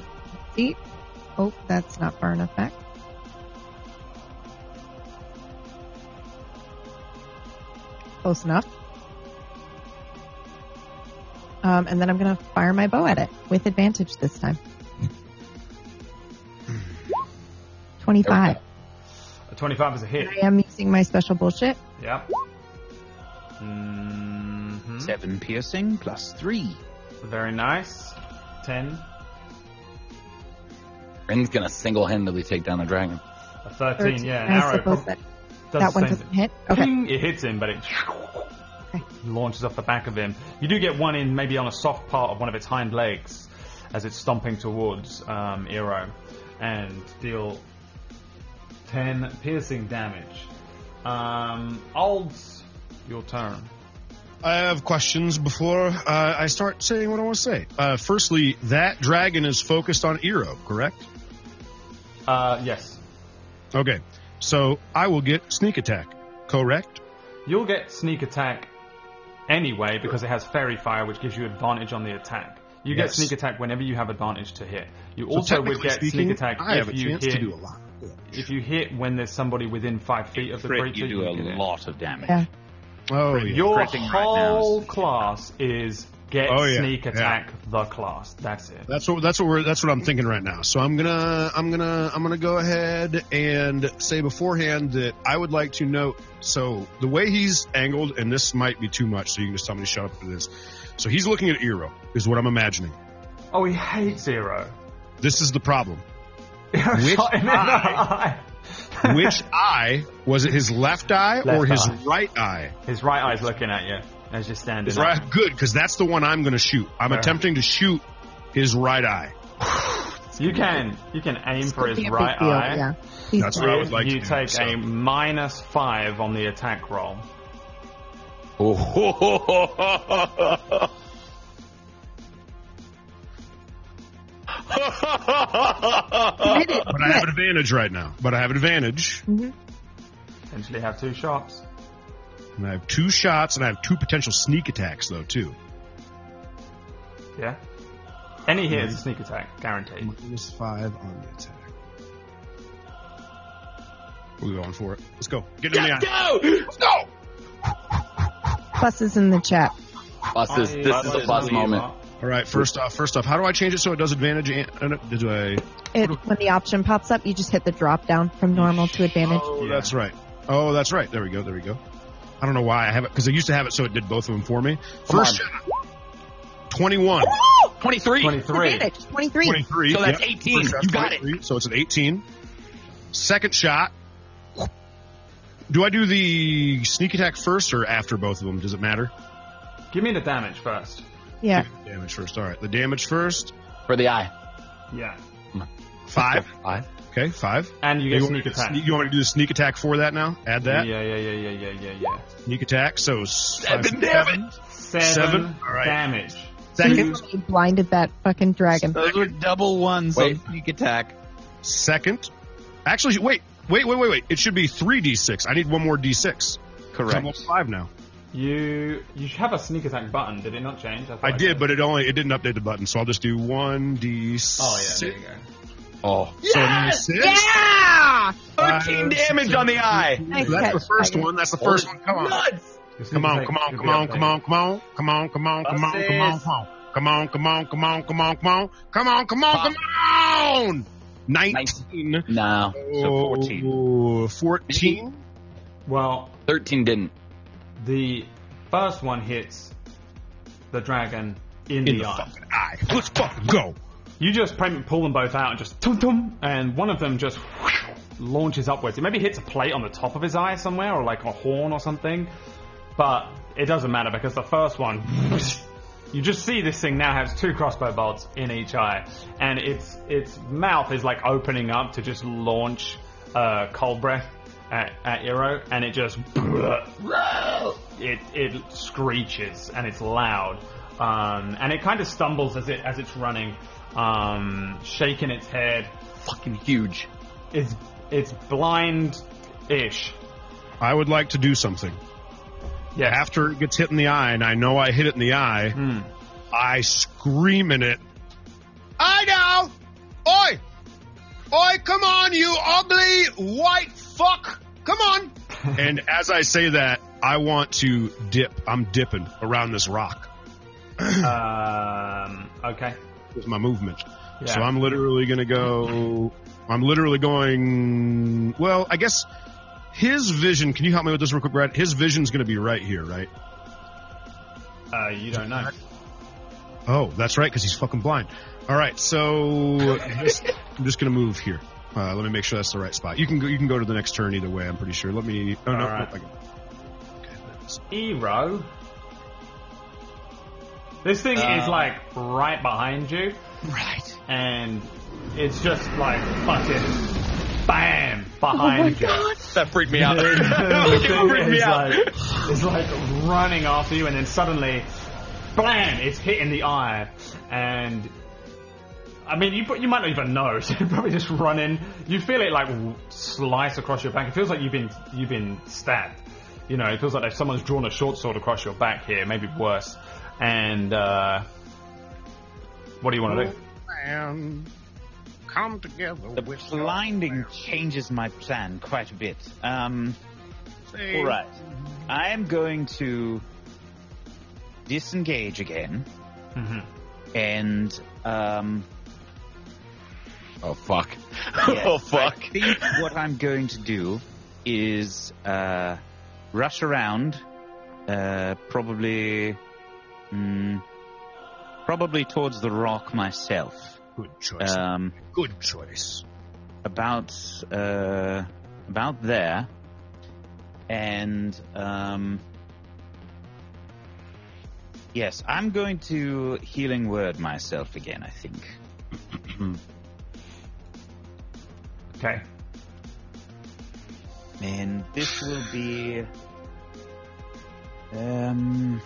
[SPEAKER 2] See? Oh, that's not far enough back. Close enough. Um, and then I'm going to fire my bow at it with advantage this time. 25.
[SPEAKER 1] A twenty-five is a hit.
[SPEAKER 2] I am using my special bullshit.
[SPEAKER 1] Yep. hmm
[SPEAKER 4] Seven piercing plus three.
[SPEAKER 1] Very nice. Ten.
[SPEAKER 5] Rin's gonna single-handedly take down the dragon.
[SPEAKER 1] A thirteen.
[SPEAKER 2] Thirteen.
[SPEAKER 1] Yeah, an
[SPEAKER 2] I
[SPEAKER 1] arrow.
[SPEAKER 2] suppose
[SPEAKER 1] prob-
[SPEAKER 2] that,
[SPEAKER 1] does
[SPEAKER 2] that
[SPEAKER 1] the
[SPEAKER 2] one
[SPEAKER 1] same
[SPEAKER 2] doesn't
[SPEAKER 1] thing.
[SPEAKER 2] hit. Okay.
[SPEAKER 1] Ping, It hits him, but it launches off the back of him. You do get one in, maybe on a soft part of one of its hind legs, as it's stomping towards um, Eero, and deal ten piercing damage. Um, Olds, your turn.
[SPEAKER 3] I have questions before uh, I start saying what I want to say. Uh, firstly, that dragon is focused on Eero, correct?
[SPEAKER 1] Uh, yes.
[SPEAKER 3] Okay, so I will get sneak attack, correct?
[SPEAKER 1] You'll get sneak attack anyway because it has fairy fire, which gives you advantage on the attack. You get
[SPEAKER 3] Yes.
[SPEAKER 1] sneak attack whenever you have advantage to hit. You
[SPEAKER 3] So
[SPEAKER 1] also would
[SPEAKER 3] technically
[SPEAKER 1] get
[SPEAKER 3] speaking,
[SPEAKER 1] sneak attack
[SPEAKER 3] I have
[SPEAKER 1] if
[SPEAKER 3] a
[SPEAKER 1] you
[SPEAKER 3] chance to do a
[SPEAKER 1] hit
[SPEAKER 3] lot.
[SPEAKER 1] if you hit when there's somebody within five feet of the
[SPEAKER 7] Crit,
[SPEAKER 1] creature.
[SPEAKER 7] you do a
[SPEAKER 1] get it.
[SPEAKER 7] lot of damage.
[SPEAKER 2] Yeah.
[SPEAKER 3] Oh, yeah.
[SPEAKER 1] Your
[SPEAKER 7] Critting right now
[SPEAKER 1] whole
[SPEAKER 7] is-
[SPEAKER 1] class is get
[SPEAKER 3] Oh, yeah,
[SPEAKER 1] sneak
[SPEAKER 3] yeah.
[SPEAKER 1] attack the class. That's it.
[SPEAKER 3] That's what that's what we're that's what I'm thinking right now. So I'm gonna I'm gonna I'm gonna go ahead and say beforehand that I would like to note. So the way he's angled, and this might be too much, so you can just tell me to shut up for this. So he's looking at Eero, is what I'm imagining.
[SPEAKER 1] Oh, he hates zero.
[SPEAKER 3] This is the problem.
[SPEAKER 1] Which
[SPEAKER 3] Which eye was it? His left eye or
[SPEAKER 1] Left
[SPEAKER 3] his
[SPEAKER 1] eye.
[SPEAKER 3] right eye?
[SPEAKER 1] His right eye's looking at you as you're standing.
[SPEAKER 3] His
[SPEAKER 1] up.
[SPEAKER 3] right. Good, because that's the one I'm gonna shoot. I'm
[SPEAKER 1] Alright.
[SPEAKER 3] attempting to shoot his right eye.
[SPEAKER 1] You can you can aim for his right
[SPEAKER 2] deal.
[SPEAKER 1] eye.
[SPEAKER 2] Yeah. Please
[SPEAKER 3] That's
[SPEAKER 2] don't.
[SPEAKER 3] what I would like
[SPEAKER 1] you
[SPEAKER 3] to do,
[SPEAKER 1] take
[SPEAKER 3] so.
[SPEAKER 1] a minus five on the attack roll.
[SPEAKER 2] Hit it.
[SPEAKER 3] But I have an advantage right now. But I have an advantage.
[SPEAKER 1] Potentially have two shots.
[SPEAKER 3] And I have two shots, and I have two potential sneak attacks, though, too.
[SPEAKER 1] Yeah. Any hit
[SPEAKER 3] Mm-hmm.
[SPEAKER 1] is a sneak attack, guaranteed.
[SPEAKER 3] Minus five on the attack. We're going for it. Let's go. Get in the eye. Let's go!
[SPEAKER 2] Pluses in the chat.
[SPEAKER 5] Buses. This is a bus moment.
[SPEAKER 3] All right, first off, first off, how do I change it so it does advantage? And, and it- do I?
[SPEAKER 2] It, when the option pops up, you just hit the drop down from normal to advantage.
[SPEAKER 3] Oh, that's right. Oh, that's right. There we go. There we go. I don't know why I have it because I used to have it so it did both of them for me. First shot, 21,
[SPEAKER 5] Twenty-three.
[SPEAKER 1] Twenty-three.
[SPEAKER 2] Advantage 23.
[SPEAKER 3] 23.
[SPEAKER 5] So that's
[SPEAKER 3] yeah.
[SPEAKER 5] 18.
[SPEAKER 3] First shot's
[SPEAKER 5] You got it.
[SPEAKER 3] 23, So it's an 18. Second shot. Do I do the sneak attack first or after both of them? Does it matter?
[SPEAKER 1] Give me the damage first.
[SPEAKER 2] Yeah.
[SPEAKER 3] Damage first. All right. The damage first.
[SPEAKER 5] For the eye.
[SPEAKER 1] Yeah.
[SPEAKER 3] Five.
[SPEAKER 5] Five.
[SPEAKER 3] Okay, five.
[SPEAKER 1] And you get
[SPEAKER 3] You want me
[SPEAKER 1] sneak
[SPEAKER 3] to
[SPEAKER 1] attack.
[SPEAKER 3] sne- you want me to do the sneak attack for that now? Add that.
[SPEAKER 1] Yeah, yeah, yeah, yeah, yeah, yeah, yeah.
[SPEAKER 3] Sneak attack. So s- five, seven
[SPEAKER 1] Seven,
[SPEAKER 3] Seven? All right.
[SPEAKER 1] damage.
[SPEAKER 3] Second.
[SPEAKER 2] You blinded that fucking dragon.
[SPEAKER 7] Those were double ones
[SPEAKER 5] Wait.
[SPEAKER 7] on sneak attack.
[SPEAKER 3] Second. Actually, wait, wait, wait, wait, wait. It should be three d6. I need one more d6. So I'm
[SPEAKER 7] Correct.
[SPEAKER 3] up to five now.
[SPEAKER 1] You you have a sneak attack button. Did it not change? thought
[SPEAKER 3] I did, but it only it didn't update the button, so I'll just do one d6.
[SPEAKER 1] Oh yeah, there you go.
[SPEAKER 5] Oh.
[SPEAKER 3] So yes!
[SPEAKER 5] Yeah!
[SPEAKER 3] Five,
[SPEAKER 5] 13
[SPEAKER 3] six,
[SPEAKER 5] damage
[SPEAKER 3] seven,
[SPEAKER 5] on the
[SPEAKER 3] eight,
[SPEAKER 5] eye.
[SPEAKER 2] Nice
[SPEAKER 3] That's
[SPEAKER 2] catch,
[SPEAKER 3] the first
[SPEAKER 2] dragon.
[SPEAKER 3] one. That's the first one. Come on.
[SPEAKER 5] Nuts!
[SPEAKER 1] Your sneak
[SPEAKER 3] Come on,
[SPEAKER 1] attack
[SPEAKER 3] come on,
[SPEAKER 1] should
[SPEAKER 3] come
[SPEAKER 1] be
[SPEAKER 3] on,
[SPEAKER 1] updated.
[SPEAKER 3] come on, come on, come on, come on, come on, come on, come on, come on, come on, come on, come on, come on, come on, come on, come on. Nineteen.
[SPEAKER 5] No.
[SPEAKER 7] So 14.
[SPEAKER 3] Oh, Fourteen.
[SPEAKER 1] Well,
[SPEAKER 5] 13 didn't.
[SPEAKER 1] the first one hits the dragon in,
[SPEAKER 3] In
[SPEAKER 1] the,
[SPEAKER 3] the
[SPEAKER 1] eye.
[SPEAKER 3] fucking eye. Let's fucking go.
[SPEAKER 1] You just pretty much pull them both out and just tum tum, and one of them just whoosh, launches upwards. It maybe hits a plate on the top of his eye somewhere, or like a horn or something. But it doesn't matter because the first one, whoosh, you just see this thing now has two crossbow bolts in each eye, and its its mouth is like opening up to just launch uh, cold breath at, at Eero, and it just it it screeches and it's loud, um, and it kind of stumbles as it as it's running, um, shaking its head.
[SPEAKER 5] Fucking huge.
[SPEAKER 1] It's it's blind ish.
[SPEAKER 3] I would like to do something.
[SPEAKER 1] Yeah.
[SPEAKER 3] After it gets hit in the eye, and I know I hit it in the eye,
[SPEAKER 1] Hmm.
[SPEAKER 3] I scream at it. I know! Oi! Oi, come on, you ugly white fuck! Come on! and as I say that, I want to dip. I'm dipping around this rock.
[SPEAKER 1] Um, okay.
[SPEAKER 3] It's my movement.
[SPEAKER 1] Yeah.
[SPEAKER 3] So I'm literally going to go. I'm literally going. Well, I guess his vision. Can you help me with this real quick, Brad? His vision's going to be right here, right?
[SPEAKER 1] uh, you don't know.
[SPEAKER 3] Oh, that's right, because he's fucking blind. All right, so this, I'm just gonna move here. Uh, let me make sure that's the right spot. You can go. You can go to the next turn either way. I'm pretty sure. Let me. Oh no.
[SPEAKER 1] All right.
[SPEAKER 3] nope, I got it. Okay, that's-
[SPEAKER 1] Eero. This thing
[SPEAKER 5] Uh.
[SPEAKER 1] is like right behind you. Right. And it's just like fucking bam behind you.
[SPEAKER 5] That freaked me out.
[SPEAKER 1] the thing
[SPEAKER 5] freak me
[SPEAKER 1] is
[SPEAKER 5] out.
[SPEAKER 1] like, is like running after you, and then suddenly, blam! It's hitting the eye, and I mean, you put- you might not even know. So you're probably just running. You feel it like w- slice across your back. It feels like you've been you've been stabbed. You know, it feels like if someone's drawn a short sword across your back here, maybe worse. And uh, what do you want to do?
[SPEAKER 6] And come together
[SPEAKER 4] The
[SPEAKER 6] with
[SPEAKER 4] blinding changes my plan quite a bit. Um,
[SPEAKER 6] Say,
[SPEAKER 4] all right, I am going to disengage again
[SPEAKER 7] Mm-hmm.
[SPEAKER 1] Mhm.
[SPEAKER 4] and um,
[SPEAKER 5] Oh fuck.
[SPEAKER 4] Yes,
[SPEAKER 5] oh fuck.
[SPEAKER 4] I think what I'm going to do is uh, rush around, uh, probably, mm, probably towards the rock myself.
[SPEAKER 3] Good choice.
[SPEAKER 1] Uh,
[SPEAKER 4] Um,
[SPEAKER 3] Good choice.
[SPEAKER 4] about uh, about there, and um, yes, I'm going to healing word myself again. I think.
[SPEAKER 1] Okay.
[SPEAKER 4] And this will be. Um,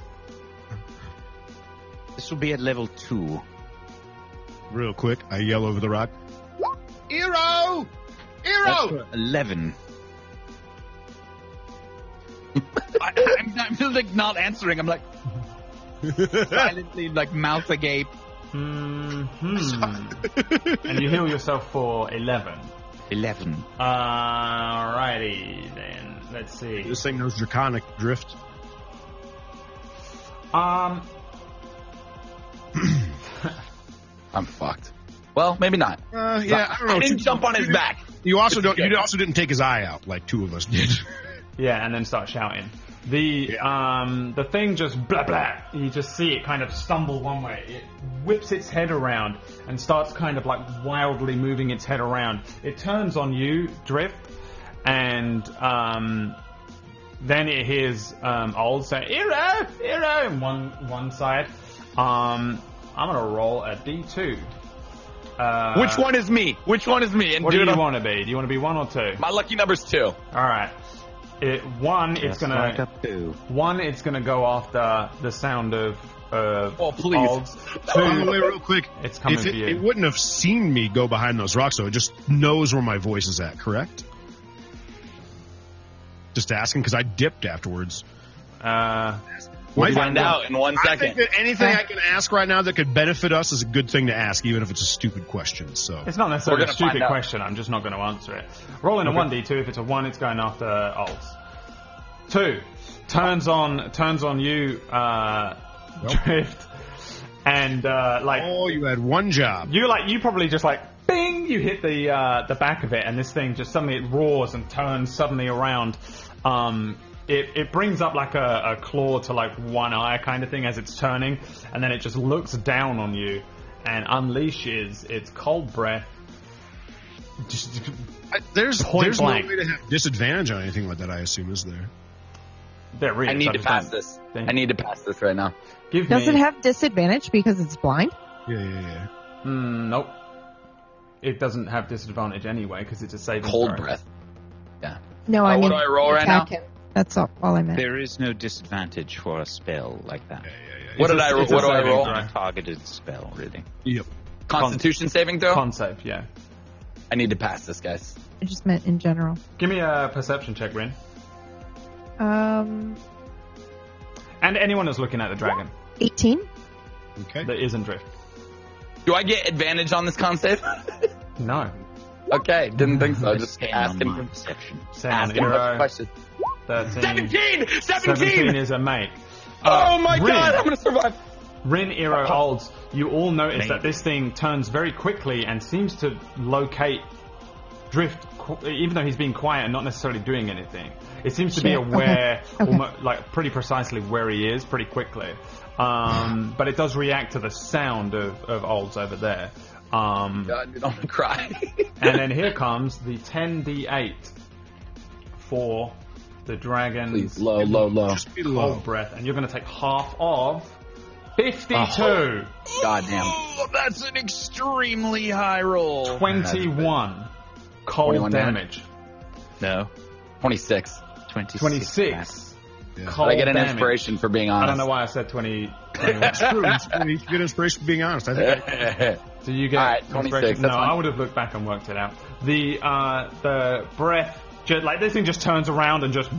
[SPEAKER 4] this will be at level two.
[SPEAKER 3] Real quick, I yell over the rock.
[SPEAKER 6] Hero!
[SPEAKER 4] That's
[SPEAKER 6] Hero!
[SPEAKER 4] for Eleven. I, I'm, I'm just like not answering. I'm like silently, like mouth agape.
[SPEAKER 5] Mm-hmm.
[SPEAKER 1] Mhm. and you heal yourself for 11.
[SPEAKER 4] Eleven.
[SPEAKER 1] Alrighty then. Let's see.
[SPEAKER 3] This thing knows draconic drift.
[SPEAKER 1] Um,
[SPEAKER 5] I'm fucked. Well, maybe not.
[SPEAKER 3] Uh, yeah, I don't know.
[SPEAKER 5] I
[SPEAKER 3] You-
[SPEAKER 5] didn't jump on his back.
[SPEAKER 3] You also don't. You also didn't take his eye out like two of us did.
[SPEAKER 1] yeah, and then start shouting. The um the thing just blah blah. You just see it kind of stumble one way. It whips its head around and starts kind of like wildly moving its head around. It turns on you, Drift, and um then it hears um old say Iro, Iro in one one side. Um I'm gonna roll a D two. Uh,
[SPEAKER 5] Which one is me? Which one is me? And
[SPEAKER 1] What do
[SPEAKER 5] dude,
[SPEAKER 1] you
[SPEAKER 5] I'm-
[SPEAKER 1] want to be? Do you want to be one or two?
[SPEAKER 5] my lucky number's two.
[SPEAKER 1] All right. It one, it's
[SPEAKER 7] Just
[SPEAKER 1] gonna
[SPEAKER 7] like a poo.
[SPEAKER 1] one, it's gonna go after the sound of uh.
[SPEAKER 5] Oh, please.
[SPEAKER 1] Alds.
[SPEAKER 3] By the way,
[SPEAKER 1] Two,
[SPEAKER 3] real quick,
[SPEAKER 1] it's coming
[SPEAKER 3] if
[SPEAKER 1] for
[SPEAKER 3] it,
[SPEAKER 1] you.
[SPEAKER 3] it wouldn't have seen me go behind those rocks, so it just knows where my voice is at. Correct? Just asking because I dipped afterwards.
[SPEAKER 1] uh,
[SPEAKER 5] We'll
[SPEAKER 3] Wait,
[SPEAKER 5] find out in one
[SPEAKER 3] I think
[SPEAKER 5] second.
[SPEAKER 3] that anything I can ask right now that could benefit us is a good thing to ask, even if it's a stupid question. So
[SPEAKER 1] it's not necessarily
[SPEAKER 5] We're
[SPEAKER 1] a
[SPEAKER 5] gonna
[SPEAKER 1] stupid
[SPEAKER 5] find out.
[SPEAKER 1] question. I'm just not going to answer it. Rolling a one d two. If it's a one, it's going after alts. Two turns on turns on you, uh, drift, and uh, like
[SPEAKER 3] oh, you had one job.
[SPEAKER 1] You like you probably just like bing, you hit the uh, the back of it, and this thing just suddenly it roars and turns suddenly around. Um, it it brings up like a, a claw to like one eye kind of thing as it's turning, and then it just looks down on you and unleashes its cold breath. Just
[SPEAKER 3] I- there's
[SPEAKER 1] Point
[SPEAKER 3] there's
[SPEAKER 1] blank.
[SPEAKER 3] no way to have disadvantage on anything like that. I assume is there?
[SPEAKER 1] they're real,
[SPEAKER 5] I
[SPEAKER 1] so
[SPEAKER 5] need to
[SPEAKER 1] just
[SPEAKER 5] pass
[SPEAKER 1] don't-
[SPEAKER 5] this.
[SPEAKER 1] Thank-
[SPEAKER 5] I need to pass this right now.
[SPEAKER 1] Give
[SPEAKER 2] Does
[SPEAKER 1] me.
[SPEAKER 2] it have disadvantage because it's blind?
[SPEAKER 3] Yeah, yeah, yeah.
[SPEAKER 1] Mm, nope. It doesn't have disadvantage anyway because it's a saving
[SPEAKER 5] Cold
[SPEAKER 1] throw.
[SPEAKER 5] breath.
[SPEAKER 2] No, I
[SPEAKER 5] Uh,
[SPEAKER 2] mean.
[SPEAKER 5] what do I roll right now?
[SPEAKER 2] attack him. That's all, all I meant.
[SPEAKER 7] There is no disadvantage for a spell like that.
[SPEAKER 1] It's
[SPEAKER 5] What did
[SPEAKER 1] a-
[SPEAKER 5] I? ro-
[SPEAKER 1] it's a
[SPEAKER 5] What do I
[SPEAKER 1] saving
[SPEAKER 5] roll?
[SPEAKER 1] throw.
[SPEAKER 7] A targeted spell, really.
[SPEAKER 5] Constitution saving throw.
[SPEAKER 1] Con save, yeah.
[SPEAKER 5] I need to pass this, guys.
[SPEAKER 2] I just meant in general.
[SPEAKER 1] Give me a perception check, Rin.
[SPEAKER 2] Um,
[SPEAKER 1] And anyone that's looking at the dragon
[SPEAKER 2] 18.
[SPEAKER 3] Okay.
[SPEAKER 1] that isn't drift.
[SPEAKER 5] Do I get advantage on this con save?
[SPEAKER 1] No.
[SPEAKER 5] okay, didn't think so. Just
[SPEAKER 7] Same
[SPEAKER 5] ask
[SPEAKER 7] on
[SPEAKER 5] him.
[SPEAKER 7] my
[SPEAKER 5] for-
[SPEAKER 7] perception.
[SPEAKER 1] Same
[SPEAKER 5] Ask
[SPEAKER 1] on
[SPEAKER 5] him a
[SPEAKER 1] Euro.
[SPEAKER 5] question.
[SPEAKER 1] 13.
[SPEAKER 5] 17!
[SPEAKER 1] 17
[SPEAKER 5] 17!
[SPEAKER 1] is a mate.
[SPEAKER 5] Oh my
[SPEAKER 1] Rin.
[SPEAKER 5] god, I'm gonna survive.
[SPEAKER 1] Rin, Eero, Olds, you all notice that this thing turns very quickly and seems to locate Drift, qu- even though he's being quiet and not necessarily doing anything. It seems to be
[SPEAKER 2] Sure, okay,
[SPEAKER 1] aware,
[SPEAKER 2] okay.
[SPEAKER 1] almo- like pretty precisely where he is, pretty quickly. Um, but it does react to the sound of, of Olds over there. Um,
[SPEAKER 5] God, dude, I'm gonna cry.
[SPEAKER 1] And then here comes the 10d8 for the dragon's
[SPEAKER 5] Please, low, low, low.
[SPEAKER 3] Just be
[SPEAKER 1] cold
[SPEAKER 3] low.
[SPEAKER 1] breath, and you're going to take half of 52.
[SPEAKER 5] God damn.
[SPEAKER 4] Oh, that's an extremely high roll.
[SPEAKER 1] 21 cold
[SPEAKER 5] 21
[SPEAKER 1] damage.
[SPEAKER 4] No,
[SPEAKER 5] 26.
[SPEAKER 7] 26.
[SPEAKER 1] 26
[SPEAKER 3] Yeah.
[SPEAKER 1] cold
[SPEAKER 5] But I get an
[SPEAKER 1] damage.
[SPEAKER 5] inspiration for being
[SPEAKER 1] Oh, I
[SPEAKER 5] honest.
[SPEAKER 1] don't know why I said 20.
[SPEAKER 3] That's true. It's really good inspiration. for Being honest, I think
[SPEAKER 1] Do you get
[SPEAKER 5] All right, 26,
[SPEAKER 1] inspiration? No,
[SPEAKER 5] that's fine.
[SPEAKER 1] I would have looked back and worked it out. The uh, the breath, ju- like this thing just turns around and just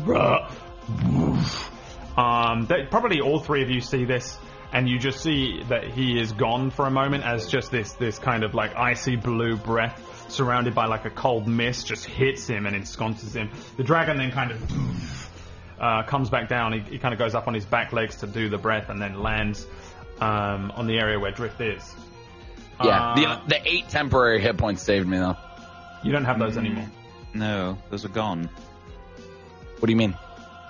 [SPEAKER 1] Um, they, probably all three of you see this, and you just see that he is gone for a moment as just this this kind of like icy blue breath surrounded by like a cold mist just hits him and ensconces him. The dragon then kind of uh, comes back down. He, he kind of goes up on his back legs to do the breath, and then lands um, on the area where Drift is.
[SPEAKER 5] Yeah,
[SPEAKER 1] Uh,
[SPEAKER 5] the, the eight temporary hit points saved me though.
[SPEAKER 1] You don't have those anymore.
[SPEAKER 7] No, those are gone.
[SPEAKER 5] What do you mean?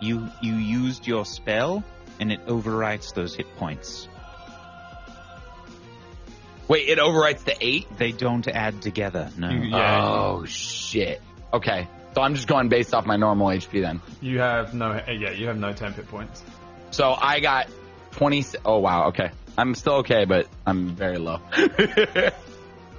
[SPEAKER 7] You you used your spell, and it overrides those hit points.
[SPEAKER 5] Wait, it overwrites the eight?
[SPEAKER 7] They don't add together. No.
[SPEAKER 1] You- yeah,
[SPEAKER 5] Oh shit. Okay, so I'm just going based off my normal HP then.
[SPEAKER 1] you have no. uh, Yeah, you have no temp hit points.
[SPEAKER 5] So I got 20. Oh wow, okay. I'm still okay, but I'm very low.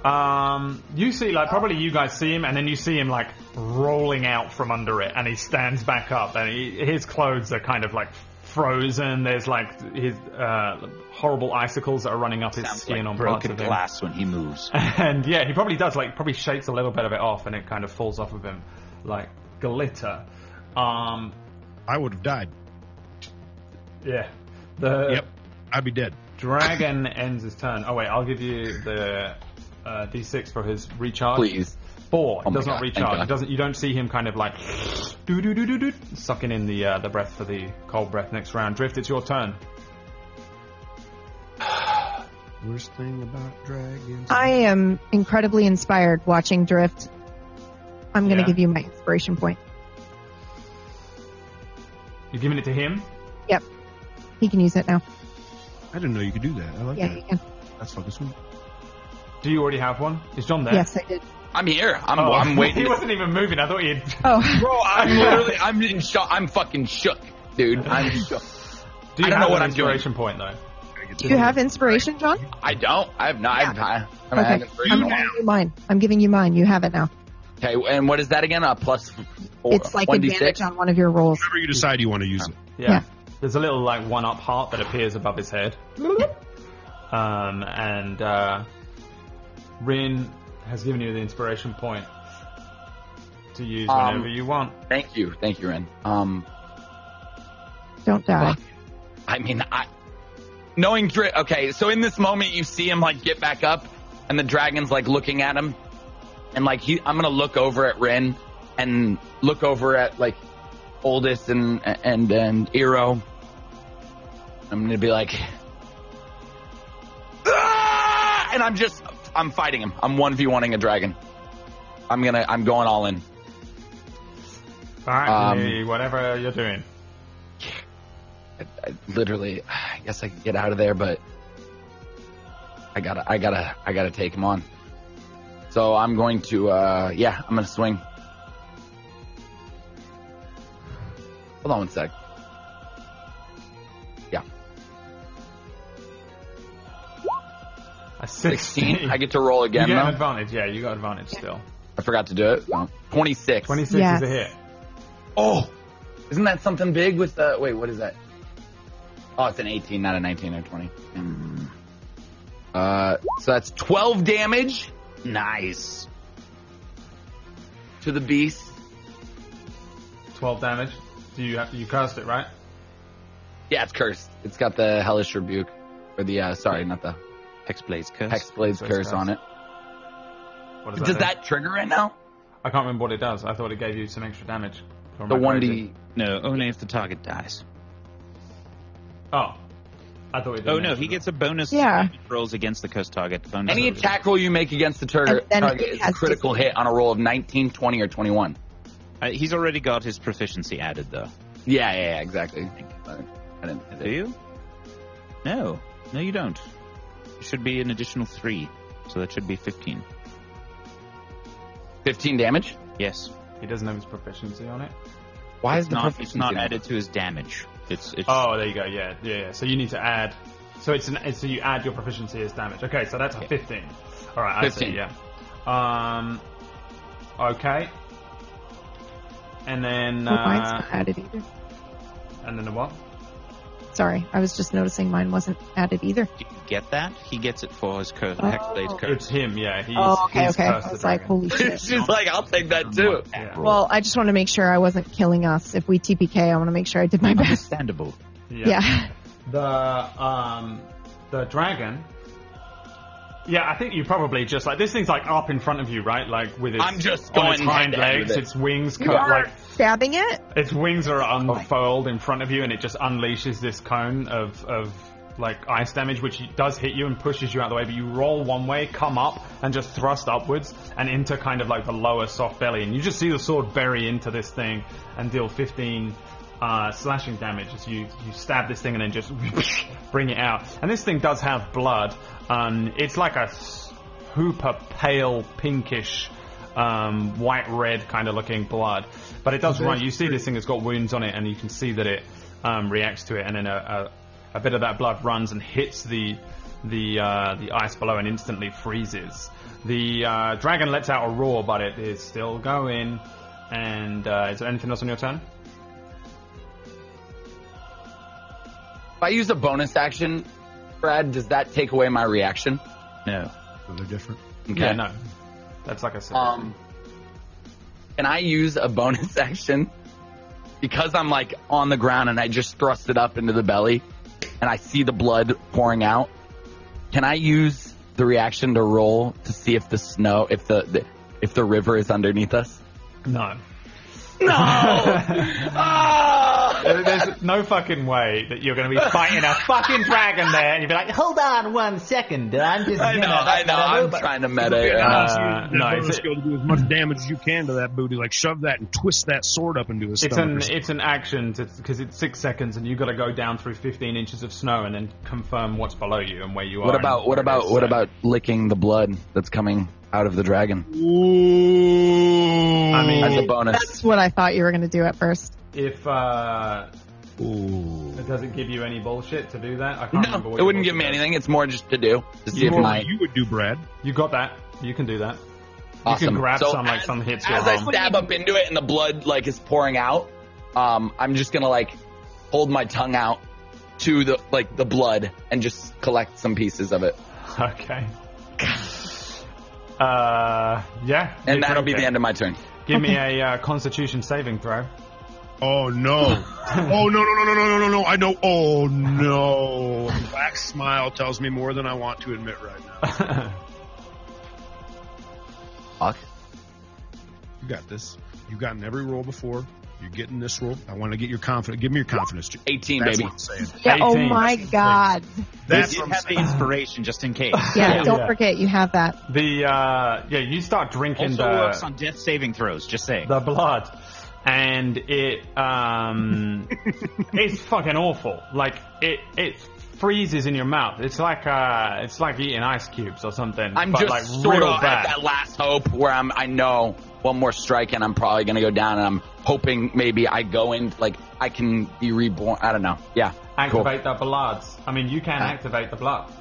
[SPEAKER 1] Um, you see, like probably you guys see him, and then you see him like rolling out from under it, and he stands back up, and he, his clothes are kind of like frozen. There's like his uh, horrible icicles that are running up his
[SPEAKER 7] Sounds
[SPEAKER 1] skin
[SPEAKER 7] like
[SPEAKER 1] on parts
[SPEAKER 7] broken
[SPEAKER 1] of him.
[SPEAKER 7] glass when he moves.
[SPEAKER 1] And yeah, he probably does like probably shakes a little bit of it off, and it kind of falls off of him like glitter. Um,
[SPEAKER 3] I would have died.
[SPEAKER 1] yeah, the
[SPEAKER 3] Yep. I'd be dead.
[SPEAKER 1] dragon ends his turn. Oh wait, I'll give you the uh, d6 for his recharge.
[SPEAKER 5] Please.
[SPEAKER 1] Four. It
[SPEAKER 5] Oh my
[SPEAKER 1] does not
[SPEAKER 5] God, thank
[SPEAKER 1] recharge.
[SPEAKER 5] God.
[SPEAKER 1] It doesn't. You don't see him kind of like do do do do do sucking in the uh, the breath for the cold breath next round. Drift, it's your turn.
[SPEAKER 3] Worst thing about dragons.
[SPEAKER 2] I am incredibly inspired watching Drift. I'm going to
[SPEAKER 1] Yeah.
[SPEAKER 2] give you my inspiration point.
[SPEAKER 1] You're giving it to him.
[SPEAKER 2] He can use it now.
[SPEAKER 3] I didn't know you could do that. I like
[SPEAKER 2] Yeah, he
[SPEAKER 3] that.
[SPEAKER 2] can.
[SPEAKER 3] That's fucking sweet.
[SPEAKER 1] Do you already have one? Is John there?
[SPEAKER 2] Yes, I did.
[SPEAKER 5] I'm here. I'm,
[SPEAKER 1] Oh,
[SPEAKER 5] I'm
[SPEAKER 1] He
[SPEAKER 5] waiting.
[SPEAKER 1] wasn't even moving. I thought he had.
[SPEAKER 2] Oh,
[SPEAKER 5] Bro, I'm literally, I'm in shock. I'm fucking shook, dude. I'm shook.
[SPEAKER 1] Do you
[SPEAKER 5] I don't
[SPEAKER 1] have
[SPEAKER 5] know what
[SPEAKER 1] an
[SPEAKER 5] I'm doing.
[SPEAKER 1] inspiration point though?
[SPEAKER 2] do you have inspiration, John?
[SPEAKER 5] I don't. I have not. I haven't- I haven't
[SPEAKER 2] Okay.
[SPEAKER 5] had it for
[SPEAKER 2] I'm
[SPEAKER 5] a
[SPEAKER 2] giving you mine. I'm giving you mine. You have it now.
[SPEAKER 5] Okay, and what is that again? A plus four,
[SPEAKER 2] it's like
[SPEAKER 5] 1d6?
[SPEAKER 2] advantage on one of your rolls.
[SPEAKER 3] Whenever you decide you want to use it.
[SPEAKER 1] Yeah.
[SPEAKER 2] Yeah.
[SPEAKER 1] There's a little like one up heart that appears above his head. Um, and uh, Rin has given you the inspiration point to use
[SPEAKER 5] Um,
[SPEAKER 1] whenever you want.
[SPEAKER 5] Thank you, thank you, Ren. Um,
[SPEAKER 2] Don't die.
[SPEAKER 5] I mean, I knowing Dri- Okay, so in this moment, you see him like get back up, and the dragon's like looking at him, and like he, I'm gonna look over at Ren and look over at like Oldest and and and Eero. I'm gonna be like, "Ah!" and I'm just, I'm fighting him. I'm one v oneing a dragon. I'm gonna, I'm going all in.
[SPEAKER 1] All right,
[SPEAKER 5] um,
[SPEAKER 1] Lee, whatever you're doing.
[SPEAKER 5] I, I literally, I guess I could get out of there, but I gotta, I gotta, I gotta take him on. So I'm going to, uh, yeah, I'm gonna swing. Hold on one sec.
[SPEAKER 1] A 16.
[SPEAKER 5] 16. I get to roll
[SPEAKER 1] you
[SPEAKER 5] again,
[SPEAKER 1] get an
[SPEAKER 5] though.
[SPEAKER 1] advantage. Yeah, you got advantage still.
[SPEAKER 5] I forgot to do it. No. 26.
[SPEAKER 1] 26
[SPEAKER 2] Yes.
[SPEAKER 1] is a hit.
[SPEAKER 5] Oh! Isn't that something big with the, wait, what is that? Oh, it's an 18, not a 19 or 20. Uh, so that's 12 damage.
[SPEAKER 7] nice.
[SPEAKER 5] to the beast.
[SPEAKER 1] 12 damage. Do you have you cast it right?
[SPEAKER 5] Yeah, it's cursed. It's got the hellish rebuke, or the uh, sorry, not the
[SPEAKER 7] Hexblade's curse.
[SPEAKER 5] hexblade's
[SPEAKER 1] so
[SPEAKER 5] curse
[SPEAKER 1] it's cursed.
[SPEAKER 5] on it.
[SPEAKER 1] What
[SPEAKER 5] Does
[SPEAKER 1] do?
[SPEAKER 5] that trigger right now?
[SPEAKER 1] I can't remember what it does. I thought it gave you some extra damage. Or am
[SPEAKER 5] The
[SPEAKER 1] I
[SPEAKER 5] one
[SPEAKER 1] crazy?
[SPEAKER 5] d.
[SPEAKER 7] no, only if the target dies.
[SPEAKER 1] Oh, I thought it. did
[SPEAKER 7] Oh
[SPEAKER 1] an
[SPEAKER 7] no,
[SPEAKER 1] extra
[SPEAKER 7] he
[SPEAKER 1] damage.
[SPEAKER 7] gets a bonus.
[SPEAKER 2] Yeah.
[SPEAKER 7] Rolls against the cursed target. Bonus
[SPEAKER 5] Any attack roll you make against the
[SPEAKER 2] And
[SPEAKER 5] target,
[SPEAKER 2] then
[SPEAKER 5] target
[SPEAKER 2] it
[SPEAKER 5] is a
[SPEAKER 2] has
[SPEAKER 5] critical hit on a roll of 19, 20, or 21.
[SPEAKER 7] Uh, he's already got his proficiency added though.
[SPEAKER 5] Yeah, yeah, yeah exactly. I didn't. I
[SPEAKER 7] Do
[SPEAKER 5] didn't.
[SPEAKER 7] you? No, no, you don't. It should be an additional three, so that should be fifteen.
[SPEAKER 5] 15 damage.
[SPEAKER 7] Yes.
[SPEAKER 1] He doesn't have his proficiency on it.
[SPEAKER 5] Why
[SPEAKER 7] It's
[SPEAKER 5] is the
[SPEAKER 7] not. It's
[SPEAKER 5] proficiency
[SPEAKER 7] not
[SPEAKER 5] now?
[SPEAKER 7] added to his damage. It's. it's
[SPEAKER 1] Oh, there you go. Yeah, yeah. yeah. So you need to add. So it's an. So you add your proficiency as damage. Okay, so that's a fifteen. All right, I see.
[SPEAKER 5] 15.
[SPEAKER 1] Yeah. Um. Okay. And then.
[SPEAKER 2] Oh, mine's
[SPEAKER 1] Uh,
[SPEAKER 2] not added either.
[SPEAKER 1] and then the what?
[SPEAKER 2] Sorry, I was just noticing mine wasn't added either.
[SPEAKER 7] Do you
[SPEAKER 4] get that. He gets it for his curse,
[SPEAKER 2] Oh.
[SPEAKER 4] Hexblade curse.
[SPEAKER 1] It's him, yeah. He's,
[SPEAKER 2] oh, okay,
[SPEAKER 1] he's
[SPEAKER 2] okay.
[SPEAKER 1] cursed
[SPEAKER 2] I was
[SPEAKER 1] the
[SPEAKER 2] like,
[SPEAKER 1] dragon.
[SPEAKER 2] holy shit.
[SPEAKER 5] She's like, I'll take that too.
[SPEAKER 1] Yeah.
[SPEAKER 2] Well, I just want to make sure I wasn't killing us. If we TPK, I want to make sure I did my best.
[SPEAKER 4] Understandable.
[SPEAKER 2] Yeah.
[SPEAKER 1] The um the dragon. Yeah, I think you probably just like this thing's like up in front of you, right? Like with its
[SPEAKER 5] I'm just
[SPEAKER 1] on
[SPEAKER 5] going
[SPEAKER 1] its hind
[SPEAKER 5] head to head with
[SPEAKER 1] legs,
[SPEAKER 5] it.
[SPEAKER 1] its wings
[SPEAKER 2] You
[SPEAKER 1] cut
[SPEAKER 2] are
[SPEAKER 1] like
[SPEAKER 2] stabbing it?
[SPEAKER 1] its wings are unfurled in front of you, and it just unleashes this cone of of like ice damage, which does hit you and pushes you out of the way. But you roll one way, come up, and just thrust upwards and into kind of like the lower soft belly, and you just see the sword bury into this thing and deal 15 uh, slashing damage as you you stab this thing and then just bring it out. And this thing does have blood. Um, it's like a super pale pinkish um, white red kind of looking blood. But it does run. You see this thing has got wounds on it, and you can see that it um, reacts to it, and then a, a, a bit of that blood runs and hits the the uh, the ice below, and instantly freezes. The uh, dragon lets out a roar, but it is still going. And uh, is there anything else on your turn?
[SPEAKER 5] If I use a bonus action, Brad, does that take away my reaction?
[SPEAKER 4] No.
[SPEAKER 3] They're different.
[SPEAKER 5] Okay.
[SPEAKER 1] Yeah, no. That's like I said.
[SPEAKER 5] Um, can I use a bonus action because I'm like on the ground and I just thrust it up into the belly and I see the blood pouring out? Can I use the reaction to roll to see if the snow, if the, the if the river is underneath us?
[SPEAKER 1] no.
[SPEAKER 5] No. Ah!
[SPEAKER 1] There- There's no fucking way that you're going to be fighting a fucking dragon there, and you'd be like, "Hold on one second, I'm just."
[SPEAKER 5] I know,
[SPEAKER 1] gonna-
[SPEAKER 5] I know. I'm trying to meta. Uh,
[SPEAKER 1] Uh,
[SPEAKER 3] That
[SPEAKER 1] no,
[SPEAKER 3] bonus
[SPEAKER 1] it's-
[SPEAKER 3] skill to do as much damage as you can to that booty. Like shove that and twist that sword up into his
[SPEAKER 1] It's
[SPEAKER 3] stomach.
[SPEAKER 1] an
[SPEAKER 3] or something.
[SPEAKER 1] it's an action because it's six seconds, and you got to go down through 15 inches of snow and then confirm what's below you and where you are.
[SPEAKER 5] what
[SPEAKER 1] and
[SPEAKER 5] about
[SPEAKER 1] where
[SPEAKER 5] what
[SPEAKER 1] it
[SPEAKER 5] about
[SPEAKER 1] is,
[SPEAKER 5] what
[SPEAKER 1] so-
[SPEAKER 5] about licking the blood that's coming out of the dragon?
[SPEAKER 3] Ooh.
[SPEAKER 1] I mean-
[SPEAKER 5] As a bonus.
[SPEAKER 2] That's what I thought you were going to do at first.
[SPEAKER 1] if uh,
[SPEAKER 3] Ooh.
[SPEAKER 1] it doesn't give you any bullshit to do that? I can't remember.
[SPEAKER 5] No,
[SPEAKER 1] What
[SPEAKER 5] it
[SPEAKER 1] your
[SPEAKER 5] wouldn't give me
[SPEAKER 1] bullshit is.
[SPEAKER 5] anything. It's more just to do to see
[SPEAKER 3] You,
[SPEAKER 5] if
[SPEAKER 3] know
[SPEAKER 5] my
[SPEAKER 3] what you would do, Brad.
[SPEAKER 1] You got that. You can do that.
[SPEAKER 5] Awesome.
[SPEAKER 1] You can grab
[SPEAKER 5] So
[SPEAKER 1] some like
[SPEAKER 5] as-
[SPEAKER 1] some hits your
[SPEAKER 5] as I
[SPEAKER 1] arm.
[SPEAKER 5] stab up into it and the blood like is pouring out, um, I'm just gonna like hold my tongue out to the like the blood and just collect some pieces of it,
[SPEAKER 1] Okay. Uh, yeah.
[SPEAKER 5] and
[SPEAKER 1] you
[SPEAKER 5] that'll
[SPEAKER 1] broke
[SPEAKER 5] be
[SPEAKER 1] it.
[SPEAKER 5] the end of my turn.
[SPEAKER 1] Give me a uh, Constitution saving throw.
[SPEAKER 3] Oh no! oh no! No! No! No! No! No! No! I know. Oh no! Wax smile tells me more than I want to admit right now.
[SPEAKER 5] Fuck.
[SPEAKER 3] You got this. You've gotten every roll before. You're getting this roll. I want to get your confidence. Give me your confidence. Jake.
[SPEAKER 5] 18,
[SPEAKER 3] That's
[SPEAKER 5] baby.
[SPEAKER 3] what I'm saying.
[SPEAKER 2] Yeah, oh
[SPEAKER 1] 18.
[SPEAKER 2] my god.
[SPEAKER 3] That's
[SPEAKER 4] you
[SPEAKER 3] what I'm
[SPEAKER 4] have the
[SPEAKER 3] saying.
[SPEAKER 4] inspiration just in case.
[SPEAKER 2] Yeah, don't
[SPEAKER 1] Yeah.
[SPEAKER 2] forget you have that.
[SPEAKER 1] the uh, yeah, you start drinking
[SPEAKER 4] Also
[SPEAKER 1] the
[SPEAKER 5] uh,
[SPEAKER 4] works on death saving throws. Just saying.
[SPEAKER 1] the blood and it um it's fucking awful like it it freezes in your mouth it's like uh it's like eating ice cubes or something
[SPEAKER 5] I'm
[SPEAKER 1] but
[SPEAKER 5] just
[SPEAKER 1] like
[SPEAKER 5] sort
[SPEAKER 1] real
[SPEAKER 5] of at
[SPEAKER 1] bad
[SPEAKER 5] that last hope where I'm. I know one more strike and I'm probably gonna go down, and I'm hoping maybe I go in like I can be reborn. I don't know. Yeah. Cool. Ah.
[SPEAKER 1] activate the blood i mean you can activate the blood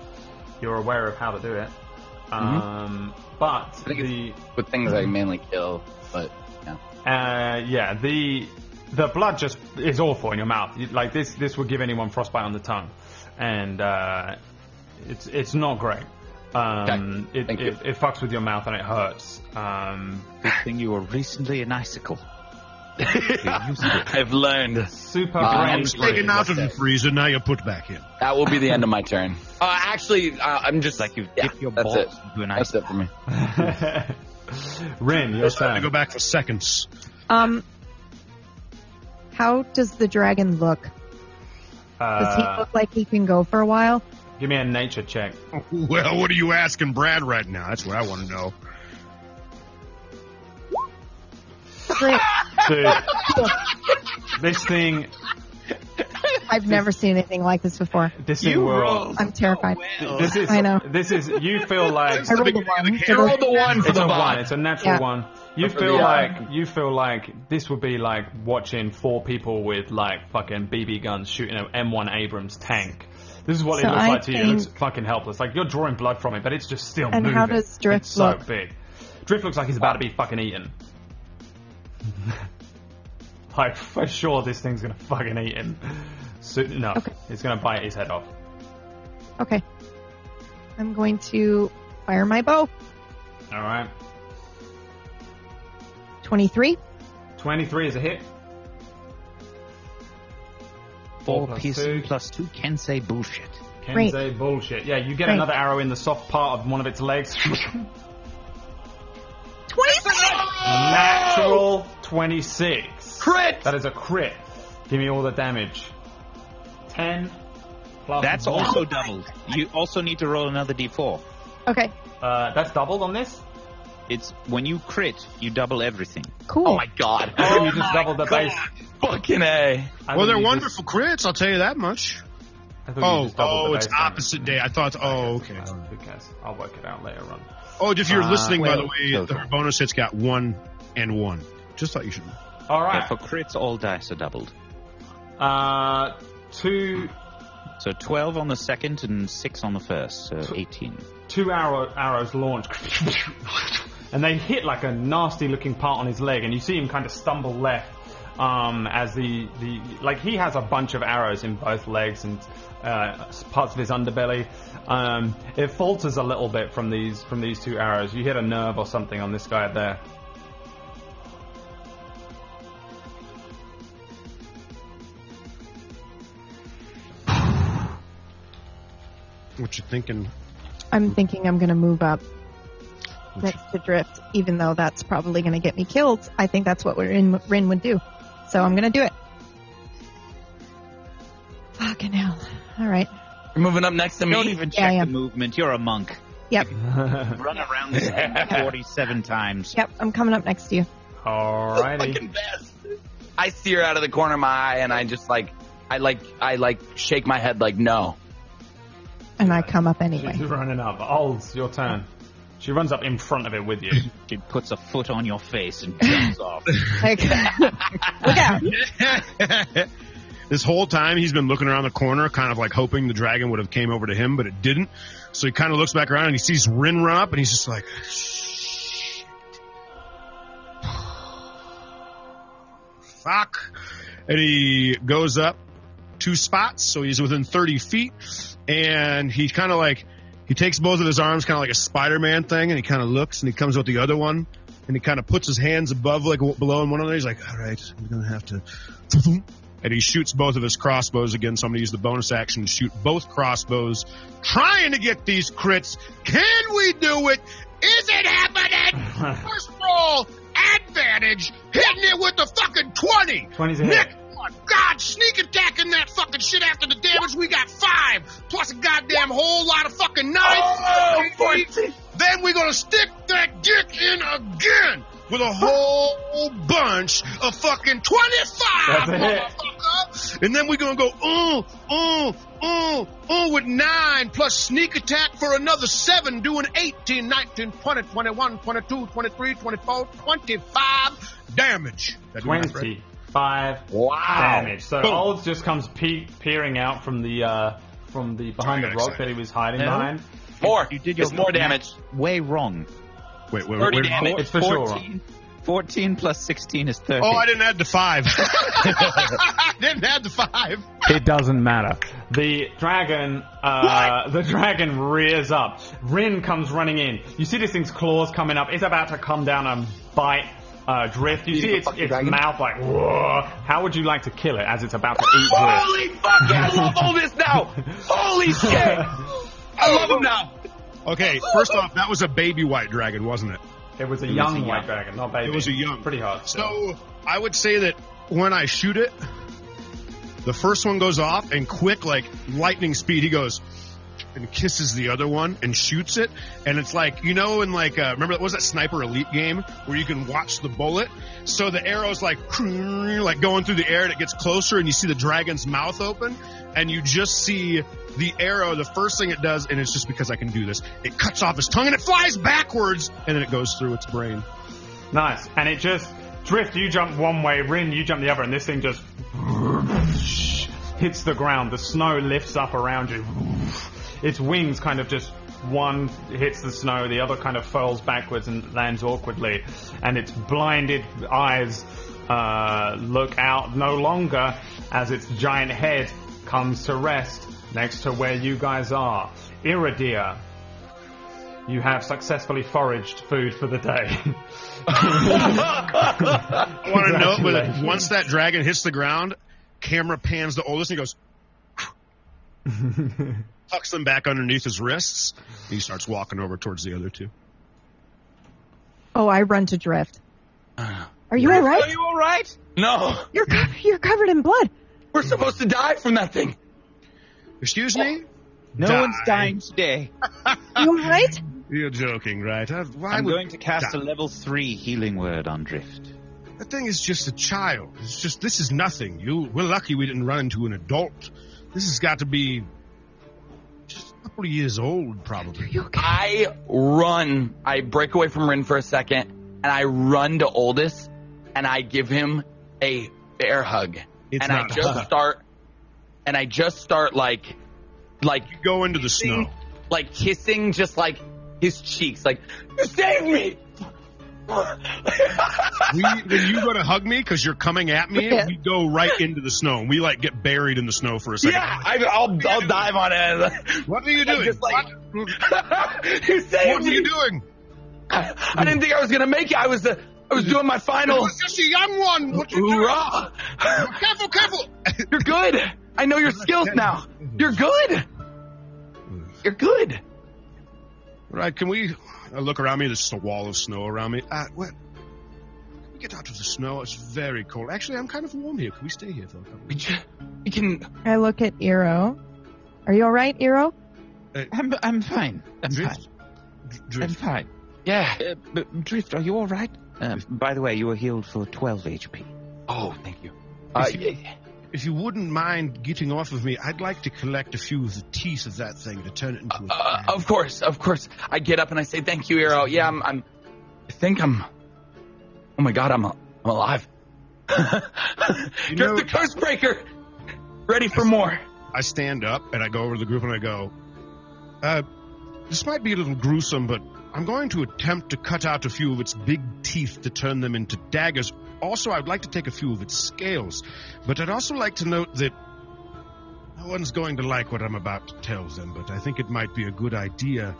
[SPEAKER 1] you're aware of how to do it um but
[SPEAKER 5] Mm-hmm. think
[SPEAKER 1] the
[SPEAKER 5] With things I mainly kill, but yeah.
[SPEAKER 1] Uh, yeah, the the blood just is awful in your mouth. You- Like this, this would give anyone frostbite on the tongue, and uh, it's it's not great. Um,
[SPEAKER 5] Okay,
[SPEAKER 1] it,
[SPEAKER 5] thank
[SPEAKER 1] it, it fucks with your mouth and it hurts. Um,
[SPEAKER 4] Good thing you were recently an icicle.
[SPEAKER 5] I've learned.
[SPEAKER 1] super
[SPEAKER 5] Uh,
[SPEAKER 1] brain
[SPEAKER 5] I'm just
[SPEAKER 1] freeze.
[SPEAKER 3] Taken out of the freezer. Now you put back in.
[SPEAKER 5] That will be the end of my turn. Uh, actually, uh, I'm just like you. Yeah,
[SPEAKER 4] Dip your
[SPEAKER 5] that's
[SPEAKER 4] balls
[SPEAKER 5] it.
[SPEAKER 4] into an
[SPEAKER 5] That's
[SPEAKER 4] icicle.
[SPEAKER 5] it for me.
[SPEAKER 1] Rin, your
[SPEAKER 3] It's time to go
[SPEAKER 1] turn.
[SPEAKER 3] back for seconds.
[SPEAKER 2] Um How does the dragon look? Does he
[SPEAKER 1] Uh,
[SPEAKER 2] look like he can go for a while?
[SPEAKER 1] give me a nature check.
[SPEAKER 3] Well, what are you asking Brad right now? That's what I want to know.
[SPEAKER 2] Great.
[SPEAKER 1] Dude, this thing,
[SPEAKER 2] I've never seen anything like this before.
[SPEAKER 1] this thing will.
[SPEAKER 2] I'm terrified.
[SPEAKER 1] This is.
[SPEAKER 2] I know.
[SPEAKER 1] This is. You feel like
[SPEAKER 2] I rolled a one.
[SPEAKER 5] You rolled the one for
[SPEAKER 1] it's
[SPEAKER 5] the
[SPEAKER 1] a one.
[SPEAKER 5] bot.
[SPEAKER 1] It's a natural
[SPEAKER 2] Yeah.
[SPEAKER 1] one. You
[SPEAKER 5] For
[SPEAKER 1] feel
[SPEAKER 5] the, uh,
[SPEAKER 1] like you feel like this would be like watching four people with like fucking BB guns shooting an M1 Abrams tank. This is what
[SPEAKER 2] So
[SPEAKER 1] it looks
[SPEAKER 2] I
[SPEAKER 1] like to you. It looks
[SPEAKER 2] think-
[SPEAKER 1] fucking helpless. Like you're drawing blood from it, but it's just still
[SPEAKER 2] And
[SPEAKER 1] moving.
[SPEAKER 2] how does Drift
[SPEAKER 1] it's so
[SPEAKER 2] look?
[SPEAKER 1] big. Drift looks like he's about to be fucking eaten. like for sure, this thing's gonna fucking eat him. So, no,
[SPEAKER 2] Okay.
[SPEAKER 1] it's gonna bite his head off.
[SPEAKER 2] Okay. I'm going to fire my bow.
[SPEAKER 1] All right.
[SPEAKER 2] 23.
[SPEAKER 1] 23 is a hit.
[SPEAKER 7] Four
[SPEAKER 1] plus
[SPEAKER 7] piece
[SPEAKER 1] two.
[SPEAKER 7] plus two can say bullshit.
[SPEAKER 2] Great.
[SPEAKER 1] Ken's a bullshit. Yeah, you get
[SPEAKER 2] Great.
[SPEAKER 1] another arrow in the soft part of one of its legs.
[SPEAKER 2] 26!
[SPEAKER 1] Natural 26.
[SPEAKER 5] Crit!
[SPEAKER 1] That is a crit. Give me all the damage. 10 plus
[SPEAKER 7] That's
[SPEAKER 1] one.
[SPEAKER 7] also doubled. You also need to roll another d4.
[SPEAKER 2] Okay,
[SPEAKER 1] Uh, that's doubled on this?
[SPEAKER 7] It's when you crit, you double everything.
[SPEAKER 2] cool.
[SPEAKER 5] Oh my god.
[SPEAKER 1] Oh, you just doubled the base.
[SPEAKER 5] Fucking A.
[SPEAKER 1] I thought
[SPEAKER 3] well, they're
[SPEAKER 1] you just-
[SPEAKER 3] wonderful crits, I'll tell you that much.
[SPEAKER 1] I thought you
[SPEAKER 3] Oh,
[SPEAKER 1] just doubled
[SPEAKER 3] oh,
[SPEAKER 1] the
[SPEAKER 3] it's
[SPEAKER 1] base damage.
[SPEAKER 3] opposite day. I thought, oh, okay.
[SPEAKER 1] Well, Who cares? I'll work it out later on.
[SPEAKER 3] Oh, if you're
[SPEAKER 1] Uh,
[SPEAKER 3] listening, by the
[SPEAKER 1] well,
[SPEAKER 3] way, the bonus hits got one and one. Just thought you should.
[SPEAKER 1] All
[SPEAKER 7] Yeah,
[SPEAKER 1] right.
[SPEAKER 7] for crits, all dice are doubled.
[SPEAKER 1] Uh, two
[SPEAKER 7] So 12 on the second and 6 on the first, so 18.
[SPEAKER 1] two arrow, arrows launched, and they hit like a nasty looking part on his leg, and you see him kind of stumble left. Um, as the, the like he has a bunch of arrows in both legs and uh, parts of his underbelly. Um, it falters a little bit from these from these two arrows. You hit a nerve or something on this guy there.
[SPEAKER 3] What you thinking?
[SPEAKER 2] I'm thinking I'm going to move up next to Drift, even though that's probably going to get me killed. I think that's what Rin, Rin would do. So I'm going to do it. Fucking hell. All right.
[SPEAKER 5] You're moving up next to me.
[SPEAKER 7] Don't even
[SPEAKER 2] Yeah,
[SPEAKER 7] check
[SPEAKER 2] yeah.
[SPEAKER 7] the movement. You're a monk. Run around this thing 47 times.
[SPEAKER 2] Yep, I'm coming up next to you.
[SPEAKER 1] Alrighty.
[SPEAKER 5] Fucking best. I see her out of the corner of my eye and I just like I like I like shake my head like no.
[SPEAKER 2] And I come up anyway.
[SPEAKER 1] She's running up. Olds, your turn. She runs up in front of it with you.
[SPEAKER 7] It puts a foot on your face and jumps off.
[SPEAKER 2] Like, look out.
[SPEAKER 3] this whole time he's been looking around the corner, kind of like hoping the dragon would have came over to him, but it didn't. So he kind of looks back around and he sees Rin run up, and he's just like, "Fuck!" And he goes up two spots, so he's within thirty feet, and he kind of like he takes both of his arms, kind of like a Spider-Man thing, and he kind of looks and he comes with the other one. And he kind of puts his hands above, like w- below, and one another. He's like, "All right, I'm gonna have to." and he shoots both of his crossbows again. So I'm going to use the bonus action to shoot both crossbows, trying to get these crits. Can we do it? Is it happening? First roll, advantage, hitting it with the fucking 20.
[SPEAKER 1] 20's a hit.
[SPEAKER 3] Nick, oh God, sneak attacking that fucking shit after the damage. We got five, plus a goddamn whole lot of fucking nine.
[SPEAKER 1] Oh,
[SPEAKER 3] Then we're gonna stick that dick in again with a whole bunch of fucking 25,
[SPEAKER 1] That's it.
[SPEAKER 3] motherfucker. And then we're gonna go, oh, oh, oh, oh, with nine plus sneak attack for another seven, doing 18, 19, 20, 21, 22, 23, 24, 25 damage. That do my friend.
[SPEAKER 1] 25
[SPEAKER 5] Wow.
[SPEAKER 1] damage. So
[SPEAKER 3] Boom.
[SPEAKER 1] Olds just comes pe- peering out from the uh, from the behind the
[SPEAKER 3] Yeah,
[SPEAKER 1] rock
[SPEAKER 3] exactly.
[SPEAKER 1] that he was hiding
[SPEAKER 7] No.
[SPEAKER 1] behind.
[SPEAKER 5] More.
[SPEAKER 7] You did your
[SPEAKER 5] it's more damage.
[SPEAKER 7] Way wrong.
[SPEAKER 3] Wait, wait, wait.
[SPEAKER 5] 30
[SPEAKER 3] wait.
[SPEAKER 5] damage.
[SPEAKER 1] It's for sure.
[SPEAKER 7] 14, 14 plus 16 is 30.
[SPEAKER 3] Oh, I didn't add the five. I didn't add the five.
[SPEAKER 1] It doesn't matter. The dragon, uh, the dragon rears up. Rin comes running in. You see this thing's claws coming up. It's about to come down and bite. Uh, drift. You see its,
[SPEAKER 5] fucking
[SPEAKER 1] its
[SPEAKER 5] dragon.
[SPEAKER 1] mouth like, Whoa. how would you like to kill it as it's about to eat drift?
[SPEAKER 5] Holy fuck, I love all this now. Holy shit. I love him now.
[SPEAKER 3] Okay, first off, that was a baby white dragon, wasn't it?
[SPEAKER 1] It was a
[SPEAKER 7] was
[SPEAKER 1] young
[SPEAKER 7] a
[SPEAKER 1] white
[SPEAKER 7] young-
[SPEAKER 1] dragon, not baby.
[SPEAKER 3] It was a young.
[SPEAKER 1] Pretty hard.
[SPEAKER 3] So I would say that when I shoot it, the first one goes off and quick, like lightning speed, he goes and kisses the other one and shoots it. And it's like, you know, in like, uh, remember, what was that Sniper Elite game where you can watch the bullet? So the arrow's like, like going through the air and it gets closer and you see the dragon's mouth open and you just see the arrow. The first thing it does, and it's just because I can do this, it cuts off his tongue and it flies backwards and then it goes through its brain.
[SPEAKER 1] Nice. And it just drift. You jump one way, Rin. You jump the other, and this thing just hits the ground. The snow lifts up around you. Its wings kind of just one hits the snow, the other kind of furls backwards and lands awkwardly, and its blinded eyes uh, look out no longer as its giant head comes to rest next to where you guys are. Iridia, You have successfully foraged food for the day.
[SPEAKER 3] I want to know, but like,
[SPEAKER 1] Congratulations.
[SPEAKER 3] once that dragon hits the ground, camera pans to oldest and he goes, tucks them back underneath his wrists. And he starts walking over towards the other two.
[SPEAKER 2] Oh, I run to drift.
[SPEAKER 5] Uh,
[SPEAKER 2] Are you all right?
[SPEAKER 5] all right? No,
[SPEAKER 2] You're co- you're covered in blood.
[SPEAKER 5] we're supposed to die from that thing.
[SPEAKER 3] Excuse me?
[SPEAKER 4] No
[SPEAKER 3] Die.
[SPEAKER 4] one's dying today.
[SPEAKER 2] You all right?
[SPEAKER 3] You're joking, right? I, why
[SPEAKER 7] I'm
[SPEAKER 3] would,
[SPEAKER 7] going to cast a
[SPEAKER 3] die.
[SPEAKER 7] level three healing word on Drift.
[SPEAKER 3] That thing is just a child. It's just this is nothing. You we're lucky we didn't run into an adult. This has got to be just a couple of years old, probably.
[SPEAKER 2] You okay?
[SPEAKER 5] I run. I break away from Rin for a second, and I run to Oldest, and I give him a bear hug,
[SPEAKER 3] It's
[SPEAKER 5] and I
[SPEAKER 3] not a
[SPEAKER 5] just
[SPEAKER 3] hug.
[SPEAKER 5] start, and I just start like, like,
[SPEAKER 3] Go into the snow.
[SPEAKER 5] like kissing, just like his cheeks, like you saved me.
[SPEAKER 3] we, when you go to hug me because you're coming at me,
[SPEAKER 2] Yeah.
[SPEAKER 3] we go right into the snow and we like get buried in the snow for a second.
[SPEAKER 5] yeah, I, I'll I'll dive on it.
[SPEAKER 3] What are you
[SPEAKER 5] I'm
[SPEAKER 3] doing?
[SPEAKER 5] just like-
[SPEAKER 3] what,
[SPEAKER 5] you saved
[SPEAKER 3] what are
[SPEAKER 5] me.
[SPEAKER 3] you doing?
[SPEAKER 5] I, I didn't think I was gonna make it. I was uh, I was doing my final
[SPEAKER 3] It's just a young one. What you doing?
[SPEAKER 5] hoorah.
[SPEAKER 3] Careful, careful.
[SPEAKER 5] You're good. I know your skills now. You're good. You're good.
[SPEAKER 3] Right? Can we I look around me? There's just a wall of snow around me. Uh, what? Can we get out of the snow? It's very cold. Actually, I'm kind of warm here. Can we stay here for a couple?
[SPEAKER 5] We, ju- we can.
[SPEAKER 2] I look at Eero. Are you all right, Eero?
[SPEAKER 7] I'm, I'm fine. I'm
[SPEAKER 3] Drift? Dr-
[SPEAKER 7] fine. I'm
[SPEAKER 3] Drift.
[SPEAKER 7] fine.
[SPEAKER 5] Yeah.
[SPEAKER 7] Uh, but Drift, are you all right? Uh, by the way, you were healed for 12 HP.
[SPEAKER 5] Oh, thank you. Uh, yeah.
[SPEAKER 3] If you wouldn't mind getting off of me, I'd like to collect a few of the teeth of that thing to turn it into a.
[SPEAKER 5] uh, of course, of course. I get up and I say thank you, Arrow. Yeah, I'm. I'm I think I'm. Oh my God, I'm. al- I'm alive. Drift
[SPEAKER 3] know-
[SPEAKER 5] the curse breaker. Ready for more.
[SPEAKER 3] I stand up and I go over to the group and I go, uh, this might be a little gruesome, but I'm going to attempt to cut out a few of its big teeth to turn them into daggers. Also, I'd like to take a few of its scales, but I'd also like to note that no one's going to like what I'm about to tell them, but I think it might be a good idea.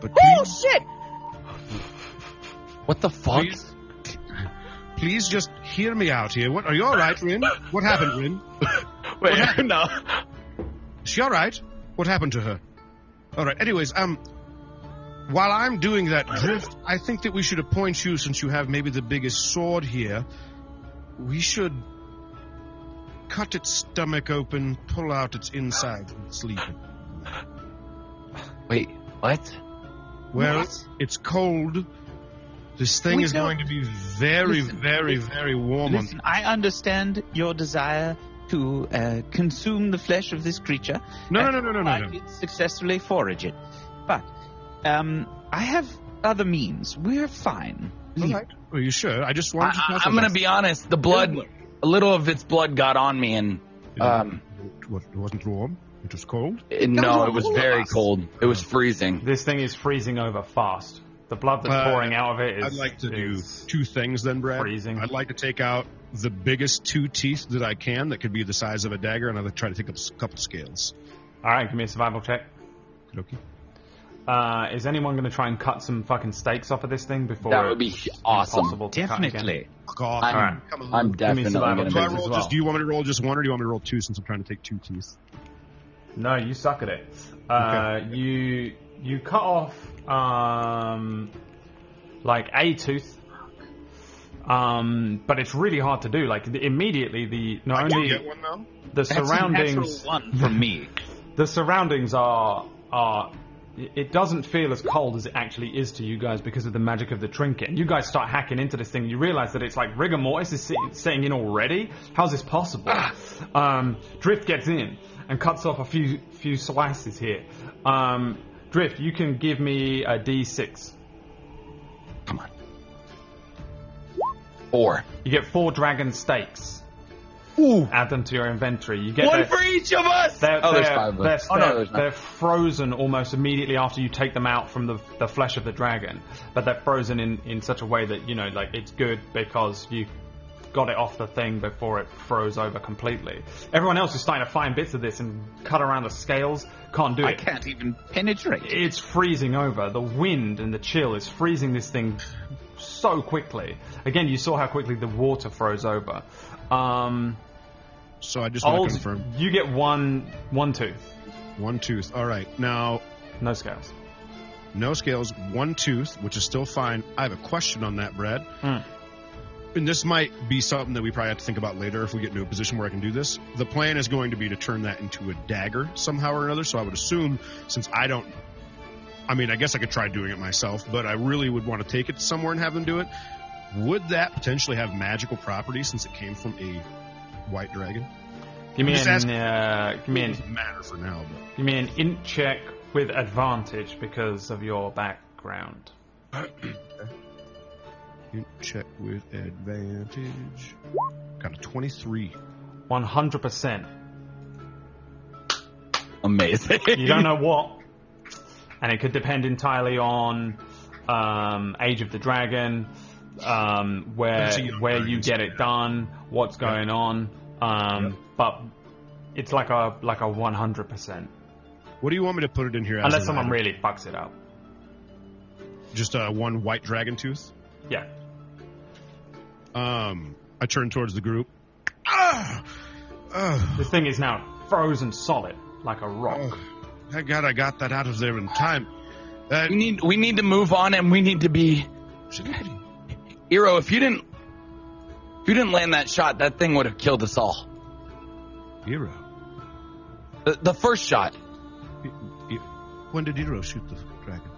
[SPEAKER 3] But
[SPEAKER 2] Oh
[SPEAKER 3] please,
[SPEAKER 2] shit!
[SPEAKER 5] What the fuck?
[SPEAKER 3] Please. please just hear me out here. What are you all right, Rin? What happened, Rin?
[SPEAKER 5] Wait, no.
[SPEAKER 3] Is she all right? What happened to her? All right. Anyways, um, while I'm doing that drift, I think that we should appoint you, since you have maybe the biggest sword here. We should cut its stomach open, pull out its insides, and sleep. it.
[SPEAKER 5] Wait, what?
[SPEAKER 3] Well, it's cold. This thing
[SPEAKER 7] We
[SPEAKER 3] is
[SPEAKER 7] don't-
[SPEAKER 3] going to be very,
[SPEAKER 7] Listen,
[SPEAKER 3] very, very warm.
[SPEAKER 7] Listen, I understand your desire to uh, consume the flesh of this creature.
[SPEAKER 3] on... No, no, no, no, no,
[SPEAKER 7] I
[SPEAKER 3] no, no.
[SPEAKER 7] did successfully forage it, but um, I have other means. We're fine.
[SPEAKER 3] All
[SPEAKER 7] Leave.
[SPEAKER 3] right. Are you sure? I just wanted
[SPEAKER 5] I,
[SPEAKER 3] to.
[SPEAKER 5] am gonna be honest. The blood, a little of its blood, got on me, and um,
[SPEAKER 3] It wa- it wasn't warm. It was cold.
[SPEAKER 5] it- no,
[SPEAKER 3] on
[SPEAKER 5] it was
[SPEAKER 3] all of
[SPEAKER 5] very
[SPEAKER 3] us.
[SPEAKER 5] cold. It was freezing.
[SPEAKER 1] this thing is freezing over fast. The blood that's
[SPEAKER 3] Uh,
[SPEAKER 1] pouring out of it is.
[SPEAKER 3] I'd like to do
[SPEAKER 1] is-
[SPEAKER 3] two things then, Brad.
[SPEAKER 1] freezing.
[SPEAKER 3] I'd like to take out the biggest two teeth that I can that could be the size of a dagger, and I'd like to try to take up a couple scales.
[SPEAKER 1] All right, give me a survival check.
[SPEAKER 3] Okay.
[SPEAKER 1] Uh, is anyone going to try and cut some fucking steaks off of this thing before?
[SPEAKER 5] That would be awesome.
[SPEAKER 1] Possible to cut again?
[SPEAKER 7] Definitely.
[SPEAKER 3] Fuck off.
[SPEAKER 5] I'm,
[SPEAKER 1] Alright.
[SPEAKER 3] Come on.
[SPEAKER 5] I'm
[SPEAKER 1] Give me
[SPEAKER 5] definitely
[SPEAKER 1] survival
[SPEAKER 5] gonna
[SPEAKER 3] do, I
[SPEAKER 5] do
[SPEAKER 1] checks.
[SPEAKER 5] this.
[SPEAKER 1] as
[SPEAKER 3] roll
[SPEAKER 1] well.
[SPEAKER 3] just, do you want me to roll just one, or do you want me to roll two since I'm trying to take two teeth?
[SPEAKER 1] No, you suck at it. Uh, You you cut off um, like a tooth, um, but it's really hard to do. Like the- immediately, the not
[SPEAKER 3] I can
[SPEAKER 1] only
[SPEAKER 3] get one though.
[SPEAKER 1] the
[SPEAKER 7] That's a natural
[SPEAKER 1] surroundings
[SPEAKER 7] one from me.
[SPEAKER 1] the surroundings are are it doesn't feel as cold as it actually is to you guys because of the magic of the trinket. And you guys start hacking into this thing. You realize that it's like rigor mortis is sit- setting in already. How's this possible? Um, Drift gets in and cuts off a few few slices here. Um, Drift, you can give me a d6.
[SPEAKER 5] Come on. Four.
[SPEAKER 1] You get four dragon steaks. Add them to your inventory. You get
[SPEAKER 5] One
[SPEAKER 1] their-
[SPEAKER 5] for each of us.
[SPEAKER 1] They're,
[SPEAKER 5] oh, there's
[SPEAKER 1] they're,
[SPEAKER 5] five of
[SPEAKER 1] they're,
[SPEAKER 5] us. Oh no,
[SPEAKER 1] they're-
[SPEAKER 5] there's
[SPEAKER 1] they're
[SPEAKER 5] not.
[SPEAKER 1] frozen almost immediately after you take them out from the, the flesh of the dragon. But they're frozen in, in such a way that, you know, like, it's good because you got it off the thing before it froze over completely. Everyone else is starting to find bits of this and cut around the scales. Can't do
[SPEAKER 7] I
[SPEAKER 1] it.
[SPEAKER 7] can't even penetrate.
[SPEAKER 1] It's freezing over. The wind and the chill is freezing this thing so quickly. Again, you saw how quickly the water froze over. Um,
[SPEAKER 3] So I just want
[SPEAKER 1] Old-
[SPEAKER 3] to confirm.
[SPEAKER 1] you get one one tooth,
[SPEAKER 3] One tooth. All right. Now,
[SPEAKER 1] no scales.
[SPEAKER 3] no scales, one tooth, which is still fine. I have a question on that, Brad.
[SPEAKER 1] Hmm.
[SPEAKER 3] And this might be something that we probably have to think about later if we get into a position where I can do this. The plan is going to be to turn that into a dagger somehow or another. So I would assume, since I don't, I mean, I guess I could try doing it myself, but I really would want to take it somewhere and have them do it. Would that potentially have magical properties since it came from a white dragon?
[SPEAKER 1] Give me
[SPEAKER 3] Just
[SPEAKER 1] an
[SPEAKER 3] ask-
[SPEAKER 1] uh, give me an
[SPEAKER 3] doesn't matter for now, but
[SPEAKER 1] give me an int check with advantage because of your background.
[SPEAKER 3] you check with advantage. Got a 23.
[SPEAKER 1] One hundred percent.
[SPEAKER 5] Amazing.
[SPEAKER 1] You don't know what, and it could depend entirely on um, age of the dragon, um, where
[SPEAKER 3] That's a young
[SPEAKER 1] where
[SPEAKER 3] dragon,
[SPEAKER 1] you get
[SPEAKER 3] so
[SPEAKER 1] it done, what's going on. Um, But it's like a like a one hundred percent,
[SPEAKER 3] What do you want me to put it in here? As
[SPEAKER 1] unless
[SPEAKER 3] an
[SPEAKER 1] someone
[SPEAKER 3] item?
[SPEAKER 1] really fucks it up.
[SPEAKER 3] just uh, one white dragon tooth.
[SPEAKER 1] Yeah.
[SPEAKER 3] Um, I turn towards the group. Ah! Ah!
[SPEAKER 1] This thing is now frozen solid like a rock.
[SPEAKER 3] Oh, thank God I got that out of there in time. Uh, That
[SPEAKER 5] we need we need to move on and we need to be Iro, if you didn't if you didn't land that shot, that thing would have killed us all.
[SPEAKER 3] Hero.
[SPEAKER 5] The, the first shot.
[SPEAKER 3] When did Hero shoot the dragon?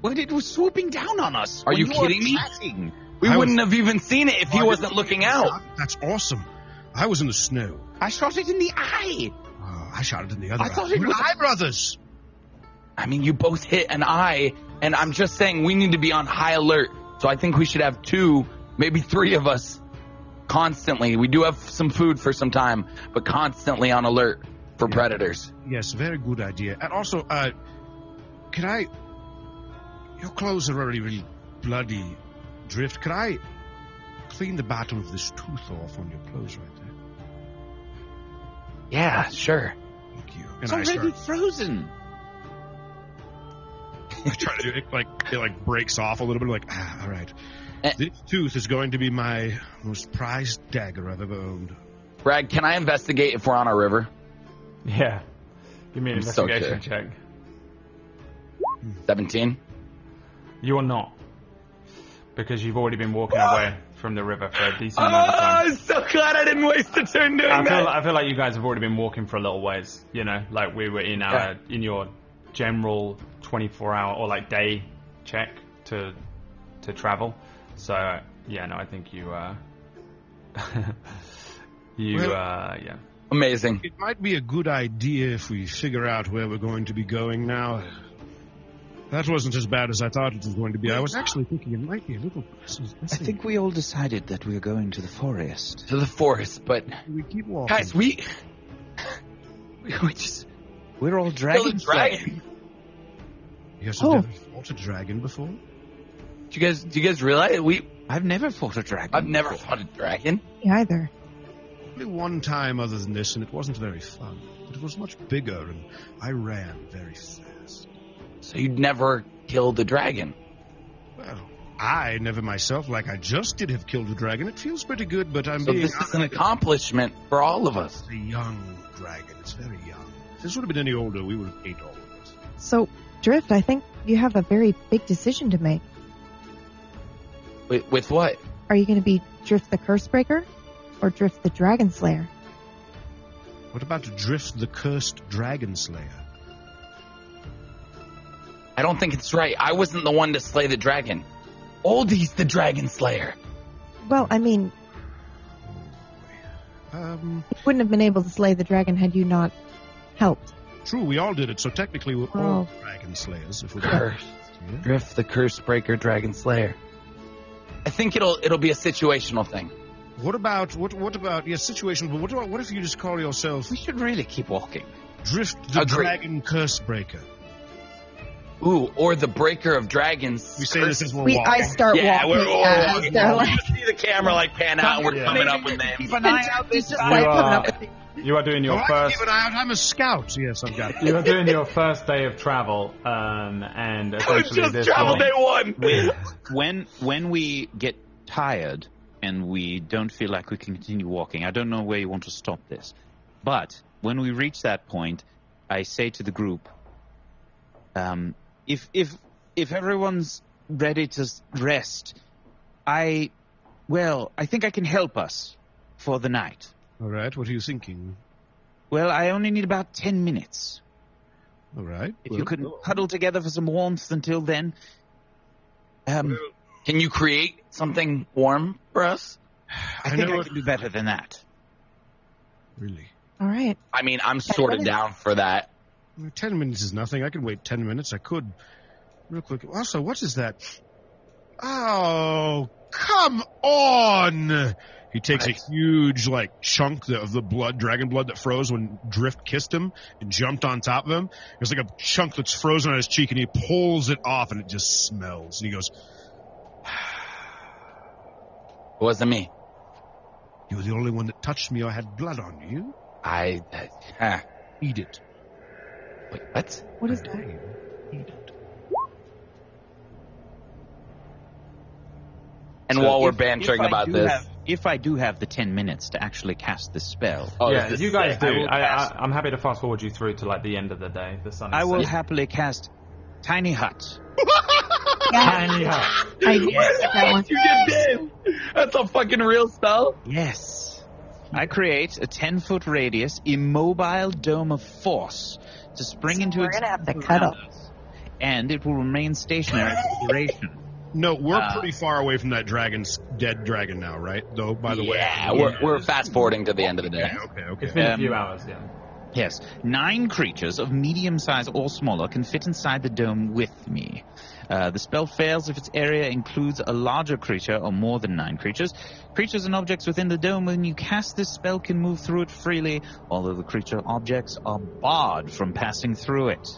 [SPEAKER 7] When it was swooping down on us.
[SPEAKER 5] Are
[SPEAKER 7] when
[SPEAKER 5] you
[SPEAKER 7] were
[SPEAKER 5] kidding me?
[SPEAKER 7] attacking.
[SPEAKER 5] We
[SPEAKER 3] I was-
[SPEAKER 5] wouldn't have even seen it if he wasn't looking out.
[SPEAKER 3] That's awesome. I was in the snow.
[SPEAKER 7] I shot it in the eye.
[SPEAKER 3] Oh, I shot it in the other.
[SPEAKER 7] I thought
[SPEAKER 3] eye.
[SPEAKER 7] it
[SPEAKER 3] We're
[SPEAKER 7] was-
[SPEAKER 3] eye brothers.
[SPEAKER 5] I mean, you both hit an eye, and I'm just saying we need to be on high alert. So I think we should have two, maybe three of us constantly. We do have some food for some time, but constantly on alert for predators.
[SPEAKER 3] Yes, very good idea. And also, uh, can I? Your clothes are already really bloody. Drift. Could I clean the bottom of this tooth off on your clothes right there?
[SPEAKER 5] Yeah, sure.
[SPEAKER 3] Thank you. And
[SPEAKER 7] It's
[SPEAKER 3] I
[SPEAKER 7] already
[SPEAKER 3] start
[SPEAKER 7] frozen.
[SPEAKER 3] trying to do it. Like it like breaks off a little bit. Like ah, all right.
[SPEAKER 5] Eh.
[SPEAKER 3] This tooth is going to be my most prized dagger I've ever owned.
[SPEAKER 5] Brad, can I investigate if we're on a river?
[SPEAKER 1] Yeah. Give me an
[SPEAKER 5] I'm so
[SPEAKER 1] investigation check.
[SPEAKER 5] 17.
[SPEAKER 1] You are not. Because you've already been walking away from the river for a decent amount Oh, of
[SPEAKER 7] Ah,
[SPEAKER 1] time.
[SPEAKER 5] so glad I didn't waste a turn doing
[SPEAKER 1] I feel, I feel like you guys have already been walking for a little ways. You know, like we were in our in your general 24 hour or like day check to to travel. So yeah, no, I think you uh you
[SPEAKER 3] Well-
[SPEAKER 1] uh yeah.
[SPEAKER 5] Amazing.
[SPEAKER 3] It might be a good idea if we figure out where we're going to be going now. That wasn't as bad as I thought it was going to be. I was actually thinking it might be a little.
[SPEAKER 7] I think we all decided that we were going to the forest.
[SPEAKER 5] To the forest, but
[SPEAKER 3] we keep walking.
[SPEAKER 5] guys, we we we just
[SPEAKER 7] We're all
[SPEAKER 5] killed a
[SPEAKER 7] dragon.
[SPEAKER 5] dragon.
[SPEAKER 3] you guys
[SPEAKER 2] Oh.
[SPEAKER 3] have never fought a dragon before?
[SPEAKER 5] Do you guys do you guys realize we
[SPEAKER 7] I've never fought a dragon.
[SPEAKER 5] I've never fought a dragon?
[SPEAKER 2] Me either.
[SPEAKER 3] Only one time other than this, and it wasn't very fun. But it was much bigger, and I ran very fast.
[SPEAKER 5] So you'd never killed a dragon.
[SPEAKER 3] Well, I never myself, like I just did, have killed a dragon. It feels pretty good, but I'm
[SPEAKER 5] So
[SPEAKER 3] being
[SPEAKER 5] this is an accomplishment for all of us.
[SPEAKER 3] It's a young dragon. It's very young. If this would have been any older, we would have ate all of it.
[SPEAKER 2] So, Drift, I think you have a very big decision to make.
[SPEAKER 5] With, with what?
[SPEAKER 2] Are you going to be Drift the Cursebreaker or Drift the Dragon Slayer?
[SPEAKER 3] What about Drift the Cursed Dragon Slayer?
[SPEAKER 5] I don't think it's right. I wasn't the one to slay the dragon. Oldie's the dragon slayer.
[SPEAKER 2] Well, I mean,
[SPEAKER 3] Um,
[SPEAKER 2] you wouldn't have been able to slay the dragon had you not helped.
[SPEAKER 3] true, we all did it, so technically we're all
[SPEAKER 7] Oh.
[SPEAKER 3] dragon slayers. If we're
[SPEAKER 5] Curse.
[SPEAKER 3] Yeah.
[SPEAKER 5] Griff the curse breaker dragon slayer. I think it'll it'll be a situational thing.
[SPEAKER 3] What about what? What about yes, situation? But what? About, what if you just call yourself
[SPEAKER 7] We should really keep walking.
[SPEAKER 3] Drift the
[SPEAKER 5] Agreed.
[SPEAKER 3] Dragon Curse Breaker?
[SPEAKER 5] Ooh, or the breaker of dragons.
[SPEAKER 3] We say this as we're
[SPEAKER 2] We,
[SPEAKER 3] walking.
[SPEAKER 2] I start
[SPEAKER 5] yeah,
[SPEAKER 2] walking.
[SPEAKER 5] we're all
[SPEAKER 2] yeah, I
[SPEAKER 5] walking.
[SPEAKER 2] start
[SPEAKER 5] You see the camera like pan out, and we're
[SPEAKER 3] Yeah.
[SPEAKER 5] coming up with names.
[SPEAKER 4] Keep an eye out
[SPEAKER 2] It's
[SPEAKER 4] this
[SPEAKER 2] just
[SPEAKER 4] time.
[SPEAKER 2] like
[SPEAKER 1] You
[SPEAKER 2] coming
[SPEAKER 1] are-
[SPEAKER 2] up with
[SPEAKER 1] You are doing
[SPEAKER 3] Oh,
[SPEAKER 1] your
[SPEAKER 3] I can
[SPEAKER 1] first.
[SPEAKER 3] keep an eye out. I'm a scout. Yes, I've got.
[SPEAKER 1] You are doing your first day of travel, um, and essentially
[SPEAKER 5] Just
[SPEAKER 1] this
[SPEAKER 5] travel
[SPEAKER 1] will-
[SPEAKER 5] day one.
[SPEAKER 1] will-
[SPEAKER 7] when when we get tired and we don't feel like we can continue walking, I don't know where you want to stop this, but when we reach that point, I say to the group, um, if if if everyone's ready to s- rest, I well, I think I can help us for the night.
[SPEAKER 3] All right. What are you thinking?
[SPEAKER 7] Well, I only need about ten minutes.
[SPEAKER 3] All right.
[SPEAKER 7] If
[SPEAKER 3] well,
[SPEAKER 7] you could huddle together for some warmth until then. Um,
[SPEAKER 5] Can you create something warm for us?
[SPEAKER 7] I
[SPEAKER 3] I
[SPEAKER 7] think
[SPEAKER 3] know
[SPEAKER 7] I
[SPEAKER 3] what-
[SPEAKER 7] can do better than that.
[SPEAKER 3] Really.
[SPEAKER 2] All right.
[SPEAKER 5] I mean, I'm sort of down for that.
[SPEAKER 3] Ten minutes is nothing. I could wait ten minutes. I could. Real quick. Also, what is that? Oh, come on! He takes a huge, like, chunk the- of the blood, dragon blood that froze when Drift kissed him and jumped on top of him. There's like a chunk that's frozen on his cheek, and he pulls it off, and it just smells. And he goes,
[SPEAKER 5] It wasn't me.
[SPEAKER 3] "You were the only one that touched me or had blood on you.
[SPEAKER 5] I. Uh, huh.
[SPEAKER 3] Eat it."
[SPEAKER 5] Wait, what?
[SPEAKER 2] What is that?
[SPEAKER 5] And
[SPEAKER 7] So
[SPEAKER 5] while we're
[SPEAKER 7] if-
[SPEAKER 5] bantering
[SPEAKER 7] if I
[SPEAKER 5] about
[SPEAKER 7] do
[SPEAKER 5] this,
[SPEAKER 7] have- if I do have the ten minutes to actually cast this spell,
[SPEAKER 5] oh,
[SPEAKER 1] yeah,
[SPEAKER 5] this is
[SPEAKER 1] you guys
[SPEAKER 5] sick.
[SPEAKER 1] do.
[SPEAKER 5] I will
[SPEAKER 1] I,
[SPEAKER 5] cast-
[SPEAKER 1] I, I'm happy to fast forward you through to like the end of the day. The sun. Is
[SPEAKER 7] I will
[SPEAKER 1] setting.
[SPEAKER 7] happily cast Tiny Hut.
[SPEAKER 2] Yeah,
[SPEAKER 1] Tiny hut.
[SPEAKER 2] I knew that one.
[SPEAKER 5] You just did. That's a fucking real spell.
[SPEAKER 7] Yes. I create a ten foot radius immobile dome of force to spring
[SPEAKER 2] So
[SPEAKER 7] into
[SPEAKER 2] we're
[SPEAKER 7] existence
[SPEAKER 2] gonna have to cut
[SPEAKER 7] around us, and it will remain stationary for the duration.
[SPEAKER 3] No, we're
[SPEAKER 5] Ah.
[SPEAKER 7] Uh,
[SPEAKER 3] pretty far away from that dragon's dead dragon now, right? Though, by the way,
[SPEAKER 5] yeah, we're, we're fast forwarding to the end of the day.
[SPEAKER 3] Yeah, okay, okay.
[SPEAKER 1] It's been a
[SPEAKER 7] Um,
[SPEAKER 1] few hours. Yeah.
[SPEAKER 7] Yes, nine creatures of medium size or smaller can fit inside the dome with me. Uh, the spell fails if its area includes a larger creature or more than nine creatures. Creatures and objects within the dome, when you cast this spell, can move through it freely, although the creature objects are barred from passing through it.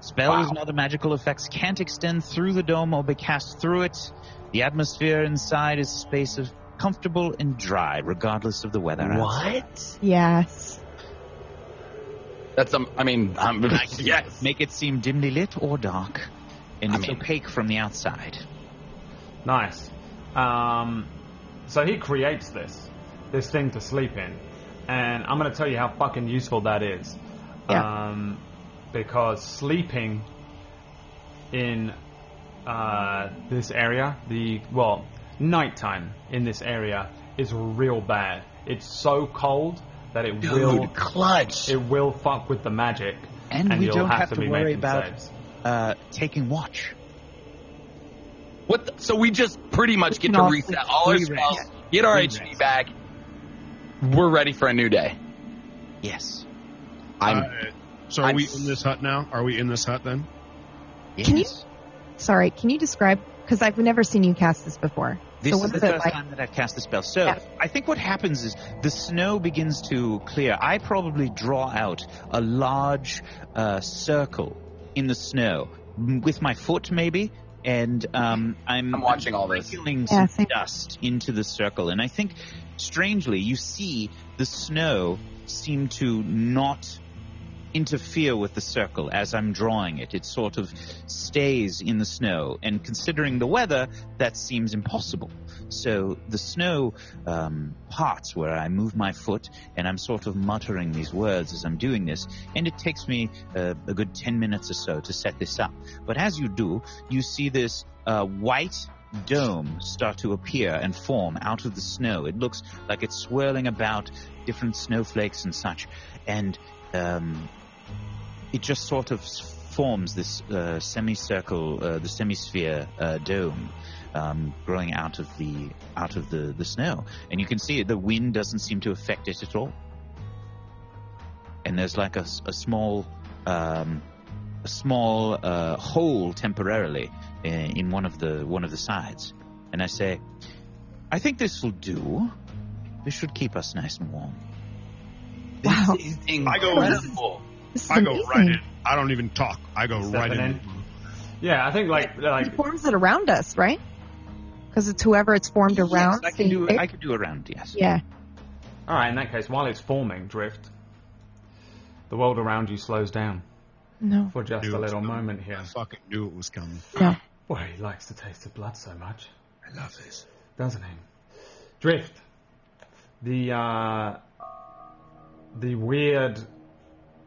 [SPEAKER 7] Spells and other magical effects can't extend through the dome or be cast through it. The atmosphere inside is space of comfortable and dry, regardless of the weather. outside.
[SPEAKER 5] What?
[SPEAKER 2] Yes.
[SPEAKER 5] That's um. I mean, I'm yes.
[SPEAKER 7] Make it seem dimly lit or dark, and
[SPEAKER 5] I
[SPEAKER 7] it's
[SPEAKER 5] mean-
[SPEAKER 7] opaque from the outside.
[SPEAKER 1] Nice. Um, so he creates this, this thing to sleep in, and I'm gonna tell you how fucking useful that is.
[SPEAKER 2] Yeah.
[SPEAKER 1] Um, because sleeping in uh, this area, the well, nighttime in this area is real bad. It's so cold that it will
[SPEAKER 5] Dude, clutch.
[SPEAKER 1] it will fuck with the magic,
[SPEAKER 7] And we
[SPEAKER 1] you'll
[SPEAKER 7] don't
[SPEAKER 1] have,
[SPEAKER 7] have
[SPEAKER 1] to,
[SPEAKER 7] to
[SPEAKER 1] be
[SPEAKER 7] worry
[SPEAKER 1] making
[SPEAKER 7] about-
[SPEAKER 1] saves.
[SPEAKER 7] Uh, taking watch.
[SPEAKER 5] What? The, so we just pretty much get
[SPEAKER 2] can
[SPEAKER 5] to
[SPEAKER 2] all
[SPEAKER 5] reset
[SPEAKER 2] sleep
[SPEAKER 5] all our
[SPEAKER 7] free
[SPEAKER 5] spells,
[SPEAKER 7] rest.
[SPEAKER 5] get our
[SPEAKER 7] Free
[SPEAKER 5] HP
[SPEAKER 7] rest.
[SPEAKER 5] back. We're ready for a new day.
[SPEAKER 7] Yes.
[SPEAKER 5] I'm.
[SPEAKER 3] Uh, so are
[SPEAKER 5] I'm
[SPEAKER 3] we
[SPEAKER 5] s-
[SPEAKER 3] in this hut now? Are we in this hut then?
[SPEAKER 7] yes.
[SPEAKER 2] Can you- Sorry, can you describe? Because I've never seen you cast this before.
[SPEAKER 7] This
[SPEAKER 2] so
[SPEAKER 7] is
[SPEAKER 2] what
[SPEAKER 7] the
[SPEAKER 2] is it
[SPEAKER 7] first
[SPEAKER 2] like?
[SPEAKER 7] time that I've cast the spell. So
[SPEAKER 2] Yeah.
[SPEAKER 7] I think what happens is the snow begins to clear. I probably draw out a large uh, circle in the snow m- with my foot, maybe, and um, I'm,
[SPEAKER 5] I'm watching all this.
[SPEAKER 7] sprinkling
[SPEAKER 2] Yeah,
[SPEAKER 7] some
[SPEAKER 2] same.
[SPEAKER 7] dust into the circle. And I think, strangely, you see the snow seem to not interfere with the circle as I'm drawing it. It sort of stays in the snow. And considering the weather, that seems impossible. So the snow um, parts where I move my foot, and I'm sort of muttering these words as I'm doing this. And it takes me uh, a good 10 minutes or so to set this up. But as you do, you see this uh, white dome start to appear and form out of the snow. It looks like it's swirling about different snowflakes and such. And um, it just sort of s- forms this uh, semicircle, uh, the semisphere uh, dome, um, growing out of the out of the, the snow, and you can see it. The wind doesn't seem to affect it at all, and there's like a, s- a small um, a small uh, hole temporarily uh, in, in one of the one of the sides, and I say, I think this will do. This should keep us nice and warm.
[SPEAKER 2] Wow.
[SPEAKER 5] This is
[SPEAKER 3] I go-
[SPEAKER 5] incredible.
[SPEAKER 2] This is
[SPEAKER 3] I go
[SPEAKER 2] amazing.
[SPEAKER 3] right in. I don't even talk. I go
[SPEAKER 1] Stepping
[SPEAKER 3] right in.
[SPEAKER 1] in. Yeah, I think like like
[SPEAKER 2] It forms it around us, right? Because it's whoever it's formed around.
[SPEAKER 7] Yes, I
[SPEAKER 2] so
[SPEAKER 7] can
[SPEAKER 2] you
[SPEAKER 7] do.
[SPEAKER 2] pick.
[SPEAKER 7] I can do around. Yes.
[SPEAKER 2] yeah.
[SPEAKER 1] all right. In that case, while it's forming drift, the world around you slows down
[SPEAKER 2] No.
[SPEAKER 1] for just
[SPEAKER 3] Dude,
[SPEAKER 1] a little
[SPEAKER 3] it's-
[SPEAKER 1] moment here.
[SPEAKER 3] I fucking knew it was coming.
[SPEAKER 2] No.
[SPEAKER 1] Well, he likes the taste of blood so much,
[SPEAKER 3] I love this.
[SPEAKER 1] doesn't he? Drift. The uh, the weird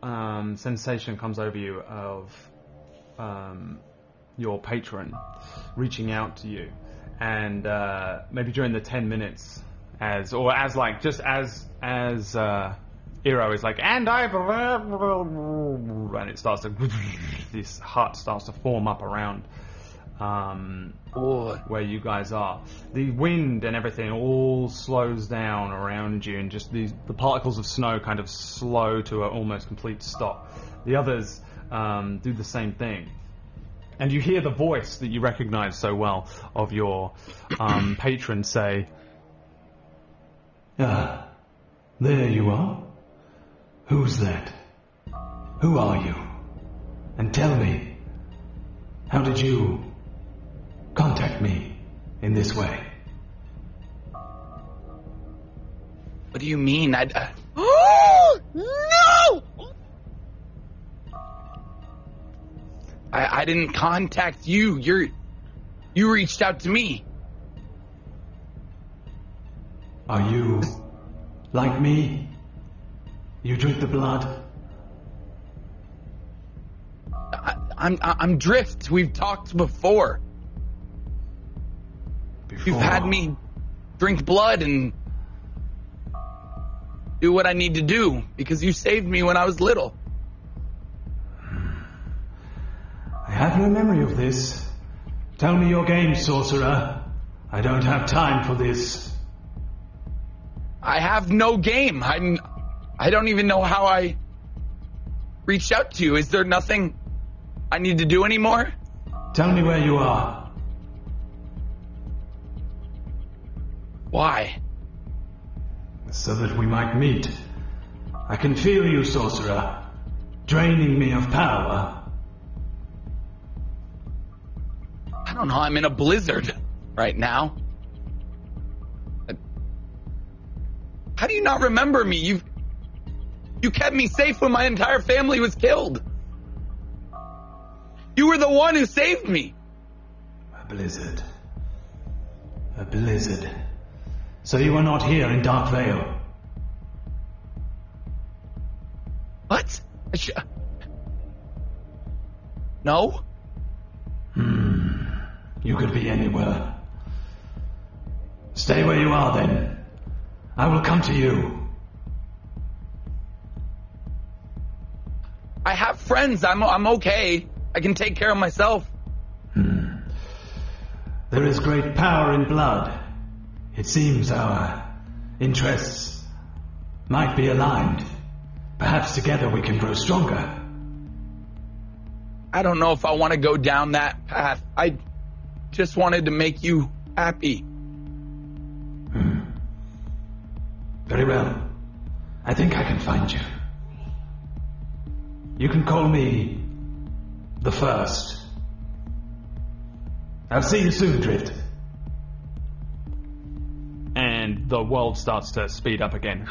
[SPEAKER 1] um, sensation comes over you of um, your patron reaching out to you, and uh, maybe during the ten minutes, as or as like just as as uh, Iro is like, and I, and it starts to this heart starts to form up around. Um, where you guys are, the wind and everything all slows down around you, and just these the particles of snow kind of slow to an almost complete stop. The others um, do the same thing and you hear the voice that you recognize so well of your um, patron say,
[SPEAKER 9] Ah, there you are. Who's that? Who are you? And tell me, how did you contact me in this way?
[SPEAKER 5] What do you mean? I, uh,
[SPEAKER 2] no!
[SPEAKER 5] I I didn't contact you. You're you reached out to me.
[SPEAKER 9] Are you like me? You drink the blood?
[SPEAKER 5] I, I'm I- I'm Drift. We've talked before.
[SPEAKER 9] Before.
[SPEAKER 5] You've had me drink blood and do what I need to do because you saved me when I was little.
[SPEAKER 9] I have no memory of this. Tell me your game, sorcerer. I don't have time for this.
[SPEAKER 5] I have no game. I'm I don't even know how I reached out to you. Is there nothing I need to do anymore?
[SPEAKER 9] Tell me where you are.
[SPEAKER 5] Why?
[SPEAKER 9] so that we might meet. I can feel you, sorcerer, draining me of power.
[SPEAKER 5] I don't know. I'm in a blizzard right now. How do you not remember me? You You kept me safe when my entire family was killed. You were the one who saved me.
[SPEAKER 9] A blizzard. A blizzard. So you are not here in Dark Vale.
[SPEAKER 5] What? I sh- No?
[SPEAKER 9] You could be anywhere. Stay where you are then. I will come to you.
[SPEAKER 5] I have friends. I'm I'm okay. I can take care of myself.
[SPEAKER 9] There is great power in blood. It seems our interests might be aligned. Perhaps together we can grow stronger.
[SPEAKER 5] I don't know if I want to go down that path. I just wanted to make you happy.
[SPEAKER 9] Very well. I think I can find you. You can call me the first. I'll see you soon, Drift.
[SPEAKER 1] and the world starts to speed up again.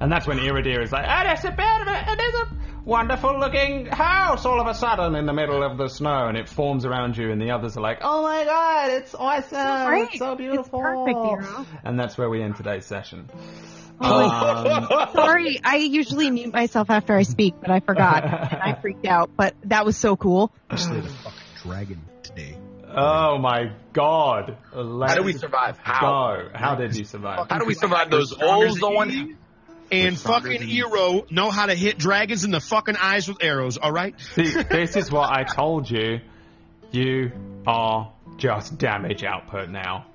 [SPEAKER 1] And that's when Iridir is like, "Ah, that's a bit of a, it is a wonderful looking house all of a sudden in the middle of the snow, and it forms around you, and the others are like, oh my god, it's awesome,
[SPEAKER 2] great.
[SPEAKER 1] it's so
[SPEAKER 2] It's
[SPEAKER 1] beautiful.
[SPEAKER 2] perfect, Iro.
[SPEAKER 1] and that's where we end today's session.
[SPEAKER 7] Uh,
[SPEAKER 1] Um,
[SPEAKER 2] Oh, Sorry, I usually mute myself after I speak, but I forgot and I freaked out. But that was so cool.
[SPEAKER 3] I slayed a fucking dragon today.
[SPEAKER 1] Oh my god.
[SPEAKER 5] How do we survive? How?
[SPEAKER 1] Go. How did you survive?
[SPEAKER 5] How do we survive those holes on?
[SPEAKER 3] And fucking Eero know how to hit dragons in the fucking eyes with arrows, alright?
[SPEAKER 1] See, this is what I told you. You are just damage output now.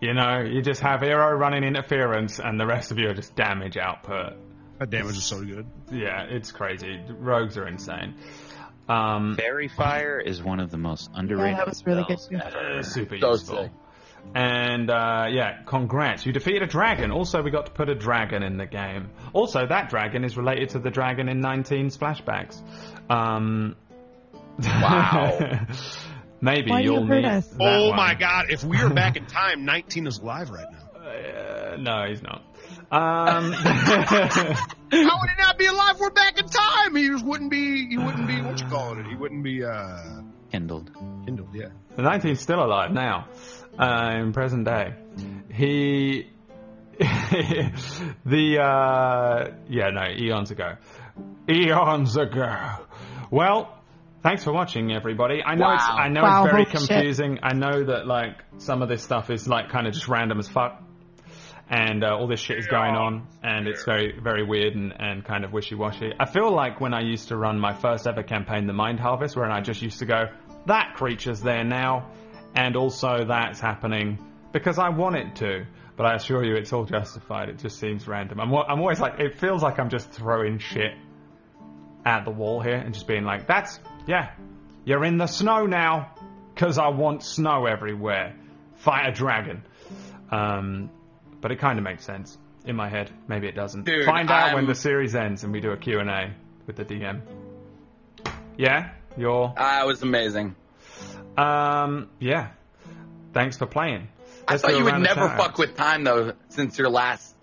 [SPEAKER 1] You know, you just have Hero running interference, and the rest of you are just damage output.
[SPEAKER 3] That damage is so good.
[SPEAKER 1] Yeah, it's crazy. Rogues are insane. Um,
[SPEAKER 7] Fairy fire is one of the most underrated.
[SPEAKER 2] Yeah, that was really good
[SPEAKER 7] spells
[SPEAKER 2] too.
[SPEAKER 1] uh, super
[SPEAKER 5] So
[SPEAKER 1] useful.
[SPEAKER 5] sick.
[SPEAKER 1] And uh, yeah, congrats! You defeated a dragon. Also, we got to put a dragon in the game. Also, that dragon is related to the dragon in 19's flashbacks. Um,
[SPEAKER 5] Wow.
[SPEAKER 1] Maybe
[SPEAKER 2] Why do you
[SPEAKER 1] you'll
[SPEAKER 2] hurt
[SPEAKER 1] need.
[SPEAKER 2] us?
[SPEAKER 1] that
[SPEAKER 3] Oh
[SPEAKER 1] one.
[SPEAKER 3] my god, if we are back in time, 19 is live right now.
[SPEAKER 1] Uh, no, he's not. Um,
[SPEAKER 3] How would he not be alive? We're back in time. He just wouldn't be. He wouldn't be. What you calling it? He wouldn't be. uh
[SPEAKER 7] Handled.
[SPEAKER 3] Kindled. Yeah.
[SPEAKER 1] the 19's still alive now, uh, in present day. He, the uh, yeah, no, eons ago, eons ago. Well, thanks for watching, everybody. I know it's
[SPEAKER 5] Wow.
[SPEAKER 1] I know
[SPEAKER 2] Wow,
[SPEAKER 1] it's very
[SPEAKER 2] holy shit.
[SPEAKER 1] confusing. I know that like some of this stuff is like kind of just random as fuck. and uh, all this shit is going on, and it's very, very weird and, and kind of wishy-washy. I feel like when I used to run my first ever campaign, The Mind Harvest, where I just used to go, that creature's there now, and also that's happening because I want it to. But I assure you, it's all justified. It just seems random. I'm, wa- I'm always like, it feels like I'm just throwing shit at the wall here and just being like, that's, yeah, you're in the snow now, 'cause I want snow everywhere. Fight a dragon. Um, but it kind of makes sense in my head. Maybe it doesn't.
[SPEAKER 5] Dude,
[SPEAKER 1] Find out when
[SPEAKER 5] I'm-
[SPEAKER 1] the series ends and we do a Q&A with the DM. Yeah, you're.
[SPEAKER 5] Ah, it was amazing.
[SPEAKER 1] Um, yeah. Thanks for playing.
[SPEAKER 5] I
[SPEAKER 1] Let's
[SPEAKER 5] thought
[SPEAKER 1] do a
[SPEAKER 5] you would
[SPEAKER 1] round of
[SPEAKER 5] never
[SPEAKER 1] shout-outs.
[SPEAKER 5] fuck with time though, since your last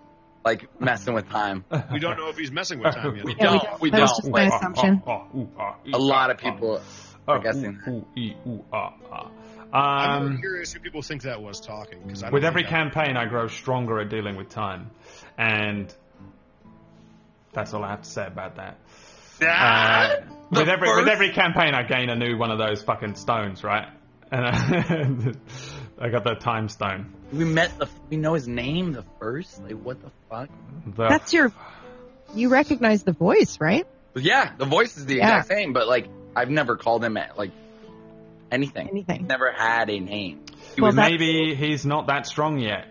[SPEAKER 5] like messing with time.
[SPEAKER 3] We don't know if he's messing with time yet.
[SPEAKER 5] We
[SPEAKER 2] Yeah, we
[SPEAKER 5] don't. We
[SPEAKER 2] That
[SPEAKER 5] don't.
[SPEAKER 2] was just my
[SPEAKER 5] Like,
[SPEAKER 2] assumption.
[SPEAKER 1] Ah, ah, ooh, ah, ee,
[SPEAKER 5] a lot of
[SPEAKER 1] ah, ah.
[SPEAKER 5] people.
[SPEAKER 1] Ah,
[SPEAKER 5] are guessing
[SPEAKER 1] ooh, ooh, ee, ooh, ah, ah.
[SPEAKER 3] I'm really
[SPEAKER 1] Um,
[SPEAKER 3] curious who people think that was talking because
[SPEAKER 1] with every campaign, I grow stronger at dealing with time, and that's all I have to say about that. Uh,
[SPEAKER 5] Ah! The
[SPEAKER 1] with every with
[SPEAKER 5] first-
[SPEAKER 1] every campaign, I gain a new one of those fucking stones, right? And I, I got the time stone.
[SPEAKER 5] We met the. We know his name the first. Like what the fuck?
[SPEAKER 3] Oh.
[SPEAKER 1] The-
[SPEAKER 2] That's your. You recognize the voice, right?
[SPEAKER 5] But yeah, the voice is the
[SPEAKER 2] Yeah.
[SPEAKER 5] exact same, but like I've never called him at like anything.
[SPEAKER 2] Anything.
[SPEAKER 5] Never had a name. He
[SPEAKER 2] Well,
[SPEAKER 5] was-
[SPEAKER 2] that-
[SPEAKER 1] maybe he's not that strong yet.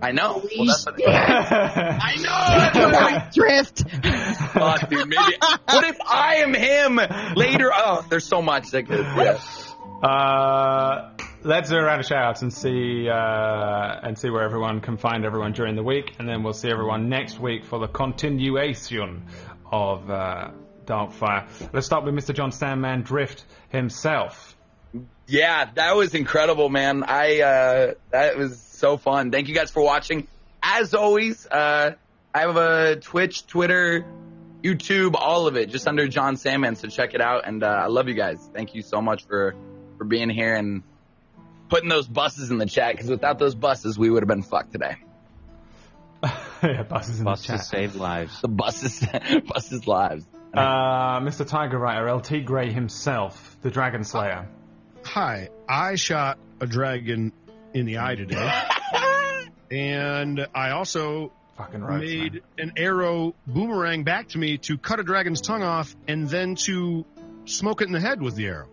[SPEAKER 5] I know. Well, that's what
[SPEAKER 1] I
[SPEAKER 2] Drift.
[SPEAKER 5] Fuck, dude. Maybe. What if I am him later? Oh, there's so much that could. Yeah.
[SPEAKER 1] Uh, let's do a round of shoutouts and see uh, and see where everyone can find everyone during the week, and then we'll see everyone next week for the continuation of uh, Darkfire. Let's start with Mr. John Sandman Drift himself.
[SPEAKER 5] Yeah, that was incredible, man. I uh, that was so fun. Thank you guys for watching. As always, uh, I have a Twitch, Twitter, YouTube, all of it, just under John Sandman. So check it out, and uh, I love you guys. Thank you so much for for being here and putting those buses in the chat. Because without those buses, we would have been fucked today.
[SPEAKER 1] yeah, buses in
[SPEAKER 7] Bus
[SPEAKER 1] the
[SPEAKER 7] to
[SPEAKER 1] chat.
[SPEAKER 7] save lives.
[SPEAKER 5] The buses, buses lives.
[SPEAKER 1] Uh, Mr. Tiger Writer LT Grey himself, the Dragon Slayer.
[SPEAKER 3] Hi, I shot a dragon in the eye today, and I also
[SPEAKER 1] Fucking roads,
[SPEAKER 3] made
[SPEAKER 1] man.
[SPEAKER 3] an arrow boomerang back to me to cut a dragon's tongue off and then to smoke it in the head with the arrow.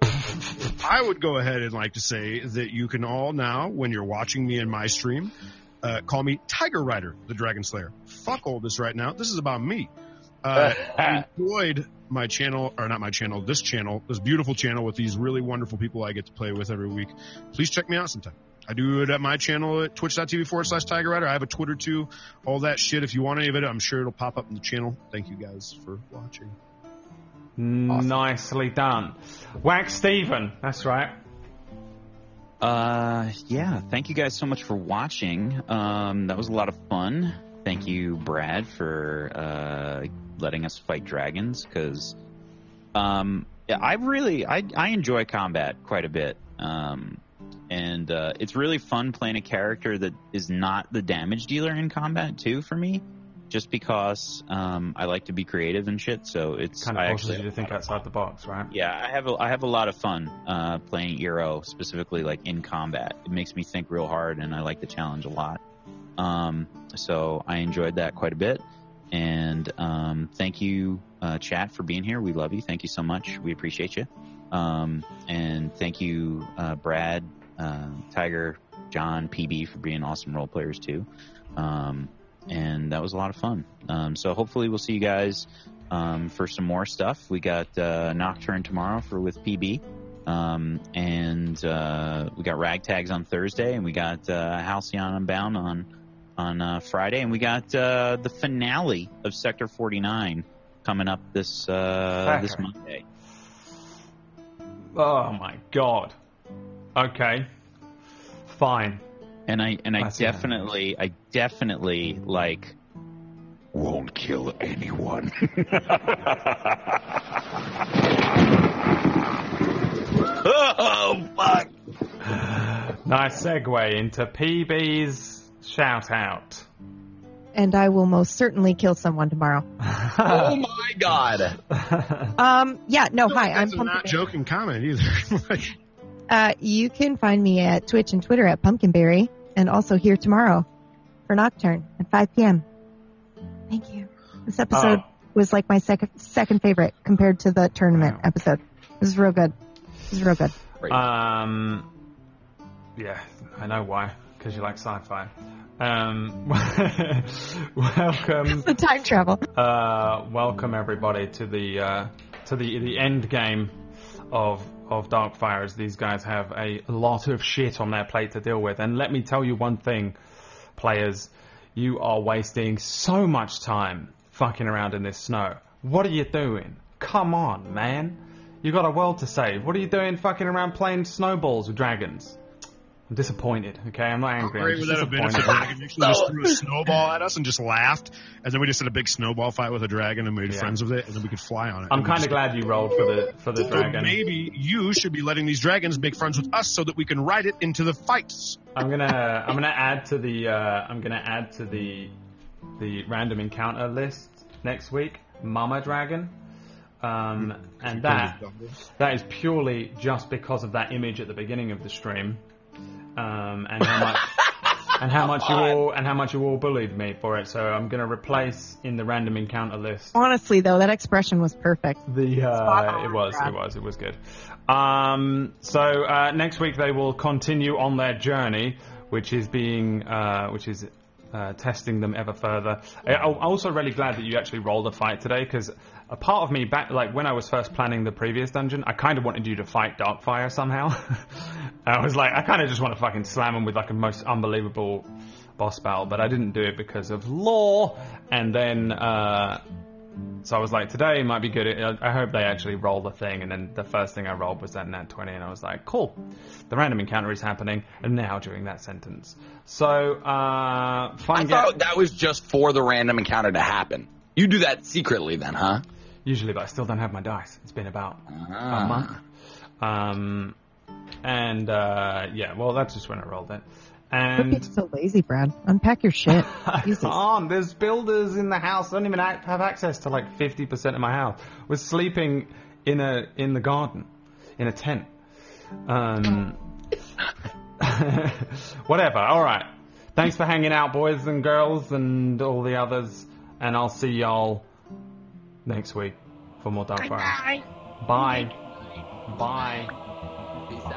[SPEAKER 3] I would go ahead and like to say that you can all now, when you're watching me in my stream, uh, call me Tiger Rider, the Dragon Slayer. Fuck all this right now. This is about me. Uh, I enjoyed my channel, or not my channel, this channel, this beautiful channel with these really wonderful people I get to play with every week. Please check me out sometime. I do it at my channel at twitch.tv forward slash Tiger Rider. I have a Twitter too all that shit. If you want any of it, I'm sure it'll pop up in the channel. Thank you guys for watching.
[SPEAKER 1] Nicely done. Wax Steven, that's right.
[SPEAKER 7] Uh, yeah. Thank you guys so much for watching. Um, that was a lot of fun. Thank you, Brad, for uh, letting us fight dragons. Because, um, yeah, I really I I enjoy combat quite a bit. Um, and uh, it's really fun playing a character that is not the damage dealer in combat too for me. Just because um, I like to be creative and shit, so it's
[SPEAKER 1] Kind
[SPEAKER 7] I
[SPEAKER 1] of
[SPEAKER 7] actually
[SPEAKER 1] forces you to think outside the box, right?
[SPEAKER 7] yeah, I have a, I have a lot of fun uh, playing Eero specifically, like in combat. It makes me think real hard, and I like the challenge a lot. Um, so I enjoyed that quite a bit. And um, thank you, uh, chat, for being here. We love you. Thank you so much. We appreciate you. Um, and thank you, uh, Brad, uh, Tiger, John, PB, for being awesome role players too. Um, and that was a lot of fun. Um, so hopefully we'll see you guys um, for some more stuff. We got uh, Nocturne tomorrow for with PB, um, and uh, we got Ragtags on Thursday, and we got uh, Halcyon Unbound on on uh, Friday, and we got uh, the finale of Sector Forty Nine coming up this uh, this
[SPEAKER 1] Cracker.
[SPEAKER 7] Monday.
[SPEAKER 1] Oh my god. Okay. Fine.
[SPEAKER 7] and I and I
[SPEAKER 1] That's what happens.
[SPEAKER 7] definitely, I definitely like won't kill anyone. oh fuck!
[SPEAKER 1] Nice segue into PB's shout out.
[SPEAKER 2] And I will most certainly kill someone tomorrow.
[SPEAKER 5] Oh my god.
[SPEAKER 2] Um, yeah, no, hi, I'm
[SPEAKER 3] That's a
[SPEAKER 2] Pumpkin.
[SPEAKER 3] not
[SPEAKER 2] Bear.
[SPEAKER 3] joking comment either. Like,
[SPEAKER 2] Uh, you can find me at Twitch and Twitter at Pumpkinberry, and also here tomorrow for Nocturne at 5 p.m. Thank you. This episode was like my second second favorite compared to the tournament episode. This is real good. This is real good.
[SPEAKER 1] Um, yeah, I know why. Because you like sci-fi. Um, welcome,
[SPEAKER 2] The time travel.
[SPEAKER 1] uh, welcome everybody to the uh, to the the end game of of Darkfire. As these guys have a lot of shit on their plate to deal with, and let me tell you one thing, players, you are wasting so much time fucking around in this snow. What are you doing? Come on, man. You got a world to save. What are you doing fucking around playing snowballs with dragons? I'm disappointed, okay? I'm not angry. I'm
[SPEAKER 3] great
[SPEAKER 1] just
[SPEAKER 3] would that have been if the
[SPEAKER 1] disappointed.
[SPEAKER 3] dragon actually just threw a snowball at us and just laughed, and then we just had a big snowball fight with a dragon and made
[SPEAKER 1] Yeah.
[SPEAKER 3] friends with it, and then we could fly on it.
[SPEAKER 1] I'm
[SPEAKER 3] And we
[SPEAKER 1] kind of
[SPEAKER 3] just-
[SPEAKER 1] glad you rolled for the for the
[SPEAKER 3] So
[SPEAKER 1] dragon.
[SPEAKER 3] Maybe you should be letting these dragons make friends with us so that we can ride it into the fights.
[SPEAKER 1] I'm gonna I'm gonna add to the uh, I'm gonna add to the the random encounter list next week. Mama dragon, um, and that that is purely just because of that image at the beginning of the stream, um, and how much and how much you all and how much you all bullied me for it. So I'm gonna replace in the random encounter list
[SPEAKER 2] Honestly, though, that expression was perfect.
[SPEAKER 1] the uh, it was it was it was good. Um, so uh, next week they will continue on their journey, which is being uh, which is uh, testing them ever further. I, I'm also really glad that you actually rolled a fight today because a part of me back like when I was first planning the previous dungeon, I kind of wanted you to fight Darkfire somehow. I was like, I kind of just want to fucking slam him with like a most unbelievable boss battle, but I didn't do it because of law. And then. Uh, so I was like, today might be good. I I hope they actually roll the thing. And then the first thing I rolled was that nat 20, and I was like, cool. The random encounter is happening and now during that sentence. So, uh,
[SPEAKER 5] I
[SPEAKER 1] find out.
[SPEAKER 5] thought that was just for the random encounter to happen. You do that secretly then, huh?
[SPEAKER 1] Usually, but I still don't have my dice. It's been about a
[SPEAKER 5] Ah.
[SPEAKER 1] month. Um, and, uh, yeah, well, that's just when I rolled it.
[SPEAKER 2] Quit being
[SPEAKER 1] And
[SPEAKER 2] so lazy, Brad. Unpack your shit. Jesus.
[SPEAKER 1] on. There's builders in the house. I don't even act- have access to like 50% of my house. We're sleeping in a in the garden, in a tent. Um, whatever. All right. Thanks for hanging out, boys and girls, and all the others. And I'll see y'all next week for more Dark Bye. Bye. Bye.